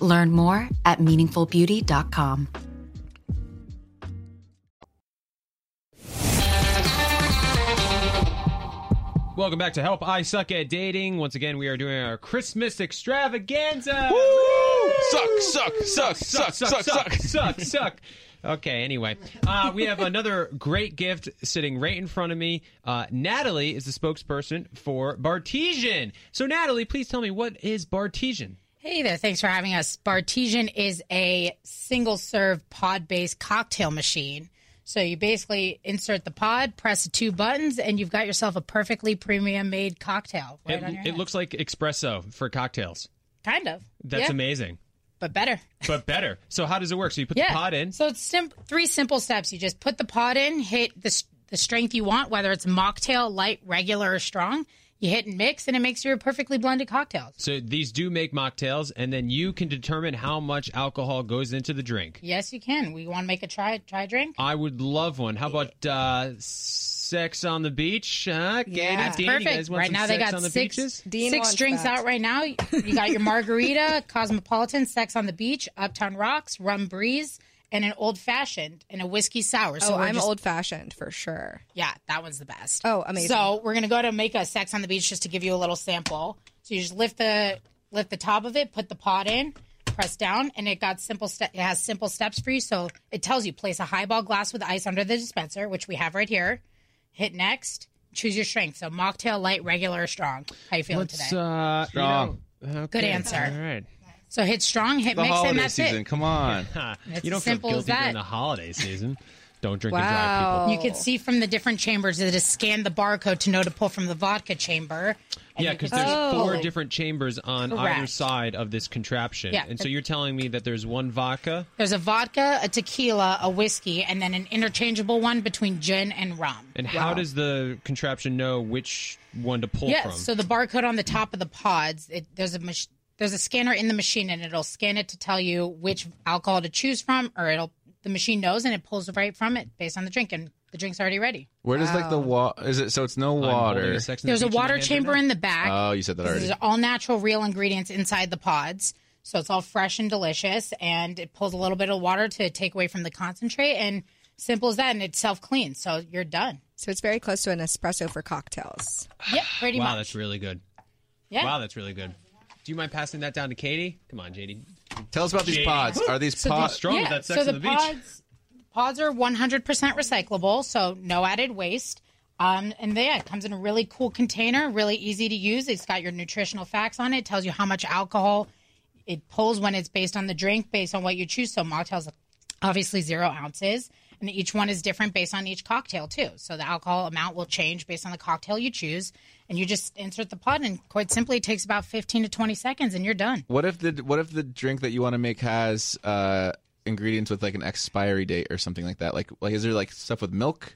[SPEAKER 7] Learn more at meaningfulbeauty.com.
[SPEAKER 6] Welcome back to Help I Suck at Dating. Once again, we are doing our Christmas extravaganza.
[SPEAKER 2] Suck, suck, suck, suck, suck, suck.
[SPEAKER 6] suck, suck. Okay, anyway. Uh, we have another great gift sitting right in front of me. Uh, Natalie is the spokesperson for Bartesian. So, Natalie, please tell me what is Bartesian?
[SPEAKER 17] Hey there, thanks for having us. Bartesian is a single serve pod based cocktail machine. So you basically insert the pod, press the two buttons, and you've got yourself a perfectly premium made cocktail right
[SPEAKER 6] it
[SPEAKER 17] on your
[SPEAKER 6] it
[SPEAKER 17] hand.
[SPEAKER 6] looks like espresso for cocktails.
[SPEAKER 17] kind of.
[SPEAKER 6] That's
[SPEAKER 17] Yeah,
[SPEAKER 6] amazing,
[SPEAKER 17] But better.
[SPEAKER 6] but better. So, how does it work? So, you put the pod in.
[SPEAKER 17] So it's sim- three simple steps. You just put the pod in, hit the, s- the strength you want, whether it's mocktail, light, regular, or strong. You hit and mix, and it makes your perfectly blended cocktails.
[SPEAKER 6] So these do make mocktails, and then you can determine how much alcohol goes into the drink.
[SPEAKER 17] Yes, you can. We want to make a try try drink.
[SPEAKER 6] I would love one. How about uh, sex on the beach? Huh? Katie, Dean, you
[SPEAKER 17] perfect.
[SPEAKER 6] guys want
[SPEAKER 17] right
[SPEAKER 6] some
[SPEAKER 17] now they
[SPEAKER 6] sex
[SPEAKER 17] got
[SPEAKER 6] on the
[SPEAKER 17] six,
[SPEAKER 6] beaches?
[SPEAKER 17] six drinks out right now. You got your margarita, cosmopolitan, sex on the beach, uptown rocks, rum breeze, and an old fashioned and a whiskey sour. So
[SPEAKER 5] oh,
[SPEAKER 17] we're
[SPEAKER 5] I'm
[SPEAKER 17] just-
[SPEAKER 5] old fashioned for sure.
[SPEAKER 17] Yeah, that one's the best.
[SPEAKER 5] Oh, amazing.
[SPEAKER 17] So we're gonna go to make a sex on the beach just to give you a little sample. So you just lift the lift the top of it, put the pot in, press down, and it got simple. Ste- it has simple steps for you. So it tells you place a highball glass with ice under the dispenser, which we have right here. Hit next. Choose your strength. So mocktail, light, regular, or strong. How you feeling today?
[SPEAKER 6] Let's, uh,
[SPEAKER 2] Strong.
[SPEAKER 6] You know,
[SPEAKER 17] Good
[SPEAKER 6] okay.
[SPEAKER 17] answer.
[SPEAKER 6] All right.
[SPEAKER 17] So hit strong, hit mix, and that's it.
[SPEAKER 2] Come on.
[SPEAKER 17] It's
[SPEAKER 6] you don't
[SPEAKER 17] as
[SPEAKER 6] feel
[SPEAKER 17] simple as
[SPEAKER 6] guilty during
[SPEAKER 17] that.
[SPEAKER 6] the holiday season. Don't drink and drive, people.
[SPEAKER 17] You can see from the different chambers that it has scanned the barcode to know to pull from the vodka chamber. and
[SPEAKER 6] Yeah,
[SPEAKER 17] you can
[SPEAKER 6] because there's
[SPEAKER 17] see-
[SPEAKER 6] four different chambers on either
[SPEAKER 17] Correct.
[SPEAKER 6] side of this contraption.
[SPEAKER 17] Yeah.
[SPEAKER 6] And so you're telling me that there's one vodka.
[SPEAKER 17] There's a vodka, a tequila, a whiskey, and then an interchangeable one between gin and rum.
[SPEAKER 6] And how does the contraption know which one to pull
[SPEAKER 17] yes?
[SPEAKER 6] from?
[SPEAKER 17] So the barcode on the top of the pods, it, there's a mach- there's a scanner in the machine, and it'll scan it to tell you which alcohol to choose from, or it'll the machine knows and it pulls right from it based on the drink, and the drink's already ready.
[SPEAKER 2] Where does like the water? Is it so it's no water?
[SPEAKER 17] There's a water chamber in the back.
[SPEAKER 2] Oh, you said that
[SPEAKER 17] This
[SPEAKER 2] already.
[SPEAKER 17] is all natural, real ingredients inside the pods. So it's all fresh and delicious. And it pulls a little bit of water to take away from the concentrate. And simple as that. And it self cleans. So you're done.
[SPEAKER 5] So it's very close to an espresso for cocktails.
[SPEAKER 17] Yep, pretty
[SPEAKER 6] wow,
[SPEAKER 17] much.
[SPEAKER 6] that's really good.
[SPEAKER 17] Yeah.
[SPEAKER 6] Wow, that's really good. Do you mind passing that down to Katie? Come on, JD.
[SPEAKER 2] Tell us about these
[SPEAKER 6] JD.
[SPEAKER 2] pods. Are these
[SPEAKER 17] So
[SPEAKER 2] pods
[SPEAKER 17] the- yeah, so the, pods, pods are 100% recyclable, so no added waste. Um, and they, yeah, it comes in a really cool container, really easy to use. It's got your nutritional facts on it. Tells you how much alcohol it pulls when it's based on the drink, based on what you choose. So mocktails, obviously zero ounces. and each one is different based on each cocktail too. So the alcohol amount will change based on the cocktail you choose, and you just insert the pod, and quite simply, it takes about fifteen to twenty seconds, and you're done.
[SPEAKER 2] What if the what if the drink that you want to make has uh, ingredients with like an expiry date or something like that? Like like is there like stuff with milk?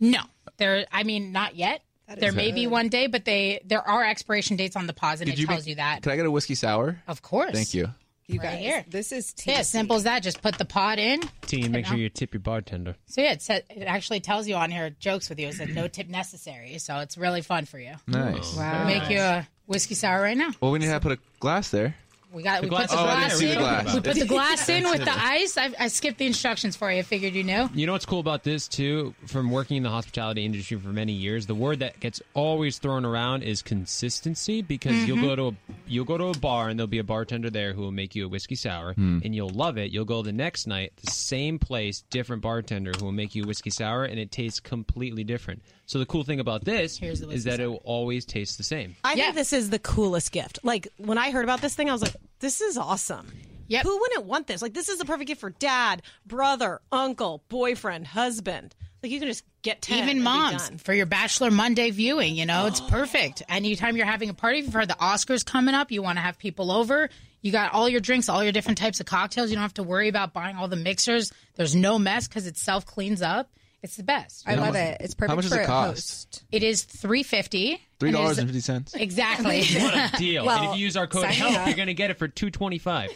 [SPEAKER 17] No, there. I mean, not yet.
[SPEAKER 2] is
[SPEAKER 17] There may be
[SPEAKER 2] good.
[SPEAKER 17] one day, but they there are expiration dates on the pods, and
[SPEAKER 2] Did
[SPEAKER 17] it
[SPEAKER 2] you
[SPEAKER 17] tells
[SPEAKER 2] make-
[SPEAKER 17] you that.
[SPEAKER 2] Can I get a whiskey sour?
[SPEAKER 17] Of course.
[SPEAKER 2] Thank you.
[SPEAKER 17] You guys, here. this is yeah, as simple as that. Just put the pod in.
[SPEAKER 6] Team, make
[SPEAKER 17] Now-
[SPEAKER 6] sure you tip your bartender.
[SPEAKER 17] So yeah, it, sa it actually tells you on here it jokes with you. It said no tip necessary, so it's really fun for you. Uh,
[SPEAKER 2] Nice.
[SPEAKER 17] I'll Make you a whiskey sour right now.
[SPEAKER 2] Well, we need to have put a glass there.
[SPEAKER 17] We got
[SPEAKER 2] The
[SPEAKER 17] Uh, we put
[SPEAKER 2] glass-
[SPEAKER 17] the
[SPEAKER 2] oh, I didn't
[SPEAKER 17] glass
[SPEAKER 2] see the
[SPEAKER 17] in.
[SPEAKER 2] glass.
[SPEAKER 17] We put the
[SPEAKER 2] It's-
[SPEAKER 17] glass in with the
[SPEAKER 6] expensive.
[SPEAKER 17] ice. I, I skipped the instructions for you. I figured you knew.
[SPEAKER 6] You know what's cool about this too? From working in the hospitality industry for many years, the word that gets always thrown around is consistency. Because
[SPEAKER 17] Mhm.
[SPEAKER 6] you'll go to a you'll go to a bar and there'll be a bartender there who will make you a whiskey sour,
[SPEAKER 18] Hmm.
[SPEAKER 6] and you'll love it. You'll go the next night, the same place, different bartender who will make you a whiskey sour, and it tastes completely different. So the cool thing about this
[SPEAKER 17] Here's the
[SPEAKER 6] is
[SPEAKER 17] whiskey
[SPEAKER 6] that it will always taste the same.
[SPEAKER 12] I think this is the coolest gift. Like when I heard about this thing, I was like, "This is awesome."
[SPEAKER 17] Yep.
[SPEAKER 12] Who wouldn't want this? Like this is the perfect gift for dad, brother, uncle, boyfriend, husband. Like you can just get ten. and
[SPEAKER 17] Even
[SPEAKER 12] be
[SPEAKER 17] moms
[SPEAKER 12] done. Oh.
[SPEAKER 17] for your Bachelor Monday viewing, you know, it's perfect. Anytime you're having a party for the Oscars coming up, you want to have people over. You got all your drinks, all your different types of cocktails. You don't have to worry about buying all the mixers. There's no mess because it self cleans up. It's the best.
[SPEAKER 5] I How love mu- it. It's perfect how much does for it a cost? host.
[SPEAKER 17] It is three fifty.
[SPEAKER 2] Three dollars and fifty cents.
[SPEAKER 17] Exactly.
[SPEAKER 6] What a deal! and if you use our code
[SPEAKER 17] sign
[SPEAKER 6] HELP,
[SPEAKER 17] up.
[SPEAKER 6] you're going to get it for two twenty five.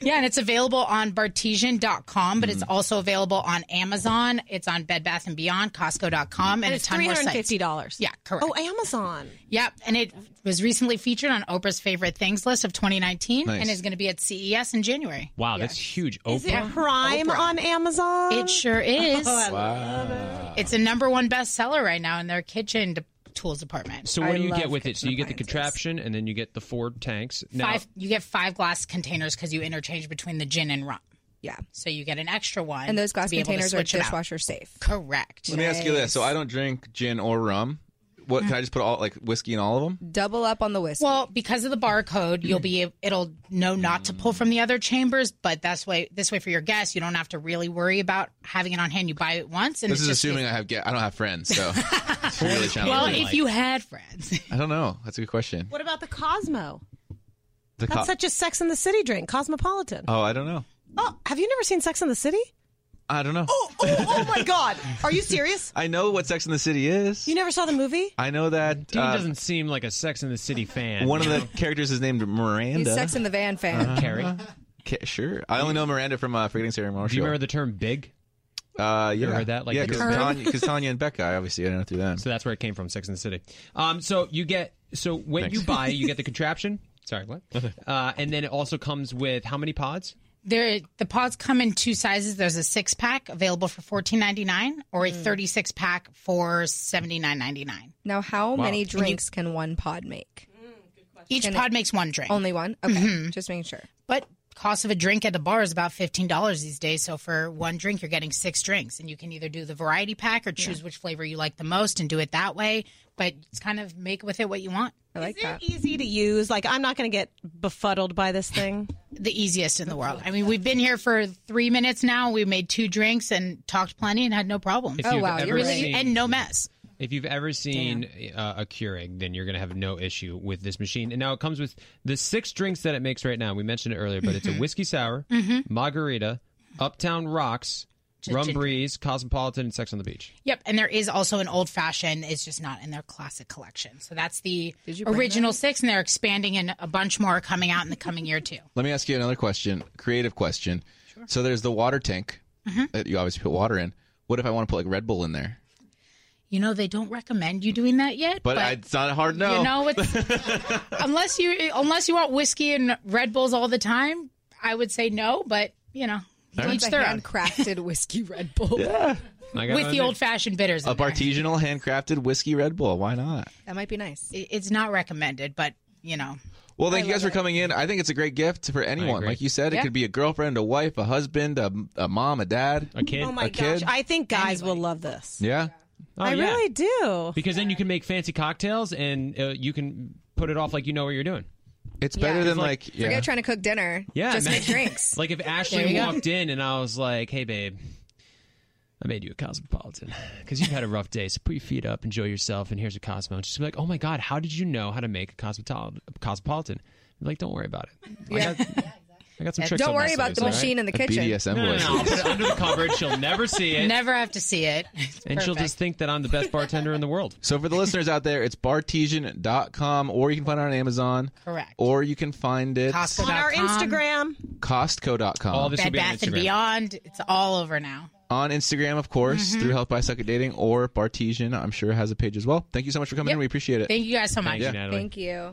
[SPEAKER 17] yeah, and it's available on bartesian.com, but it's
[SPEAKER 5] Mm-hmm.
[SPEAKER 17] also available on Amazon. It's on Bed Bath and Beyond, Costco.com, and,
[SPEAKER 12] And
[SPEAKER 17] a
[SPEAKER 12] it's
[SPEAKER 17] ton more sites.
[SPEAKER 12] $350.
[SPEAKER 17] Yeah, correct.
[SPEAKER 12] Oh, Amazon.
[SPEAKER 17] Yep, and it was recently featured on Oprah's Favorite Things list of 2019,
[SPEAKER 6] Nice.
[SPEAKER 17] and is going to be at CES in January.
[SPEAKER 6] Wow, that's huge. Oprah.
[SPEAKER 17] Is it Prime on
[SPEAKER 12] Amazon?
[SPEAKER 17] It sure is.
[SPEAKER 6] Oh, I love Wow.
[SPEAKER 17] It's a number one bestseller right now in their kitchen de- tools department.
[SPEAKER 6] So what do you get with it? So you get the contraption, and then you get the four tanks. Now,
[SPEAKER 17] five? You get five glass containers because you interchange between the gin and rum. Yeah. So you get an extra one,
[SPEAKER 5] And those glass
[SPEAKER 17] to be able to
[SPEAKER 5] containers are
[SPEAKER 17] switch it out.
[SPEAKER 5] dishwasher safe.
[SPEAKER 17] Correct.
[SPEAKER 2] Let me ask you this: So I don't drink gin or rum. What can I just put all like whiskey in all of them?
[SPEAKER 17] double up on the whiskey. Well, because of the barcode, you'll be it'll know not to pull from the other chambers, but that's way this way for your guests, you don't have to really worry about having it on hand. You buy it once, and
[SPEAKER 2] this
[SPEAKER 17] it's
[SPEAKER 2] is
[SPEAKER 17] just
[SPEAKER 2] assuming I have. ga- I don't have friends, so it's really challenging.
[SPEAKER 17] well, if you had friends,
[SPEAKER 2] I don't know. That's a good question.
[SPEAKER 12] What about the Cosmo?
[SPEAKER 2] The
[SPEAKER 12] That's
[SPEAKER 2] co-
[SPEAKER 12] such a Sex in the City drink, Cosmopolitan.
[SPEAKER 2] oh, I don't know.
[SPEAKER 12] Oh, have you never seen Sex in the City?
[SPEAKER 2] I don't know.
[SPEAKER 12] Oh, oh my God! Are you serious?
[SPEAKER 2] I know what Sex in the City is.
[SPEAKER 12] You never saw the movie?
[SPEAKER 2] I know that
[SPEAKER 6] Dean
[SPEAKER 2] uh,
[SPEAKER 6] doesn't seem like a Sex in the City fan.
[SPEAKER 2] one of
[SPEAKER 6] you
[SPEAKER 2] the
[SPEAKER 6] know?
[SPEAKER 2] characters is named Miranda.
[SPEAKER 5] He's Sex in the Van fan.
[SPEAKER 2] Uh-huh. Ca- sure. I only know Miranda from uh, Forgetting Sarah Marshall.
[SPEAKER 6] Do you remember the term "big"?
[SPEAKER 2] Uh, yeah.
[SPEAKER 6] You heard that? Like
[SPEAKER 2] yeah,
[SPEAKER 6] the
[SPEAKER 2] because
[SPEAKER 6] curve?
[SPEAKER 2] Tanya, 'cause Tanya and Becca, I obviously I know through them. So
[SPEAKER 6] that's where it came from, Sex in the City. Um, so you get so when
[SPEAKER 2] Thanks.
[SPEAKER 6] you buy, you get the contraption. Sorry, what? Uh, and then it also comes with how many pods?
[SPEAKER 17] there the pods come in two sizes. There's a six pack available for fourteen ninety nine, or a
[SPEAKER 5] Mm.
[SPEAKER 17] thirty six pack for seventy nine ninety nine.
[SPEAKER 5] Now, how
[SPEAKER 17] Wow.
[SPEAKER 5] many
[SPEAKER 17] And you-
[SPEAKER 5] drinks can one pod make?
[SPEAKER 17] Each
[SPEAKER 5] Can it-
[SPEAKER 17] pod makes one drink.
[SPEAKER 5] Only one? Okay. Just making sure.
[SPEAKER 17] But cost of a drink at the bar is about fifteen dollars these days. So for one drink, you're getting six drinks, and you can either do the variety pack or choose which flavor you like the most and do it that way. But it's kind of make with it what you want. I like that.
[SPEAKER 12] Easy to use. Like I'm not going to get befuddled by this thing.
[SPEAKER 17] the easiest in the world. I mean, we've been here for three minutes now. We made two drinks and talked plenty and had no problem.
[SPEAKER 6] If Oh, you've wow, you're ever
[SPEAKER 17] Really-
[SPEAKER 6] seen-
[SPEAKER 17] and no mess.
[SPEAKER 6] If you've ever seen uh, a Keurig, then you're going to have no issue with this machine. And now it comes with the six drinks that it makes right now. We mentioned it earlier, but it's a
[SPEAKER 17] Mhm.
[SPEAKER 6] whiskey sour,
[SPEAKER 17] Mhm.
[SPEAKER 6] margarita, Uptown Rocks, Rum
[SPEAKER 17] ginger.
[SPEAKER 6] Breeze, Cosmopolitan, and Sex on the Beach.
[SPEAKER 17] Yep, and there is also an old fashioned. It's just not in their classic collection. So that's the
[SPEAKER 12] bring
[SPEAKER 17] original six, and they're expanding, and a bunch more are coming out in the coming year too.
[SPEAKER 2] Let me ask you another question, creative question. So there's the water tank
[SPEAKER 17] Mhm.
[SPEAKER 2] that you obviously put water in. What if I want to put like Red Bull in there?
[SPEAKER 17] You know, they don't recommend you doing that yet.
[SPEAKER 2] But, I, it's not a hard no.
[SPEAKER 17] You know, it's, unless you unless you want whiskey and Red Bulls all the time, I would say no. But you know,
[SPEAKER 2] All right.
[SPEAKER 17] each
[SPEAKER 2] It's a
[SPEAKER 17] their own. Crafted whiskey Red Bull.
[SPEAKER 2] Yeah. I got
[SPEAKER 17] With
[SPEAKER 2] one
[SPEAKER 17] the
[SPEAKER 2] there.
[SPEAKER 17] old fashioned bitters.
[SPEAKER 2] a
[SPEAKER 17] in there.
[SPEAKER 2] artisanal handcrafted whiskey Red Bull. Why not?
[SPEAKER 17] That might be nice. It's not recommended, but you know.
[SPEAKER 2] Well, thank you guys for coming in. I think it's a great gift for anyone. Like you said,
[SPEAKER 17] Yeah.
[SPEAKER 2] it could be a girlfriend, a wife, a husband, a, a mom, a dad,
[SPEAKER 6] a kid,
[SPEAKER 12] Oh my
[SPEAKER 2] a kid.
[SPEAKER 12] gosh! I think guys will love this.
[SPEAKER 2] yeah.
[SPEAKER 17] Oh,
[SPEAKER 18] Oh,
[SPEAKER 12] I
[SPEAKER 6] yeah.
[SPEAKER 12] really do.
[SPEAKER 6] Because then you can make fancy cocktails and uh, you can put it off like you know what you're doing.
[SPEAKER 2] It's
[SPEAKER 5] better than,
[SPEAKER 6] like,
[SPEAKER 5] Forget trying to cook dinner.
[SPEAKER 6] Yeah,
[SPEAKER 5] Just
[SPEAKER 6] man.
[SPEAKER 5] make drinks.
[SPEAKER 6] Like if
[SPEAKER 5] There
[SPEAKER 6] Ashley
[SPEAKER 5] you go.
[SPEAKER 6] walked in and I was like, "Hey, babe,
[SPEAKER 18] I made you a cosmopolitan because you've had a rough day. So put your feet up, enjoy yourself, and here's a Cosmo. And she's like, oh my God, how did you know how to make a cosmopolitan? cosmopolitan? I'm like, don't worry about it.
[SPEAKER 5] Yeah.
[SPEAKER 18] I got some
[SPEAKER 5] Yeah,
[SPEAKER 18] tricks.
[SPEAKER 5] don't
[SPEAKER 18] up my
[SPEAKER 5] worry about
[SPEAKER 18] sleeve,
[SPEAKER 5] the
[SPEAKER 18] all right?
[SPEAKER 5] machine in the A kitchen. BDSM
[SPEAKER 18] No, no,
[SPEAKER 5] voice.
[SPEAKER 18] no, I'll put it under the cupboard. She'll never see it.
[SPEAKER 17] Never have to see it. It's
[SPEAKER 18] And she'll
[SPEAKER 17] perfect.
[SPEAKER 18] just think that I'm the best bartender in the world.
[SPEAKER 2] So for the listeners out there, it's bartesian.com or you can find it on Amazon.
[SPEAKER 17] Correct.
[SPEAKER 2] Or you can find it
[SPEAKER 12] on our Instagram.
[SPEAKER 2] Costco.com.
[SPEAKER 17] Bed Bath and Beyond. It's all over now.
[SPEAKER 2] On Instagram, of course,
[SPEAKER 17] Mhm.
[SPEAKER 2] through Health by Suck at Dating or Bartesian, I'm sure has a page as well. Thank you so much for coming in. We appreciate it.
[SPEAKER 17] Thank you guys so much.
[SPEAKER 5] Thank you.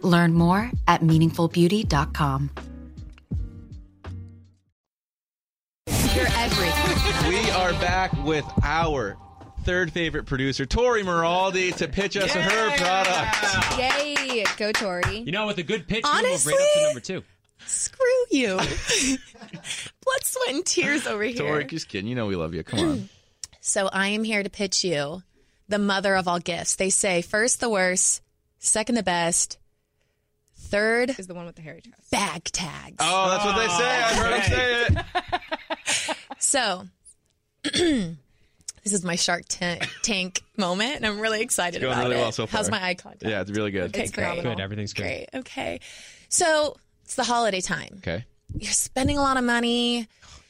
[SPEAKER 7] Learn more at meaningfulbeauty.com.
[SPEAKER 1] You're everything.
[SPEAKER 2] We are back with our third favorite producer, Tori Miraldi, to pitch us her product.
[SPEAKER 5] Yay! Go Tori.
[SPEAKER 18] You know, with a good pitch,
[SPEAKER 19] Honestly,
[SPEAKER 18] we move right up to number two.
[SPEAKER 19] screw you. Blood, sweat, and tears over here.
[SPEAKER 2] Tori, just kidding. You know we love you. Come on.
[SPEAKER 19] So I am here to pitch you the mother of all gifts. They say first the worst, second the best, third is the one with the hairy chest. Bag tags.
[SPEAKER 2] Oh, that's what they say. I heard them say it.
[SPEAKER 19] So this is my Shark Tan- Tank moment, and I'm really
[SPEAKER 2] It's
[SPEAKER 19] excited
[SPEAKER 2] going
[SPEAKER 19] about
[SPEAKER 2] really
[SPEAKER 19] it.
[SPEAKER 2] well so far.
[SPEAKER 19] How's my eye contact?
[SPEAKER 2] Yeah, it's really good.
[SPEAKER 19] Okay, It's great. phenomenal.
[SPEAKER 18] Good, everything's good.
[SPEAKER 19] Great. Okay. So it's the holiday time.
[SPEAKER 2] Okay.
[SPEAKER 19] You're spending a lot of money.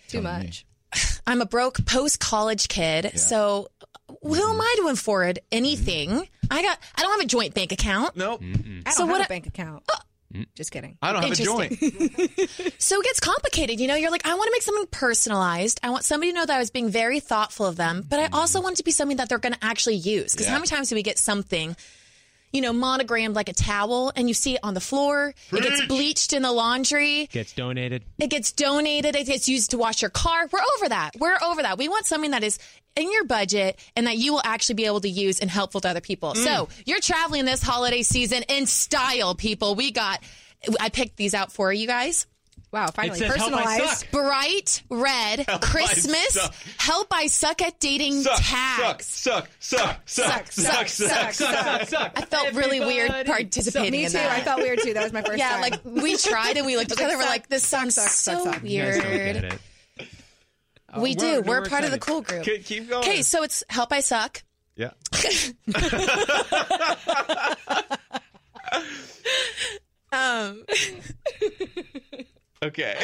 [SPEAKER 19] Too much. I'm a broke post college kid, so who
[SPEAKER 2] Mm-hmm.
[SPEAKER 19] am I to afford anything? I got. I don't have a joint bank account.
[SPEAKER 2] Nope.
[SPEAKER 19] I
[SPEAKER 5] don't
[SPEAKER 19] so
[SPEAKER 5] have
[SPEAKER 19] what
[SPEAKER 5] a
[SPEAKER 19] I- Uh,
[SPEAKER 5] bank account. Just kidding.
[SPEAKER 2] I don't have a joint.
[SPEAKER 19] so it gets complicated. You know, you're like, I want to make something personalized. I want somebody to know that I was being very thoughtful of them, but I
[SPEAKER 2] Mm-hmm.
[SPEAKER 19] also want it to be something that they're going to actually use. Because
[SPEAKER 20] Yeah.
[SPEAKER 19] how many times do we get something, you know, monogrammed like a towel and you see it on the floor? It gets bleached in the laundry.
[SPEAKER 18] Gets donated.
[SPEAKER 19] It gets donated. It gets used to wash your car. We're over that. We're over that. We want something that is in your budget and that you will actually be able to use and helpful to other people.
[SPEAKER 21] Mm.
[SPEAKER 19] So you're traveling this holiday season in style, people. We got, I picked these out for you guys. Wow,
[SPEAKER 5] finally, It says, "Help, I personalized. suck."
[SPEAKER 19] Bright red
[SPEAKER 2] Help, I
[SPEAKER 19] Christmas.
[SPEAKER 2] suck.
[SPEAKER 19] help I suck at dating tag.
[SPEAKER 2] Suck, suck, suck, suck, suck, suck, suck, suck.
[SPEAKER 19] I felt really weird participating.
[SPEAKER 5] Me
[SPEAKER 19] in
[SPEAKER 5] too.
[SPEAKER 19] That.
[SPEAKER 5] I felt weird too. That was my first
[SPEAKER 19] Yeah,
[SPEAKER 5] time.
[SPEAKER 19] like we tried and we looked at each other. We're like, this sounds so weird.
[SPEAKER 2] Oh,
[SPEAKER 19] We do. We're, part of the cool group.
[SPEAKER 2] Keep- keep going.
[SPEAKER 19] Okay, so it's Help I Suck.
[SPEAKER 2] Yeah.
[SPEAKER 19] Um,
[SPEAKER 2] Okay.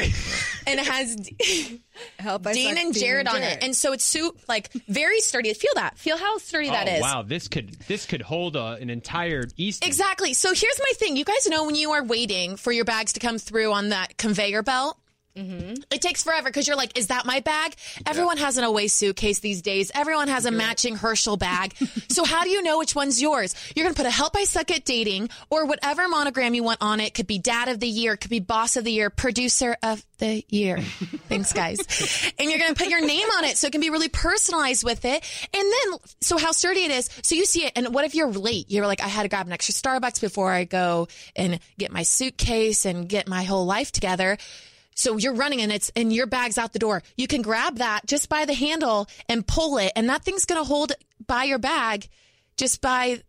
[SPEAKER 19] and it has D-
[SPEAKER 5] I
[SPEAKER 19] Dean
[SPEAKER 5] suck
[SPEAKER 19] and
[SPEAKER 5] Dean
[SPEAKER 19] Jared
[SPEAKER 5] and
[SPEAKER 19] on it,
[SPEAKER 5] Jared.
[SPEAKER 19] and so it's soup like very sturdy. Feel that. Feel how sturdy that
[SPEAKER 18] Oh,
[SPEAKER 19] is.
[SPEAKER 18] Wow, this could this could hold a, an entire East.
[SPEAKER 19] Exactly. So here's my thing. You guys know when you are waiting for your bags to come through on that conveyor belt.
[SPEAKER 5] mm-hmm.
[SPEAKER 19] Mm-hmm. It takes forever because you're like, is that my bag? Everyone has an away suitcase these days. Everyone has a matching Herschel bag. so how do you know which one's yours? You're gonna put a "Help I Suck at Dating" or whatever monogram you want on it. Could be Dad of the Year, could be Boss of the Year, Producer of the Year. Thanks, guys. and you're gonna put your name on it so it can be really personalized with it. And then, so how sturdy it is. So you see it, and what if you're late? You're like, I had to grab an extra Starbucks before I go and get my suitcase and get my whole life together. So you're running and it's and your bag's out the door. You can grab that just by the handle and pull it, and that thing's gonna hold by your bag, just by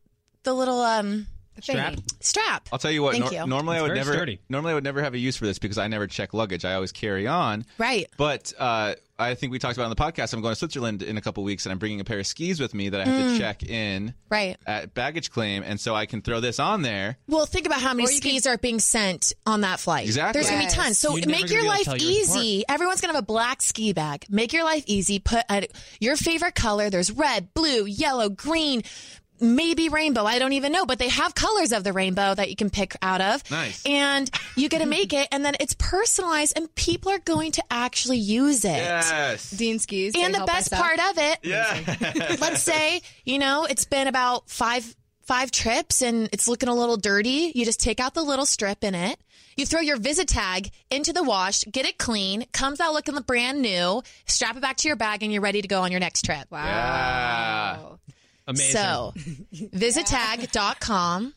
[SPEAKER 19] the little um
[SPEAKER 2] Strap?
[SPEAKER 19] thingy. Strap.
[SPEAKER 2] I'll tell you what. nor-
[SPEAKER 19] Thank you.
[SPEAKER 2] Normally,
[SPEAKER 19] It's
[SPEAKER 2] I would
[SPEAKER 19] very
[SPEAKER 2] never.
[SPEAKER 19] sturdy.
[SPEAKER 2] Normally, I would never have a use for this because I never check luggage. I always carry on.
[SPEAKER 19] Right.
[SPEAKER 2] But uh, I think we talked about it on the podcast. I'm going to Switzerland in a couple weeks, and I'm bringing a pair of skis with me that I have
[SPEAKER 19] Mm.
[SPEAKER 2] to check in
[SPEAKER 19] Right.
[SPEAKER 2] at baggage claim, and so I can throw this on there.
[SPEAKER 19] Well, think about how many skis are being sent on that flight.
[SPEAKER 2] Exactly.
[SPEAKER 19] There's gonna be
[SPEAKER 2] Yes.
[SPEAKER 19] tons. So
[SPEAKER 2] You're never
[SPEAKER 19] make
[SPEAKER 2] gonna
[SPEAKER 19] your
[SPEAKER 2] be able
[SPEAKER 19] life
[SPEAKER 2] to tell yours
[SPEAKER 19] easy. Everyone's gonna have a black ski bag. Make your life easy. Put a, your favorite color. There's red, blue, yellow, green, maybe rainbow. I don't even know, but they have colors of the rainbow that you can pick out of.
[SPEAKER 2] Nice.
[SPEAKER 19] And you get to make it, and then it's personalized, and people are going to actually use it.
[SPEAKER 2] Yes.
[SPEAKER 19] Dean skis.
[SPEAKER 5] they
[SPEAKER 19] And the
[SPEAKER 5] help
[SPEAKER 19] best
[SPEAKER 5] us out.
[SPEAKER 19] part of it
[SPEAKER 2] Yeah.
[SPEAKER 19] let's say you know it's been about five five trips and it's looking a little dirty you just take out the little strip in it you throw your visit tag into the wash get it clean comes out looking brand new strap it back to your bag and you're ready to go on your next trip wow
[SPEAKER 2] Yeah.
[SPEAKER 18] Amazing.
[SPEAKER 19] so visittag.com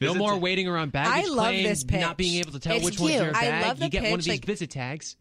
[SPEAKER 18] no more waiting around baggage
[SPEAKER 19] I love
[SPEAKER 18] claim,
[SPEAKER 19] this pitch.
[SPEAKER 18] Not being able to tell
[SPEAKER 19] It's
[SPEAKER 18] which one's
[SPEAKER 19] cute.
[SPEAKER 18] your
[SPEAKER 19] I
[SPEAKER 18] bag.
[SPEAKER 19] love
[SPEAKER 18] you
[SPEAKER 19] the
[SPEAKER 18] get one of
[SPEAKER 19] pitch,
[SPEAKER 18] these
[SPEAKER 19] like-
[SPEAKER 18] Vista tags.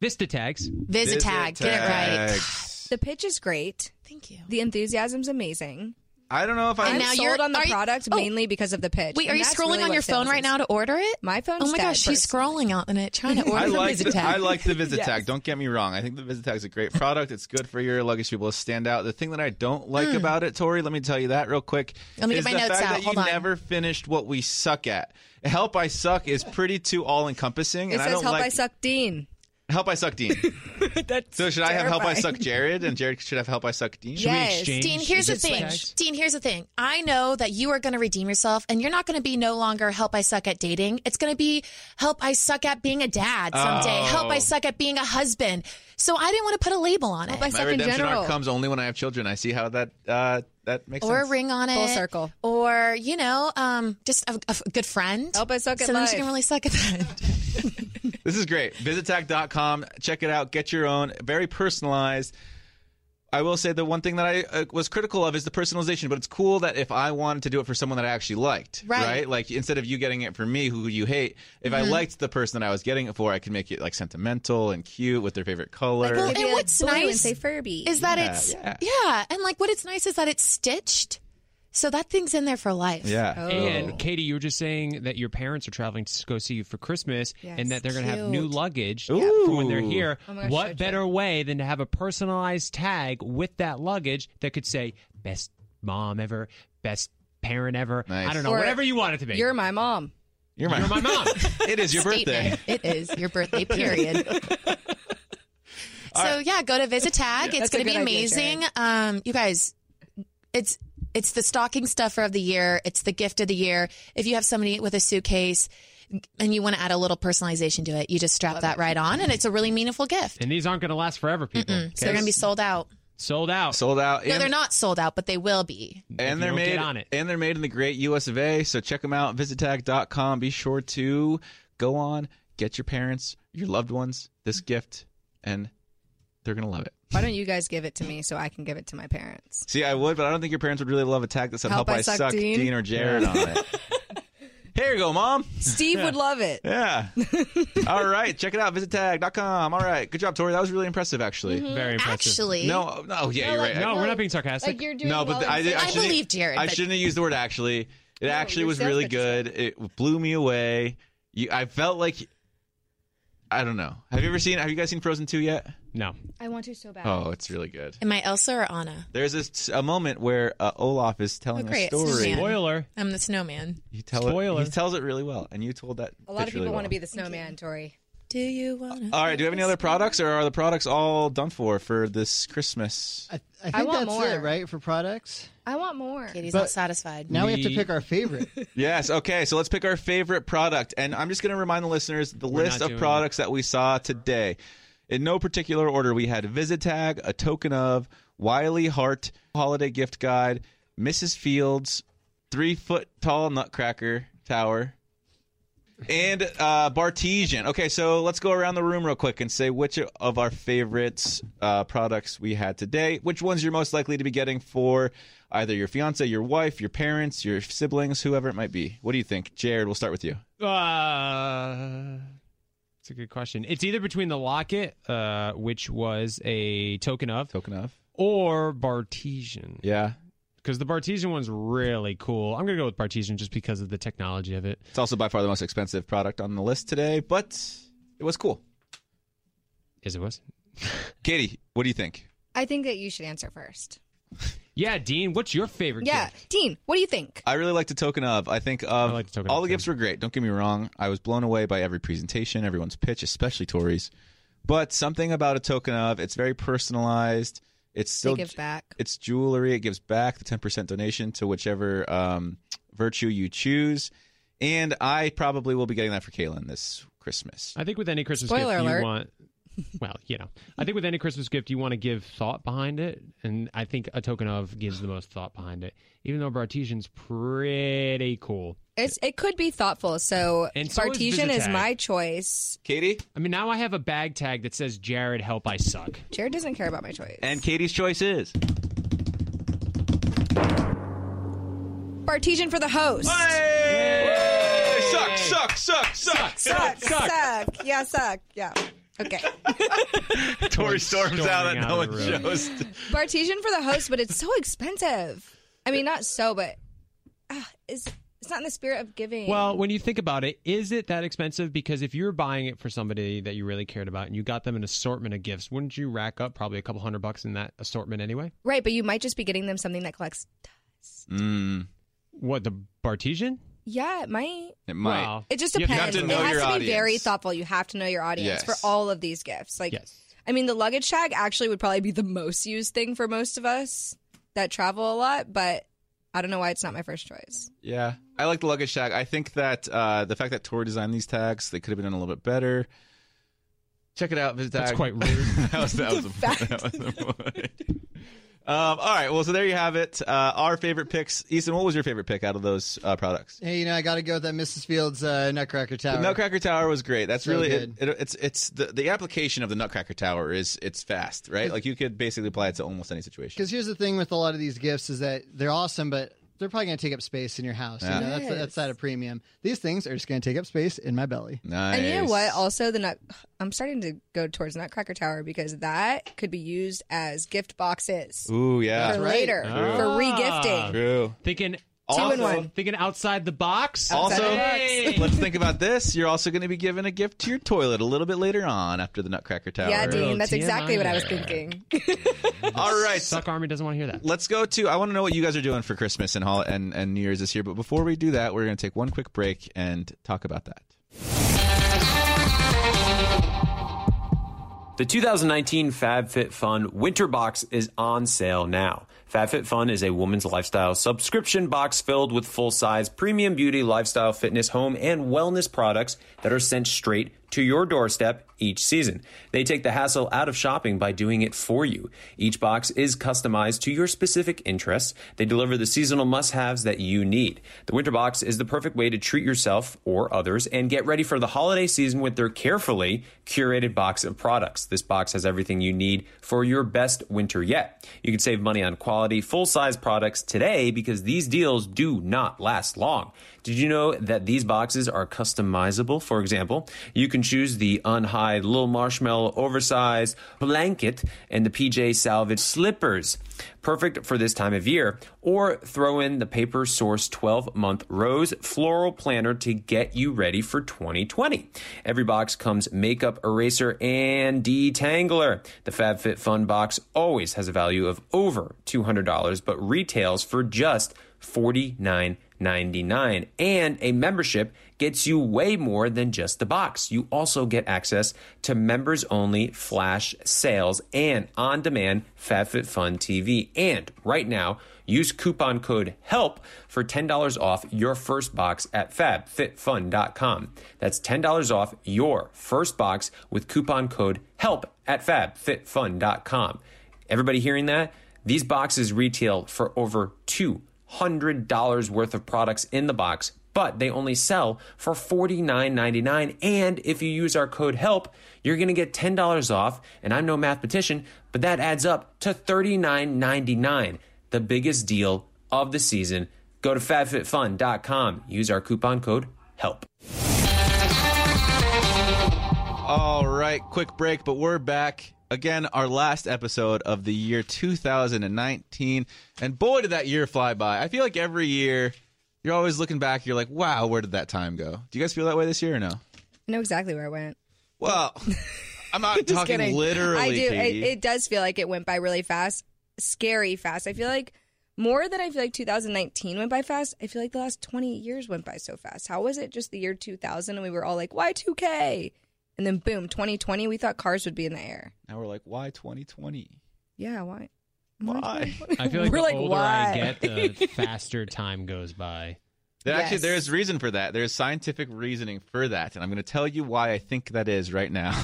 [SPEAKER 18] Vista tags.
[SPEAKER 19] Vista tag, get it right.
[SPEAKER 5] The pitch is great.
[SPEAKER 19] Thank you.
[SPEAKER 5] The enthusiasm's amazing.
[SPEAKER 2] I don't know if I.
[SPEAKER 5] I'm sold on the
[SPEAKER 19] are you-
[SPEAKER 5] product
[SPEAKER 19] oh.
[SPEAKER 5] mainly because of the pitch.
[SPEAKER 19] wait are
[SPEAKER 5] and
[SPEAKER 19] you
[SPEAKER 5] that's
[SPEAKER 19] scrolling
[SPEAKER 5] really
[SPEAKER 19] on
[SPEAKER 5] what
[SPEAKER 19] your phone
[SPEAKER 5] sales
[SPEAKER 19] right
[SPEAKER 5] is.
[SPEAKER 19] now to order it
[SPEAKER 5] my phone's
[SPEAKER 19] oh my
[SPEAKER 5] dead,
[SPEAKER 19] gosh she's scrolling on it trying to order
[SPEAKER 2] I
[SPEAKER 19] the
[SPEAKER 2] like
[SPEAKER 19] visit
[SPEAKER 2] the,
[SPEAKER 19] tag
[SPEAKER 2] I like the visit
[SPEAKER 19] Yes.
[SPEAKER 2] tag. Don't get me wrong. I think the visit tag is a great product. It's good for your luggage people to stand out. The thing that I don't like
[SPEAKER 19] Mm.
[SPEAKER 2] about it, Tori, let me tell you that real quick.
[SPEAKER 19] Let me get
[SPEAKER 2] is
[SPEAKER 19] my
[SPEAKER 2] the
[SPEAKER 19] notes
[SPEAKER 2] fact
[SPEAKER 19] out.
[SPEAKER 2] That
[SPEAKER 19] Hold
[SPEAKER 2] you
[SPEAKER 19] on.
[SPEAKER 2] never finished what we suck at. Help I suck is pretty too all encompassing,
[SPEAKER 5] It
[SPEAKER 2] and I
[SPEAKER 5] says
[SPEAKER 2] don't
[SPEAKER 5] help
[SPEAKER 2] like
[SPEAKER 5] I suck Dean.
[SPEAKER 2] help I suck Dean. so should I have help I
[SPEAKER 5] terrifying.
[SPEAKER 2] suck Jared, and Jared should have help I suck Dean?
[SPEAKER 19] Dean, here's the thing. Dean, here's the thing. I know that you are going to redeem yourself and you're not going to be no longer help I suck at dating. It's going to be help I suck at being a dad someday.
[SPEAKER 2] Oh.
[SPEAKER 19] Help I suck at being a husband. So I didn't want to put a label on it.
[SPEAKER 2] My redemption arc comes only when I have children. I see how that uh, that makes
[SPEAKER 19] or a
[SPEAKER 2] sense.
[SPEAKER 19] ring on it.
[SPEAKER 2] Full
[SPEAKER 19] circle. Or, you know, um, just a, a good friend. Help I suck
[SPEAKER 5] at
[SPEAKER 19] so then
[SPEAKER 5] life.
[SPEAKER 19] she can really suck at that.
[SPEAKER 2] This is great. VisitTech.com. Check it out. Get your own. Very personalized. I will say the one thing that I uh, was critical of is the personalization, but it's cool that if I wanted to do it for someone that I actually liked,
[SPEAKER 22] Right.
[SPEAKER 2] Like instead of you getting it for me, who you hate, if I
[SPEAKER 19] Mhm.
[SPEAKER 2] liked the person that I was getting it for, I could make it like sentimental and cute with their favorite color.
[SPEAKER 19] Well, and what's
[SPEAKER 5] blue and
[SPEAKER 19] nice
[SPEAKER 5] say Furby.
[SPEAKER 19] is that
[SPEAKER 2] Yeah,
[SPEAKER 19] it's
[SPEAKER 2] yeah.
[SPEAKER 19] yeah. and like what it's nice is that it's stitched, so that thing's in there for life.
[SPEAKER 2] Oh.
[SPEAKER 18] And Katie, you were just saying that your parents are traveling to go see you for Christmas
[SPEAKER 19] Yes.
[SPEAKER 18] and that they're going to have new
[SPEAKER 19] Cute.
[SPEAKER 18] luggage for when they're
[SPEAKER 22] Ooh.
[SPEAKER 18] here.
[SPEAKER 22] Oh my gosh, so
[SPEAKER 18] what better way than to have a personalized tag with that luggage that could say best mom ever, best parent ever. I don't know,
[SPEAKER 5] Or,
[SPEAKER 18] whatever you want it to be.
[SPEAKER 5] You're my mom.
[SPEAKER 2] You're my,
[SPEAKER 18] mom.
[SPEAKER 2] it is your birthday.
[SPEAKER 19] It is your birthday period. so yeah, go to visit tag. Yeah. it's That's a going to be good idea, amazing. um, you guys, it's it's the stocking stuffer of the year. It's the gift of the year. If you have somebody with a suitcase and you want to add a little personalization to it, you just strap that right on, and it's a really meaningful gift.
[SPEAKER 18] And these aren't going to last forever, people.
[SPEAKER 19] So they're going to be sold out.
[SPEAKER 18] sold out.
[SPEAKER 2] Sold out.
[SPEAKER 19] No,
[SPEAKER 2] And-
[SPEAKER 19] they're not sold out, but they will be.
[SPEAKER 2] and they're
[SPEAKER 18] don't
[SPEAKER 2] made
[SPEAKER 18] get on it.
[SPEAKER 2] and they're made in the great US of A. So check them out. VisitTag.com. Be sure to go on, get your parents, your loved ones this gift, and they're gonna love it.
[SPEAKER 5] Why don't you guys give it to me so I can give it to my parents?
[SPEAKER 2] See, I would, but I don't think your parents would really love a tag that said "Help, I, suck, Dean. or Jared" on it. Here you go, mom.
[SPEAKER 5] Steve would love it.
[SPEAKER 2] Yeah. All right, check it out. VisitTag.com. All right, good job, Tori. That was really impressive, actually.
[SPEAKER 18] Mhm. Very impressive. Actually.
[SPEAKER 2] no, no, yeah,
[SPEAKER 18] No,
[SPEAKER 2] you're
[SPEAKER 18] like,
[SPEAKER 2] right.
[SPEAKER 18] No, we're not being sarcastic. like you're doing
[SPEAKER 2] no, but
[SPEAKER 18] well
[SPEAKER 2] I,
[SPEAKER 18] in
[SPEAKER 2] did-
[SPEAKER 18] sales.
[SPEAKER 2] I
[SPEAKER 18] I
[SPEAKER 2] shouldn't-
[SPEAKER 18] believe Jared,
[SPEAKER 2] I
[SPEAKER 18] but-
[SPEAKER 2] shouldn't have used the word actually. It actually
[SPEAKER 18] your
[SPEAKER 2] was
[SPEAKER 18] sales
[SPEAKER 2] really
[SPEAKER 18] pitch is
[SPEAKER 2] good. It blew me away. You, I felt like I don't know. Have you ever seen? Have you guys seen Frozen Two yet?
[SPEAKER 6] No.
[SPEAKER 23] I want to so bad.
[SPEAKER 2] Oh, it's really good.
[SPEAKER 19] Am I Elsa or Anna?
[SPEAKER 2] There's this, a moment where uh, Olaf is
[SPEAKER 19] Oh,
[SPEAKER 2] telling
[SPEAKER 19] great.
[SPEAKER 2] a story.
[SPEAKER 19] Snowman. I'm the snowman.
[SPEAKER 2] You tell
[SPEAKER 6] Spoiler.
[SPEAKER 2] It, he tells it really well, and you told that.
[SPEAKER 5] A lot
[SPEAKER 2] pitch
[SPEAKER 5] of people
[SPEAKER 2] really
[SPEAKER 5] want to
[SPEAKER 2] well.
[SPEAKER 5] be the snowman, Tori.
[SPEAKER 19] Do you want to?
[SPEAKER 2] All right. Do we have any other products, or are the products all done for for this Christmas?
[SPEAKER 13] I think
[SPEAKER 5] I want
[SPEAKER 13] that's
[SPEAKER 5] more.
[SPEAKER 13] it, right? For products.
[SPEAKER 5] I want more.
[SPEAKER 19] Katie's
[SPEAKER 13] But
[SPEAKER 19] not satisfied.
[SPEAKER 13] Now we, have to pick our favorite.
[SPEAKER 2] yes. Okay. So let's pick our favorite product. And I'm just going to remind the listeners the
[SPEAKER 13] We're
[SPEAKER 2] list
[SPEAKER 13] not
[SPEAKER 2] of
[SPEAKER 13] doing
[SPEAKER 2] products that we saw today. In no particular order, we had Visitag, A Token of, Wiley Hart, Holiday Gift Guide, Mrs. Fields, Three Foot Tall Nutcracker Tower, and uh, Bartesian. Okay, so let's go around the room real quick and say which of our favorites uh, products we had today. Which ones you're most likely to be getting for either your fiance, your wife, your parents, your siblings, whoever it might be. What do you think, Jared? We'll start with you.
[SPEAKER 6] Uh, it's a good question. It's either between the locket, uh, which was a token of,
[SPEAKER 2] token of,
[SPEAKER 6] or Bartesian.
[SPEAKER 2] Yeah,
[SPEAKER 6] because the Bartesian one's really cool. I'm gonna go with Bartesian just because of the technology of it.
[SPEAKER 2] It's also by far the most expensive product on the list today, but it was cool.
[SPEAKER 6] Yes, it was.
[SPEAKER 2] Katie, what do you think?
[SPEAKER 5] I think that you should answer first.
[SPEAKER 6] Yeah, Dean, what's your favorite?
[SPEAKER 5] Yeah, Dean, what do you think?
[SPEAKER 2] I really like the token of. I think of all the gifts were great. Don't get me wrong. I was blown away by every presentation, everyone's pitch, especially Tori's. But something about a token of, it's very personalized. It's still
[SPEAKER 5] give back.
[SPEAKER 2] It's jewelry. It gives back the ten percent donation to whichever um, virtue you choose. And I probably will be getting that for Kaylin this Christmas.
[SPEAKER 6] I think with any Christmas
[SPEAKER 2] Spoiler
[SPEAKER 6] gift
[SPEAKER 2] alert.
[SPEAKER 6] you want well, you know. I think with any Christmas gift you want to give thought behind it, and I think a token of gives the most thought behind it. Even though Bartesian's pretty cool.
[SPEAKER 5] It's it could be thoughtful. So,
[SPEAKER 6] And so is
[SPEAKER 5] Bartesian is
[SPEAKER 6] Visitag.
[SPEAKER 5] my choice.
[SPEAKER 2] Katie?
[SPEAKER 6] I mean now I have a bag tag that says Jared help I suck.
[SPEAKER 5] Jared doesn't care about my choice.
[SPEAKER 2] And Katie's choice is
[SPEAKER 5] Bartesian for the host.
[SPEAKER 2] suck, suck, suck, suck,
[SPEAKER 5] Suck, suck, Yeah, suck. Yeah. Okay.
[SPEAKER 2] Tori storms out that
[SPEAKER 6] out
[SPEAKER 2] no
[SPEAKER 6] of
[SPEAKER 2] one
[SPEAKER 6] the room.
[SPEAKER 2] shows.
[SPEAKER 5] Bartesian for the host, but it's so expensive. I mean, not so, but uh, it's, it's not in the spirit of giving.
[SPEAKER 6] Well, when you think about it, is it that expensive? Because if you were buying it for somebody that you really cared about and you got them an assortment of gifts, wouldn't you rack up probably a couple hundred bucks in that assortment anyway?
[SPEAKER 5] right, but you might just be getting them something that collects.
[SPEAKER 2] Mm.
[SPEAKER 6] What, the Bartesian?
[SPEAKER 5] Yeah, it might.
[SPEAKER 2] It
[SPEAKER 6] might. Wow.
[SPEAKER 5] It just
[SPEAKER 6] Oh. You have
[SPEAKER 5] depends.
[SPEAKER 6] to know
[SPEAKER 5] it has
[SPEAKER 6] your
[SPEAKER 5] to be
[SPEAKER 6] audience.
[SPEAKER 5] very thoughtful. You have to know your
[SPEAKER 6] Yes.
[SPEAKER 5] audience for all of these gifts. Like,
[SPEAKER 6] Yes.
[SPEAKER 5] I mean, the luggage tag actually would probably be the most used thing for most of us that travel a lot, but I don't know why it's not my first choice.
[SPEAKER 2] Yeah, I like the luggage tag. I think that uh, the fact that Tori designed these tags, they could have been done a little bit better. Check it out. Visit
[SPEAKER 6] That's
[SPEAKER 2] tag.
[SPEAKER 6] quite rude.
[SPEAKER 2] that was that was the point. That was the point. Um, all right, well, so there you have it. Uh, our favorite picks. Easton, what was your favorite pick out of those uh, products?
[SPEAKER 13] hey, you know, I got to go with that Mrs. Fields uh, Nutcracker Tower.
[SPEAKER 2] The Nutcracker Tower was great. That's
[SPEAKER 13] So
[SPEAKER 2] really it,
[SPEAKER 13] good.
[SPEAKER 2] it. It's it's the, the application of the Nutcracker Tower is it's fast, right? Like you could basically apply it to almost any situation.
[SPEAKER 13] Because here's the thing with a lot of these gifts is that they're awesome, but they're probably going to take up space in your house.
[SPEAKER 2] Yeah.
[SPEAKER 13] You know, that's, that's at a premium. These things are just going to take up space in my belly.
[SPEAKER 2] Nice.
[SPEAKER 5] And you know what? Also, the nut. I'm starting to go towards Nutcracker Tower because that could be used as gift boxes.
[SPEAKER 2] Ooh, yeah.
[SPEAKER 5] For later, for regifting.
[SPEAKER 2] True.
[SPEAKER 6] Thinking
[SPEAKER 2] Two in
[SPEAKER 6] also-
[SPEAKER 2] one.
[SPEAKER 6] Thinking outside the box.
[SPEAKER 2] Also,
[SPEAKER 6] Hey!
[SPEAKER 2] let's think about this. You're also going to be giving a gift to your toilet a little bit later on after the Nutcracker Tower.
[SPEAKER 5] Yeah, Dean, that's exactly what I was thinking.
[SPEAKER 2] All right,
[SPEAKER 6] Suck Army doesn't want to hear that.
[SPEAKER 2] Let's go to. I want to know what you guys are doing for Christmas and hol- and, and New Year's this year. But before we do that, we're going to take one quick break and talk about that.
[SPEAKER 24] The 2019 FabFitFun Winter Box is on sale now. FabFitFun is a woman's lifestyle subscription box filled with full-size premium beauty, lifestyle, fitness, home, and wellness products that are sent straight to your doorstep each season. They take the hassle out of shopping by doing it for you. Each box is customized to your specific interests. They deliver the seasonal must-haves that you need. The Winter Box is the perfect way to treat yourself or others and get ready for the holiday season with their carefully curated box of products. This box has everything you need for your best winter yet. You can save money on quality, full size products today because these deals do not last long. Did you know that these boxes are customizable? For example, you could
[SPEAKER 6] can choose the unhide little marshmallow oversized blanket and the PJ salvage slippers. Perfect for this time of year. Or throw in the Paper Source 12 month rose floral planner to get you ready for 2020. Every box comes makeup eraser and detangler. The FabFitFun box always has a value of over $200, but retails for just $49.99. And a membership gets you way more than just the box. You also get access to members only flash sales and on demand FabFitFun TV. And right now, use coupon code HELP for $10 off your first box at fabfitfun.com. That's $10 off your first box with coupon code HELP at fabfitfun.com. Everybody hearing that? These boxes retail for over $200 worth of products in the box, but they only sell for $49.99. And if you use our code HELP, you're going to get $10 off. And I'm no mathematician, but that adds up to $39.99, the biggest deal of the season. Go to fabfitfun.com, use our coupon code HELP.
[SPEAKER 2] All right, quick break, but we're back. Again, our last episode of the year 2019. And boy, did that year fly by. I feel like every year you're always looking back, you're like, wow, where did that time go? Do you guys feel that way this year or no?
[SPEAKER 5] I know exactly where I went.
[SPEAKER 2] Well, I'm not
[SPEAKER 5] Just
[SPEAKER 2] talking
[SPEAKER 5] kidding.
[SPEAKER 2] literally.
[SPEAKER 5] I do. It,
[SPEAKER 2] Katie.
[SPEAKER 5] it does feel like it went by really fast, scary fast. I feel like more than I feel like 2019 went by fast. I feel like the last 20 years went by so fast. How was it just the year 2000 and we were all like Y2K, and then boom, 2020. We thought cars would be in the air.
[SPEAKER 2] now we're like, why 2020?
[SPEAKER 5] Yeah, why?
[SPEAKER 2] Why?
[SPEAKER 9] I feel like
[SPEAKER 5] We're
[SPEAKER 9] the
[SPEAKER 5] like,
[SPEAKER 9] older
[SPEAKER 5] why?
[SPEAKER 9] I get, the faster time goes by.
[SPEAKER 2] There Actually,
[SPEAKER 9] Yes.
[SPEAKER 2] there is reason for that. There is scientific reasoning for that, and I'm going to tell you why I think that is right now.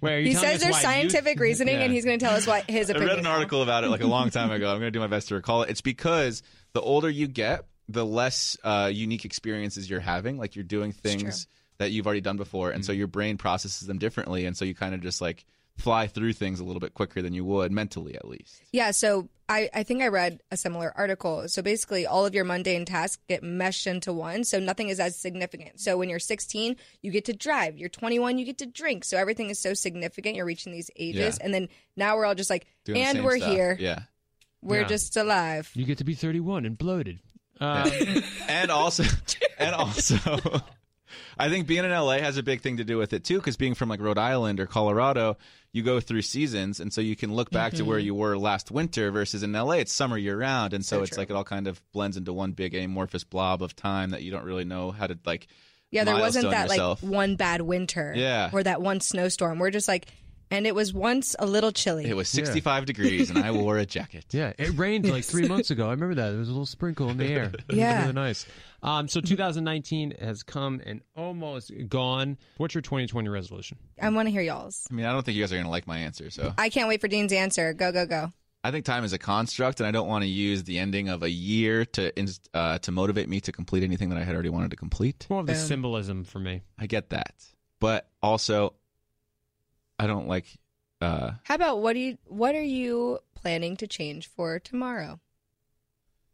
[SPEAKER 9] Where
[SPEAKER 5] He says there's scientific reasoning,
[SPEAKER 2] Yeah.
[SPEAKER 5] and he's going to tell us what his
[SPEAKER 2] I
[SPEAKER 5] opinion.
[SPEAKER 2] read an article about it like a long time ago. I'm going to do my best to recall it. It's because the older you get, the less uh, unique experiences you're having. Like you're doing things that you've already done before, and so
[SPEAKER 9] Mm-hmm.
[SPEAKER 2] your brain processes them differently, and so you kind of just like fly through things a little bit quicker than you would mentally, at least.
[SPEAKER 5] Yeah, so I, I think I read a similar article. So basically, all of your mundane tasks get meshed into one, so nothing is as significant. So when you're 16, you get to drive. You're 21, you get to drink. So everything is so significant. You're reaching these ages,
[SPEAKER 2] Yeah.
[SPEAKER 5] and then now we're all just like,
[SPEAKER 9] Doing the
[SPEAKER 5] and
[SPEAKER 9] same
[SPEAKER 5] we're
[SPEAKER 9] stuff.
[SPEAKER 5] here.
[SPEAKER 2] Yeah.
[SPEAKER 5] We're
[SPEAKER 9] Yeah.
[SPEAKER 5] just alive.
[SPEAKER 9] You get to be 31 and bloated. Uh,
[SPEAKER 2] and also and also i think being in la has a big thing to do with it too because being from like rhode island or colorado you go through seasons and so you can look back to where
[SPEAKER 9] Mhm.
[SPEAKER 2] you were last winter versus in la it's summer year round and so,
[SPEAKER 5] Mm-hmm. So
[SPEAKER 2] it's
[SPEAKER 5] true.
[SPEAKER 2] like it all kind of blends into one big amorphous blob of time that you don't really know how to like
[SPEAKER 5] Yeah, there wasn't
[SPEAKER 2] milestone
[SPEAKER 5] that
[SPEAKER 2] yourself.
[SPEAKER 5] like one bad winter
[SPEAKER 2] Yeah.
[SPEAKER 5] or that one snowstorm. We're just like, and it was once a little chilly.
[SPEAKER 2] it was 65 degrees and i wore a jacket
[SPEAKER 9] yeah, it rained like three months ago. I remember that. There was a little sprinkle in the air. It was
[SPEAKER 5] Yeah.
[SPEAKER 9] really nice. Um, so 2019 has come and almost gone. What's your 2020 resolution?
[SPEAKER 5] I want to hear y'all's.
[SPEAKER 2] i mean i don't think you guys are gonna like my answer so
[SPEAKER 5] I can't wait for Dean's answer. Go, go, go.
[SPEAKER 2] I think time is a construct, and I don't want to use the ending of a year to ins- uh, to motivate me to complete anything that I had already wanted to complete.
[SPEAKER 9] More of the symbolism for me.
[SPEAKER 2] I get that, but also, I don't like. Uh,
[SPEAKER 5] How about what do you what are you planning to change for tomorrow?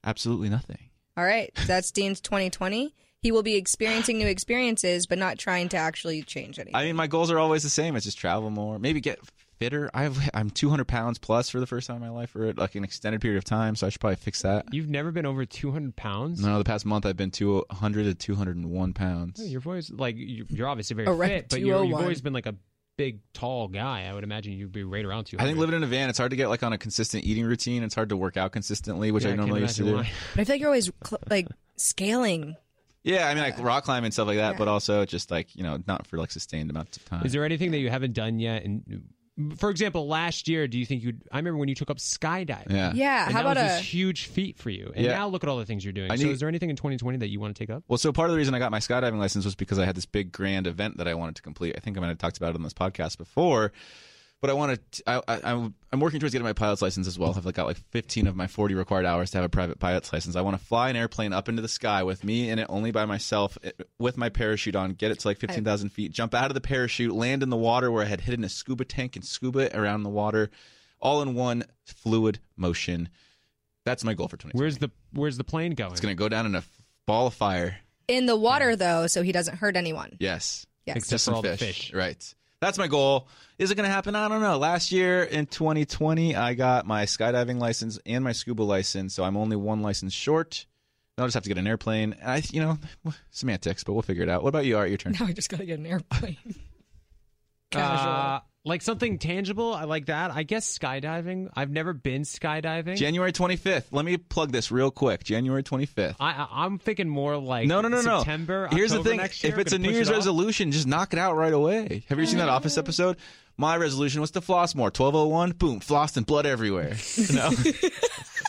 [SPEAKER 2] absolutely nothing.
[SPEAKER 5] All right, that's Dean's 2020. He will be experiencing new experiences, but not trying to actually change anything.
[SPEAKER 2] I mean, my goals are always the same. It's just travel more, maybe get fitter. I've I'm 200 pounds plus for the first time in my life for like an extended period of time, so I should probably fix that.
[SPEAKER 9] You've never been over 200 pounds?
[SPEAKER 2] No, the past month I've been 200 to 201 pounds.
[SPEAKER 9] Your voice, like you- you're obviously very
[SPEAKER 2] Erect
[SPEAKER 9] fit, but
[SPEAKER 5] oh
[SPEAKER 9] you're, you've
[SPEAKER 2] 201.
[SPEAKER 9] always been like a big, tall guy. I would imagine you'd be right around 200.
[SPEAKER 2] I think living in a van, it's hard to get like on a consistent eating routine. It's hard to work out consistently, which
[SPEAKER 9] Yeah,
[SPEAKER 2] I
[SPEAKER 9] I can't
[SPEAKER 2] normally used to do.
[SPEAKER 9] imagine why.
[SPEAKER 5] but I feel like you're always cl- like scaling.
[SPEAKER 2] Yeah, I mean, like rock climbing and stuff like that, but also just like you know, not for like sustained amounts of time.
[SPEAKER 9] Is there anything that you haven't done yet? And for example, last year, do you think you? I remember when you took up skydiving.
[SPEAKER 2] Yeah.
[SPEAKER 5] Yeah,
[SPEAKER 9] And
[SPEAKER 5] how
[SPEAKER 9] that was
[SPEAKER 5] about
[SPEAKER 9] this
[SPEAKER 5] a-
[SPEAKER 9] huge feat for you? And
[SPEAKER 2] Yeah.
[SPEAKER 9] now look at all the things you're doing.
[SPEAKER 2] I
[SPEAKER 9] so,
[SPEAKER 2] need-
[SPEAKER 9] is there anything in 2020 that you want to take up?
[SPEAKER 2] well, so part of the reason I got my skydiving license was because I had this big grand event that I wanted to complete. I think I might have talked about it on this podcast before, but I want to. I, I, I'm- I'm working towards getting my pilot's license as well. I've like, got like 15 of my 40 required hours to have a private pilot's license. I want to fly an airplane up into the sky with me in it only by myself, eh, with my parachute on, get it to like 15,000 feet, jump out of the parachute, land in the water where I had hidden a scuba tank and scuba around the water, all in one fluid motion. That's my goal for 2020.
[SPEAKER 9] Where's the Where's the plane going?
[SPEAKER 2] It's going to go down in a f- ball of fire.
[SPEAKER 5] in the water though, so he doesn't hurt anyone.
[SPEAKER 2] Yes.
[SPEAKER 5] Yes.
[SPEAKER 2] Except
[SPEAKER 5] Just
[SPEAKER 2] for
[SPEAKER 5] some
[SPEAKER 2] all the
[SPEAKER 5] fish.
[SPEAKER 2] fish. Right. That's my goal. Is it going to happen? I don't know. Last year in 2020, I got my skydiving license and my scuba license, so I'm only one license short. I'll just have to get an airplane. And I, you know, semantics, but we'll figure it out. What about you? Art, your turn.
[SPEAKER 18] No,
[SPEAKER 5] I just gotta get an airplane.
[SPEAKER 18] Uh, like something tangible. I like that. I guess skydiving. I've never been skydiving.
[SPEAKER 2] January 25th. Let me plug this real quick. January 25th.
[SPEAKER 18] I, I, I'm thinking more like
[SPEAKER 2] no, no, no, no.
[SPEAKER 18] September.
[SPEAKER 2] Here's the
[SPEAKER 18] October
[SPEAKER 2] thing:
[SPEAKER 18] next year,
[SPEAKER 2] if it's a
[SPEAKER 18] gonna
[SPEAKER 2] New
[SPEAKER 18] push
[SPEAKER 2] Year's
[SPEAKER 18] it off.
[SPEAKER 2] resolution, just knock it out right away. Have you seen that
[SPEAKER 18] Mm.
[SPEAKER 2] Office episode? My resolution was to floss more. Twelve oh one, boom, floss and blood everywhere. You know?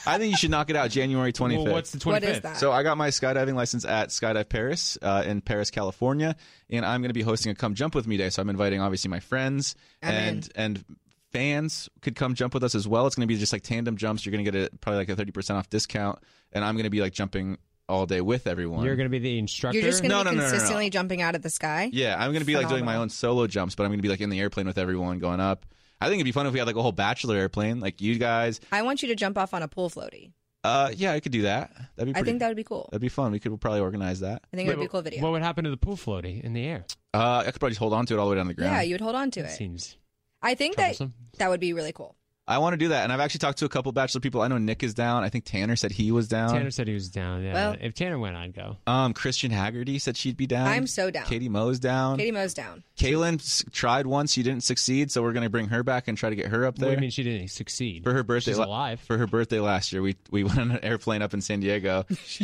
[SPEAKER 2] I think you should knock it out January twenty fifth.
[SPEAKER 18] Well, what's the What is 25th? that?
[SPEAKER 2] So I got my skydiving license at Skydive Paris uh, in Paris, California, and I'm going to be hosting a come jump with me day. So I'm inviting obviously my friends
[SPEAKER 3] I'm
[SPEAKER 2] and and fans could come jump with us as well. It's going to be just like tandem jumps. You're going to get a probably like a thirty percent off discount, and I'm going to be like jumping all day with everyone.
[SPEAKER 18] You're going to be the instructor.
[SPEAKER 5] You're just gonna
[SPEAKER 2] No,
[SPEAKER 5] be
[SPEAKER 2] no, no, no, no.
[SPEAKER 5] consistently jumping out of the sky.
[SPEAKER 2] Yeah, I'm gonna be like doing my own solo jumps, but I'm gonna be like in the airplane with everyone going up. I think it'd be fun if we had like a whole bachelor airplane, like you guys.
[SPEAKER 5] I want you to jump off on a pool floaty.
[SPEAKER 2] Uh, yeah, I could do that. That'd be.
[SPEAKER 5] I
[SPEAKER 2] Pretty,
[SPEAKER 5] think that would be cool.
[SPEAKER 2] that'd be fun. We could probably organize that.
[SPEAKER 5] I think it would be a cool video.
[SPEAKER 18] What would happen to the pool floaty in the air?
[SPEAKER 2] Uh, I could probably just hold on to it all the way down to the ground.
[SPEAKER 5] Yeah, you would hold on to it.
[SPEAKER 18] Seems.
[SPEAKER 5] I think
[SPEAKER 2] troublesome.
[SPEAKER 5] that that would be really cool.
[SPEAKER 2] I want to do that, and I've actually talked to a couple bachelor people. I know Nick is down. I think Tanner said he was down.
[SPEAKER 18] Tanner said he was down. Yeah.
[SPEAKER 5] Well-
[SPEAKER 18] if Tanner went, I'd go.
[SPEAKER 2] Um, Christian Haggerty said she'd be down.
[SPEAKER 5] I'm so down.
[SPEAKER 2] Um, Katie Moe's down.
[SPEAKER 5] Katie Moe's down.
[SPEAKER 2] Kaylin s- tried once, she didn't succeed, so we're going to bring her back and try to get her up
[SPEAKER 18] What do
[SPEAKER 2] there.
[SPEAKER 18] you mean she didn't succeed?
[SPEAKER 2] For her birthday,
[SPEAKER 18] She's
[SPEAKER 2] la-
[SPEAKER 18] alive.
[SPEAKER 2] For her birthday last year, we we went on an airplane up in San Diego,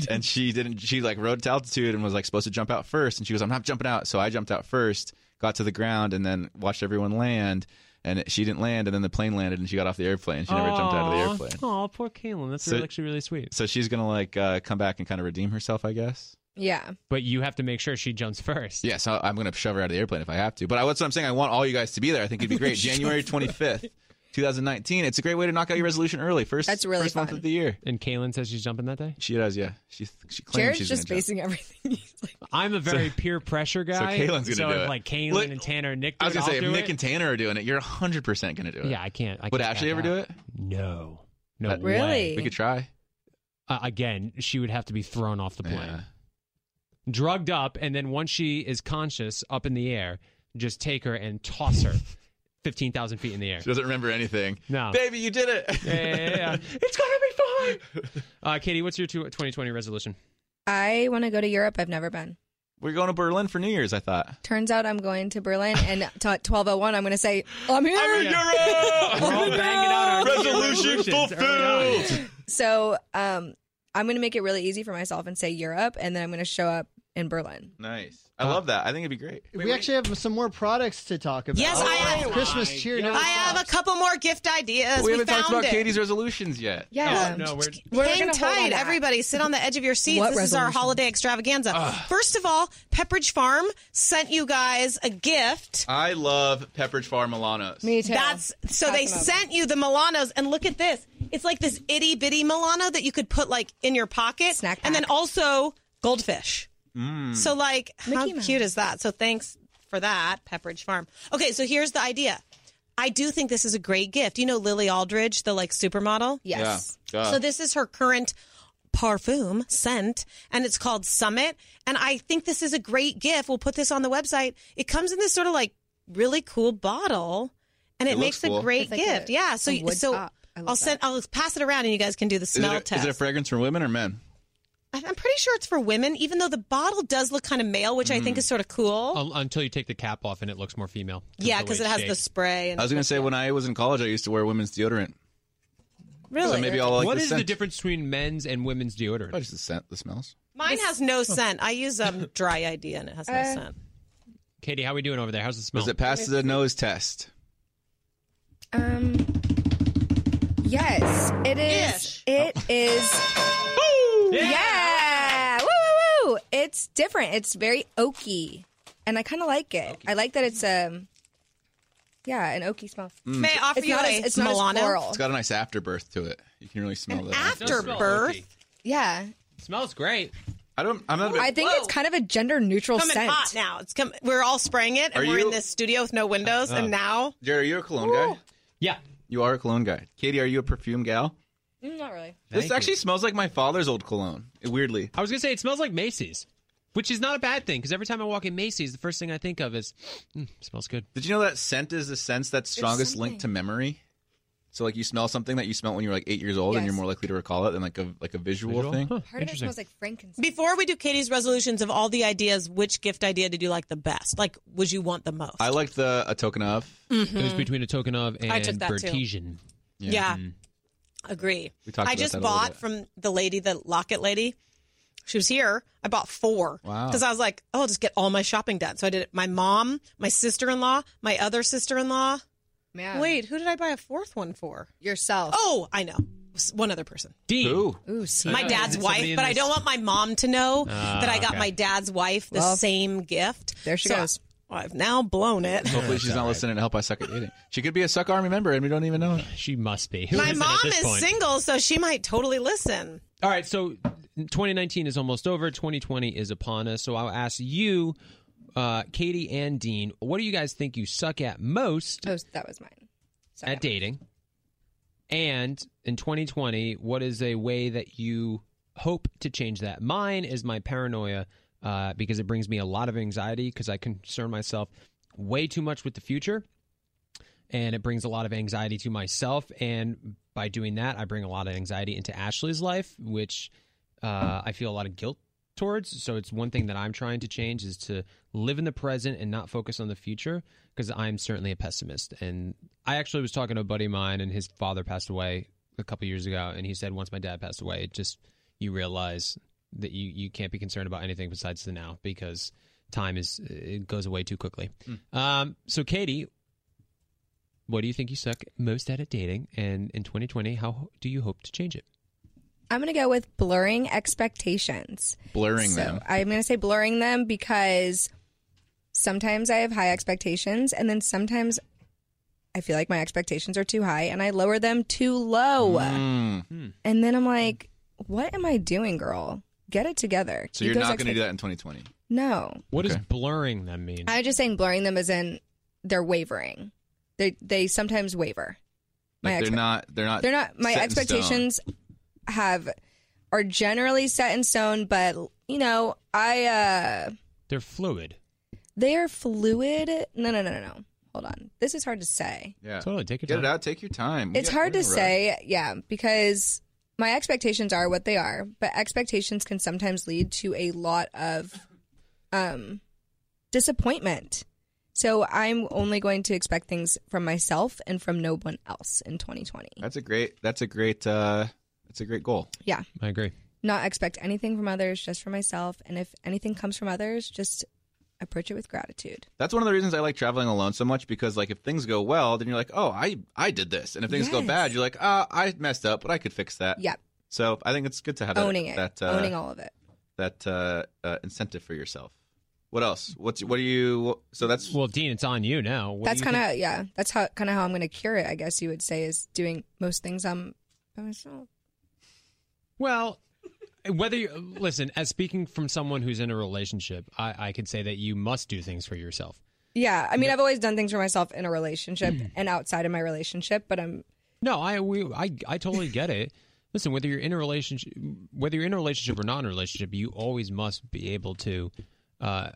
[SPEAKER 2] and she didn't. She like rode to altitude and was like supposed to jump out first, and she goes, "I'm not jumping out." So I jumped out first, got to the ground, and then watched everyone land. And she didn't land, and then the plane landed, and she got off the airplane. She never jumped out of the airplane.
[SPEAKER 18] Oh, poor Caitlin. That's
[SPEAKER 2] So-
[SPEAKER 18] really- actually really sweet.
[SPEAKER 2] So she's gonna like uh, come back and kind of redeem herself, I guess.
[SPEAKER 5] Yeah.
[SPEAKER 18] But you have to make sure she jumps first.
[SPEAKER 2] Yes, I- I'm gonna shove her out of the airplane if I have to. But I, that's what I'm saying. I want all you guys to be there. I think it'd be great. January 25th, 2019. It's a great way to knock out your resolution early. First,
[SPEAKER 5] That's really
[SPEAKER 2] first month
[SPEAKER 5] fun.
[SPEAKER 2] of the year.
[SPEAKER 18] And Kaylin says she's jumping that day.
[SPEAKER 2] She does. Yeah, she she claims
[SPEAKER 5] Jared's
[SPEAKER 2] she's
[SPEAKER 5] just
[SPEAKER 2] gonna jump.
[SPEAKER 5] basing everything.
[SPEAKER 18] I'm a very peer pressure guy.
[SPEAKER 2] Kaylin's gonna
[SPEAKER 18] so
[SPEAKER 2] do
[SPEAKER 18] if,
[SPEAKER 2] it.
[SPEAKER 18] Like Kaylin
[SPEAKER 2] Look-
[SPEAKER 18] and Tanner and Nick.
[SPEAKER 2] I was
[SPEAKER 18] do it,
[SPEAKER 2] gonna say
[SPEAKER 18] I'll
[SPEAKER 2] if
[SPEAKER 18] do
[SPEAKER 2] Nick
[SPEAKER 18] it.
[SPEAKER 2] and Tanner are doing it, you're 100 percent gonna do it.
[SPEAKER 18] Yeah, I can't. I
[SPEAKER 2] Would
[SPEAKER 18] can't
[SPEAKER 2] Ashley
[SPEAKER 18] back
[SPEAKER 2] ever do it?
[SPEAKER 18] No. No.
[SPEAKER 2] That-
[SPEAKER 18] way.
[SPEAKER 2] We could try.
[SPEAKER 18] Uh, again, she would have to be thrown off the plane, drugged up, and then once she is conscious, up in the air, just take her and toss her fifteen thousand feet in the air.
[SPEAKER 2] She doesn't remember anything.
[SPEAKER 18] No.
[SPEAKER 2] baby, you did it.
[SPEAKER 18] Oh. Yeah, yeah, yeah, yeah. it's gonna be fine. Uh, Katie, what's your two- 2020 resolution?
[SPEAKER 5] I want to go to Europe. I've never been.
[SPEAKER 2] We're going to Berlin for New Year's. I thought.
[SPEAKER 5] Turns out I'm going to Berlin, and t- at 12:01, I'm going to say I'm here.
[SPEAKER 2] I'm in Europe. We're all banging out our resolutions fulfilled.
[SPEAKER 5] So um, I'm going to make it really easy for myself and say Europe, and then I'm going to show up in Berlin.
[SPEAKER 2] Nice. I love that. I think it'd be great.
[SPEAKER 13] we actually have some more products to talk about.
[SPEAKER 12] Yes,
[SPEAKER 2] Oh,
[SPEAKER 12] I have.
[SPEAKER 13] Christmas cheer. never
[SPEAKER 12] I have a couple more gift ideas.
[SPEAKER 2] we haven't
[SPEAKER 12] found
[SPEAKER 2] talked about
[SPEAKER 12] it.
[SPEAKER 2] Katie's resolutions yet.
[SPEAKER 12] Yeah.
[SPEAKER 2] no, we're
[SPEAKER 5] We're
[SPEAKER 12] Hang
[SPEAKER 5] gonna hold on to
[SPEAKER 12] tight,
[SPEAKER 5] that.
[SPEAKER 12] everybody. Sit on the edge of your seats.
[SPEAKER 5] What
[SPEAKER 12] this is our
[SPEAKER 5] resolution?
[SPEAKER 12] holiday extravaganza. First of all, Pepperidge Farm sent you guys a gift.
[SPEAKER 2] I love Pepperidge Farm Milano's.
[SPEAKER 5] Me too.
[SPEAKER 12] That's so
[SPEAKER 5] Pass
[SPEAKER 12] they
[SPEAKER 5] them over.
[SPEAKER 12] sent you the Milanos, and look at this. It's like this itty bitty Milano that you could put like in your pocket, snack, and then also goldfish.
[SPEAKER 2] Mm.
[SPEAKER 12] So like, how
[SPEAKER 5] Mickey Mouse.
[SPEAKER 12] cute is that? So thanks for that, Pepperidge Farm. Okay, so here's the idea. I do think this is a great gift. You know Lily Aldridge, the like supermodel.
[SPEAKER 5] Yes.
[SPEAKER 2] Yeah, duh.
[SPEAKER 12] So this is her current parfum scent and it's called Summit and I think this is a great gift. We'll put this on the website. It comes in this sort of like really cool bottle and
[SPEAKER 2] It
[SPEAKER 12] it,
[SPEAKER 2] looks
[SPEAKER 12] makes
[SPEAKER 2] cool.
[SPEAKER 12] a great
[SPEAKER 2] It's like
[SPEAKER 12] gift.
[SPEAKER 2] a-
[SPEAKER 12] yeah, so
[SPEAKER 2] a wood
[SPEAKER 12] so
[SPEAKER 2] top. I love
[SPEAKER 12] I'll send I'll pass it around and you guys can do the
[SPEAKER 2] is, it
[SPEAKER 12] smell
[SPEAKER 2] a,
[SPEAKER 12] test.
[SPEAKER 2] is it a fragrance for women or men?
[SPEAKER 12] I- I'm pretty sure it's for women even though the bottle does look kind of male, which I think
[SPEAKER 18] Mm-hmm.
[SPEAKER 12] is sort of cool.
[SPEAKER 18] Un- until you take the cap off and it looks more female.
[SPEAKER 12] Oh. yeah,
[SPEAKER 18] Oh, the
[SPEAKER 12] cuz
[SPEAKER 18] way
[SPEAKER 12] it has the
[SPEAKER 18] shaped.
[SPEAKER 12] spray and
[SPEAKER 2] I was gonna say when I was in college, I used to wear women's deodorant.
[SPEAKER 12] Really?
[SPEAKER 2] So maybe I'll like
[SPEAKER 18] What
[SPEAKER 2] the
[SPEAKER 18] is
[SPEAKER 2] scent.
[SPEAKER 18] the difference between men's and women's deodorant?
[SPEAKER 2] Probably just the scent, the smells.
[SPEAKER 12] Mine has no scent. I use um dry idea and it has no
[SPEAKER 18] Uh,
[SPEAKER 12] scent.
[SPEAKER 18] Katie, how we doing over there? How's the smell?
[SPEAKER 2] Does it pass the nose test?
[SPEAKER 5] Um. Yes, it is. It is.
[SPEAKER 2] Oh.
[SPEAKER 5] Yeah. Woo woo woo! It's different. It's very oaky, and I kind of like it. I like that it's um. Yeah, an oaky smell.
[SPEAKER 2] Mm. May I
[SPEAKER 12] offer
[SPEAKER 5] it's
[SPEAKER 12] you
[SPEAKER 5] not
[SPEAKER 12] a
[SPEAKER 5] as, it's not as
[SPEAKER 12] Milano?
[SPEAKER 5] floral.
[SPEAKER 2] It's got a nice afterbirth to it. You can really smell that.
[SPEAKER 5] afterbirth? Yeah,
[SPEAKER 18] Smells great.
[SPEAKER 2] I don't. I'm not. a big-
[SPEAKER 5] I think it's kind of a gender neutral
[SPEAKER 12] coming
[SPEAKER 5] scent.
[SPEAKER 12] hot now. It's come. We're all spraying it, and
[SPEAKER 2] Are
[SPEAKER 12] we're
[SPEAKER 2] you-
[SPEAKER 12] in this studio with no windows.
[SPEAKER 2] Oh.
[SPEAKER 12] and now,
[SPEAKER 2] Jared, are you a cologne guy?
[SPEAKER 18] Yeah.
[SPEAKER 2] You are a cologne guy. Katie, are you a perfume gal?
[SPEAKER 5] Mm, Not really.
[SPEAKER 2] this actually smells like my father's old cologne. Weirdly,
[SPEAKER 18] I was gonna say it smells like Macy's.
[SPEAKER 6] which is not a bad thing because every time I walk in Macy's, the first thing I think of is "Mm, smells good.
[SPEAKER 2] Did you know that scent is the sense that's strongest linked to memory? So like you smell something that you smell when you were like eight years old, and
[SPEAKER 12] Yes.
[SPEAKER 2] you're more likely to recall it than like a like a visual, thing.
[SPEAKER 5] Part of it smells like frankincense.
[SPEAKER 12] Before we do Katie's resolutions of all the ideas, which gift idea did you like the best? Like, would you want the most?
[SPEAKER 2] I liked the a token of.
[SPEAKER 12] Mhm.
[SPEAKER 6] It was between a token of and
[SPEAKER 12] I took that too.
[SPEAKER 6] Bertesian.
[SPEAKER 12] Yeah.
[SPEAKER 2] Mm-hmm.
[SPEAKER 12] Agree.
[SPEAKER 6] We talked
[SPEAKER 12] I
[SPEAKER 6] about that
[SPEAKER 12] just
[SPEAKER 6] a little
[SPEAKER 12] bought
[SPEAKER 6] bit.
[SPEAKER 12] from the lady, the locket lady. She was here. I bought four.
[SPEAKER 6] Wow.
[SPEAKER 12] Because I was like, oh, I'll just get all my shopping done. So I did it. My mom, my sister in law, my other sister in law.
[SPEAKER 5] Man.
[SPEAKER 12] Wait, who did I buy a fourth one for?
[SPEAKER 5] Yourself.
[SPEAKER 12] Oh, I know. S- One other person.
[SPEAKER 6] Dean.
[SPEAKER 5] Ooh,
[SPEAKER 12] My dad's wife, but I don't want my mom to know
[SPEAKER 2] Ah,
[SPEAKER 12] that I got
[SPEAKER 2] okay.
[SPEAKER 12] my dad's wife the
[SPEAKER 2] Well,
[SPEAKER 12] same gift. There
[SPEAKER 2] she goes.
[SPEAKER 12] I've now blown it.
[SPEAKER 2] Hopefully she's not listening to help I suck at dating. She could be a suck army member, and we don't even know it.
[SPEAKER 6] She must be.
[SPEAKER 12] my mom is single, so she might totally listen.
[SPEAKER 6] All right, so 2019 is almost over. 2020 is upon us. So I'll ask you, uh, Katie and Dean, what do you guys think you suck at most
[SPEAKER 5] Oh, that was mine.
[SPEAKER 6] at dating? And in 2020, what is a way that you hope to change that? Mine is my paranoia uh, because it brings me a lot of anxiety because I concern myself way too much with the future. And it brings a lot of anxiety to myself. And by doing that, I bring a lot of anxiety into Ashley's life, which uh, I feel a lot of guilt towards. So it's one thing that I'm trying to change is to live in the present and not focus on the future because I'm certainly a pessimist. And I actually was talking to a buddy of mine, and his father passed away a couple years ago, and he said once my dad passed away, it just you realize that you you can't be concerned about anything besides the now because time is it goes away too quickly. Um, so Katie. What do you think you suck most at at dating? And in 2020, how do you hope to change it?
[SPEAKER 5] I'm going to go with blurring expectations.
[SPEAKER 2] Blurring
[SPEAKER 5] So,
[SPEAKER 2] them.
[SPEAKER 5] I'm going to say blurring them because sometimes I have high expectations and then sometimes I feel like my expectations are too high and I lower them too low.
[SPEAKER 2] Hmm.
[SPEAKER 6] Hmm.
[SPEAKER 5] And then I'm like, what am I doing, girl? Get it together.
[SPEAKER 2] So you're
[SPEAKER 5] Keep those
[SPEAKER 2] not going to do
[SPEAKER 5] expect-
[SPEAKER 2] that in 2020.
[SPEAKER 5] No.
[SPEAKER 6] What does blurring them mean?
[SPEAKER 5] I was just saying blurring them as in they're wavering. They they sometimes waver.
[SPEAKER 2] Like they're
[SPEAKER 5] expect-
[SPEAKER 2] not. They're not.
[SPEAKER 5] They're not. My
[SPEAKER 2] Uh, set in stone.
[SPEAKER 5] expectations have are generally set in stone, but you know, I uh
[SPEAKER 6] They're fluid.
[SPEAKER 5] they are fluid. No, no, no, no, no. Hold on. This is hard to say.
[SPEAKER 2] Yeah.
[SPEAKER 6] Totally. Take your
[SPEAKER 2] Get
[SPEAKER 6] time.
[SPEAKER 2] it out. Take your time. We
[SPEAKER 5] It's
[SPEAKER 2] got-
[SPEAKER 5] hard
[SPEAKER 2] we're in
[SPEAKER 5] to
[SPEAKER 2] a rush.
[SPEAKER 5] say, yeah, because my expectations are what they are, but expectations can sometimes lead to a lot of um disappointment. So I'm only going to expect things from myself and from no one else in 2020.
[SPEAKER 2] That's a great. That's a great. uh That's a great goal.
[SPEAKER 5] Yeah.
[SPEAKER 6] I agree.
[SPEAKER 5] Not expect anything from others, just from myself, and if anything comes from others, just approach it with gratitude.
[SPEAKER 2] That's one of the reasons I like traveling alone so much because like if things go well, then you're like, oh, I I did this, and if things go
[SPEAKER 5] Yes.
[SPEAKER 2] bad, you're like, ah, I messed up, but I could fix that.
[SPEAKER 5] Yep.
[SPEAKER 2] So I think it's good to have
[SPEAKER 5] Owning it.
[SPEAKER 2] that, Uh, that uh,
[SPEAKER 5] Owning all of it.
[SPEAKER 2] that uh, uh, incentive for yourself. What else? What's what do you? So that's
[SPEAKER 6] well, Dean. It's on you now.
[SPEAKER 5] that's kind of yeah. That's how kind of how I'm going to cure it. I guess you would say is doing most things I'm by myself.
[SPEAKER 6] Well, whether you listen, as speaking from someone who's in a relationship, I, I could say that you must do things for yourself.
[SPEAKER 5] Yeah, I mean, I've always done things for myself in a relationship and outside of my relationship, but I'm
[SPEAKER 6] No, I we, I I totally get it. Listen, whether you're in a relationship, whether you're in a relationship or not in a relationship, you always must be able to uh,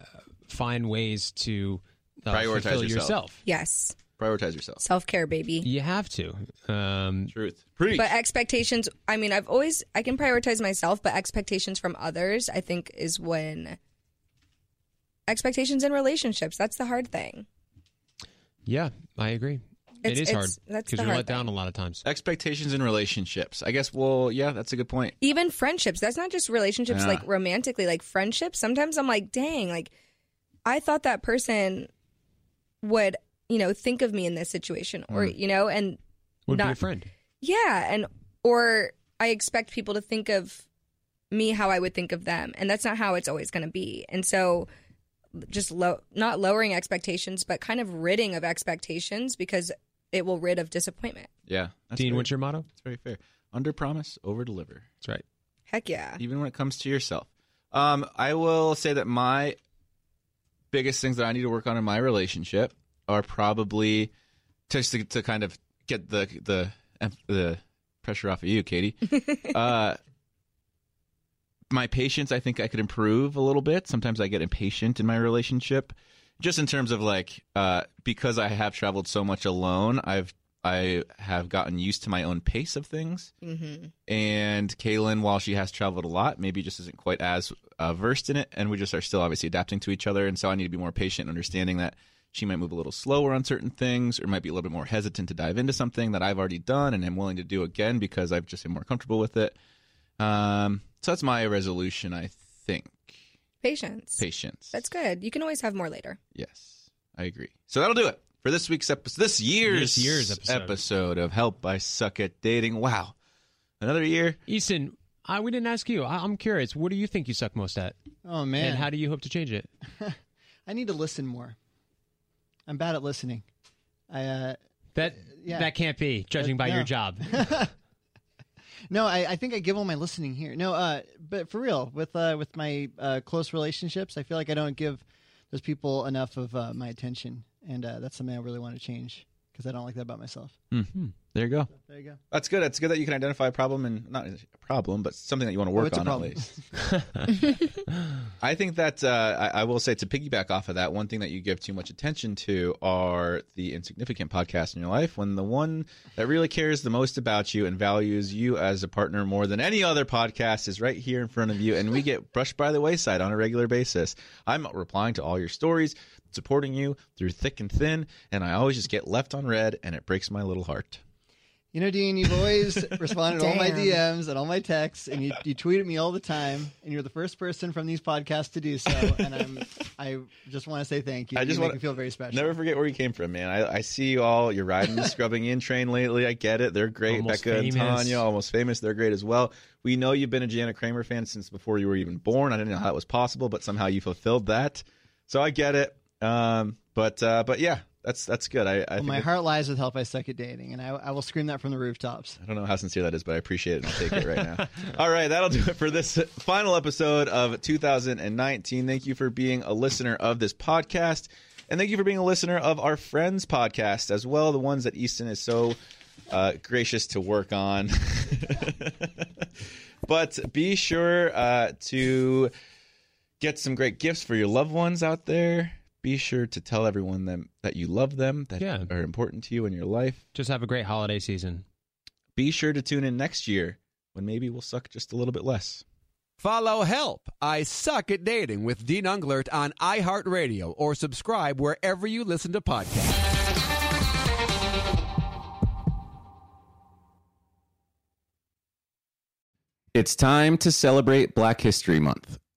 [SPEAKER 6] find ways to uh,
[SPEAKER 2] Prioritize
[SPEAKER 6] fulfill
[SPEAKER 2] yourself.
[SPEAKER 5] yes,
[SPEAKER 2] prioritize yourself.
[SPEAKER 5] self care, baby.
[SPEAKER 6] You have to. Um,
[SPEAKER 2] Truth. Preach.
[SPEAKER 5] But expectations. I mean, I've always I can prioritize myself, but expectations from others, I think, is when expectations in relationships. That's the hard thing.
[SPEAKER 6] yeah, I agree.
[SPEAKER 5] It's-
[SPEAKER 6] it is hard
[SPEAKER 5] it's- that's the
[SPEAKER 6] because you're
[SPEAKER 5] hard
[SPEAKER 6] let down a lot of times.
[SPEAKER 2] Expectations in relationships. I guess. Well, yeah, that's a good point.
[SPEAKER 5] Even friendships. That's not just relationships,
[SPEAKER 2] Yeah.
[SPEAKER 5] like romantically, like friendships. Sometimes I'm like, dang, like I thought that person would, you know, think of me in this situation, or
[SPEAKER 6] Mm.
[SPEAKER 5] you know, and
[SPEAKER 6] Would be
[SPEAKER 5] not
[SPEAKER 6] a friend.
[SPEAKER 5] Yeah, and or I expect people to think of me how I would think of them, and that's not how it's always going to be. And so just low not lowering expectations, but kind of ridding of expectations because it will rid of disappointment.
[SPEAKER 2] Yeah.
[SPEAKER 6] Dean, what's your motto?
[SPEAKER 2] It's very fair. Under promise, over deliver.
[SPEAKER 6] That's right.
[SPEAKER 5] Heck yeah.
[SPEAKER 2] Even when it comes to yourself. Um, I will say that my biggest things that I need to work on in my relationship are probably just to, to kind of get the the the pressure off of you, Katie. uh, my patience, I think I could improve a little bit. Sometimes I get impatient in my relationship, just in terms of like uh, because I have traveled so much alone. I've I have gotten used to my own pace of things.
[SPEAKER 3] Mm-hmm.
[SPEAKER 2] And Kaylin, while she has traveled a lot, maybe just isn't quite as uh, versed in it. And we just are still obviously adapting to each other. And so I need to be more patient, understanding that she might move a little slower on certain things or might be a little bit more hesitant to dive into something that I've already done and am willing to do again because I've just been more comfortable with it. Um, so that's my resolution, I think.
[SPEAKER 5] Patience.
[SPEAKER 2] Patience.
[SPEAKER 5] That's good. You can always have more later.
[SPEAKER 2] Yes, I agree. So that'll do it for this week's episode, this year's,
[SPEAKER 18] This year's episode.
[SPEAKER 2] of Help Oh, I Suck at Dating. Wow, another year.
[SPEAKER 18] Easton, I, we didn't ask you. I, I'm curious. What do you think you suck most at?
[SPEAKER 13] Oh, man.
[SPEAKER 18] And how do you hope to change it?
[SPEAKER 13] I need to listen more. I'm bad at listening. I uh,
[SPEAKER 18] That
[SPEAKER 13] yeah.
[SPEAKER 18] that can't be judging by
[SPEAKER 13] no.
[SPEAKER 18] your job.
[SPEAKER 13] no, I, I think I give all my listening here. No, uh, but for real, with uh, with my uh, close relationships, I feel like I don't give those people enough of uh, my attention, and uh, that's something I really want to change because I don't like that about myself.
[SPEAKER 2] Hmm. There you go.
[SPEAKER 13] There you go.
[SPEAKER 2] That's good. That's good that you can identify a problem and not a problem, but something that you want to
[SPEAKER 13] Oh,
[SPEAKER 2] work
[SPEAKER 13] it's a
[SPEAKER 2] on at
[SPEAKER 13] problem.
[SPEAKER 2] least. I think that uh, I, I will say to piggyback off of that, one thing that you give too much attention to are the insignificant podcasts in your life. When the one that really cares the most about you and values you as a partner more than any other podcast is right here in front of you, and we get brushed by the wayside on a regular basis. I'm replying to all your stories, supporting you through thick and thin, and I always just get left on red, and it breaks my little heart.
[SPEAKER 13] You know, Dean, you've always responded to all my
[SPEAKER 3] Damn.
[SPEAKER 13] DMs and all my texts, and you, you tweet at me all the time, and you're the first person from these podcasts to do so. And I'm, I just want to say thank you.
[SPEAKER 2] I just
[SPEAKER 13] you
[SPEAKER 2] wanna-
[SPEAKER 13] make me feel very special.
[SPEAKER 2] Never forget where you came from, man. I, I see you all. You're riding the scrubbing in train lately. I get it. They're great.
[SPEAKER 18] Almost
[SPEAKER 2] Becca and
[SPEAKER 18] famous.
[SPEAKER 2] Tanya, almost famous. They're great as well. We know you've been a Jana Kramer fan since before you were even born. I didn't know how that was possible, but somehow you fulfilled that. So I get it. Um, but uh, but yeah, that's that's good. I, I
[SPEAKER 13] Well,
[SPEAKER 2] think
[SPEAKER 13] my
[SPEAKER 2] that-
[SPEAKER 13] heart lies with help. I suck at dating, and I, I will scream that from the rooftops.
[SPEAKER 2] I don't know how sincere that is, but I appreciate it and I'll take it right now. All right, that'll do it for this final episode of 2019. Thank you for being a listener of this podcast. And thank you for being a listener of our friends' podcast as well, the ones that Easton is so uh, gracious to work on. but be sure uh, to get some great gifts for your loved ones out there. Be sure to tell everyone them, that you love them, that
[SPEAKER 18] Yeah.
[SPEAKER 2] are important to you in your life.
[SPEAKER 18] Just have a great holiday season.
[SPEAKER 2] Be sure to tune in next year when maybe we'll suck just a little bit less.
[SPEAKER 4] Follow Help I Suck at Dating with Dean Unglert on iHeartRadio or subscribe wherever you listen to podcasts.
[SPEAKER 25] It's time to celebrate Black History Month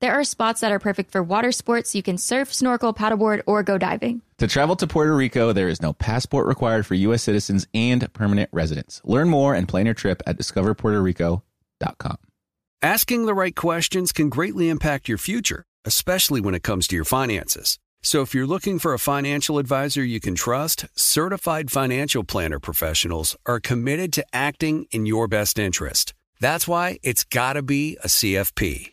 [SPEAKER 1] There are spots that are perfect for water sports. You can surf, snorkel, paddleboard, or go diving.
[SPEAKER 2] To travel to Puerto Rico, there is no passport required for U.S. citizens and permanent residents. Learn more and plan your trip at discoverpuertorico.com.
[SPEAKER 20] Asking the right questions can greatly impact your future, especially when it comes to your finances. So if you're looking for a financial advisor you can trust, certified financial planner professionals are committed to acting in your best interest. That's why it's got to be a CFP.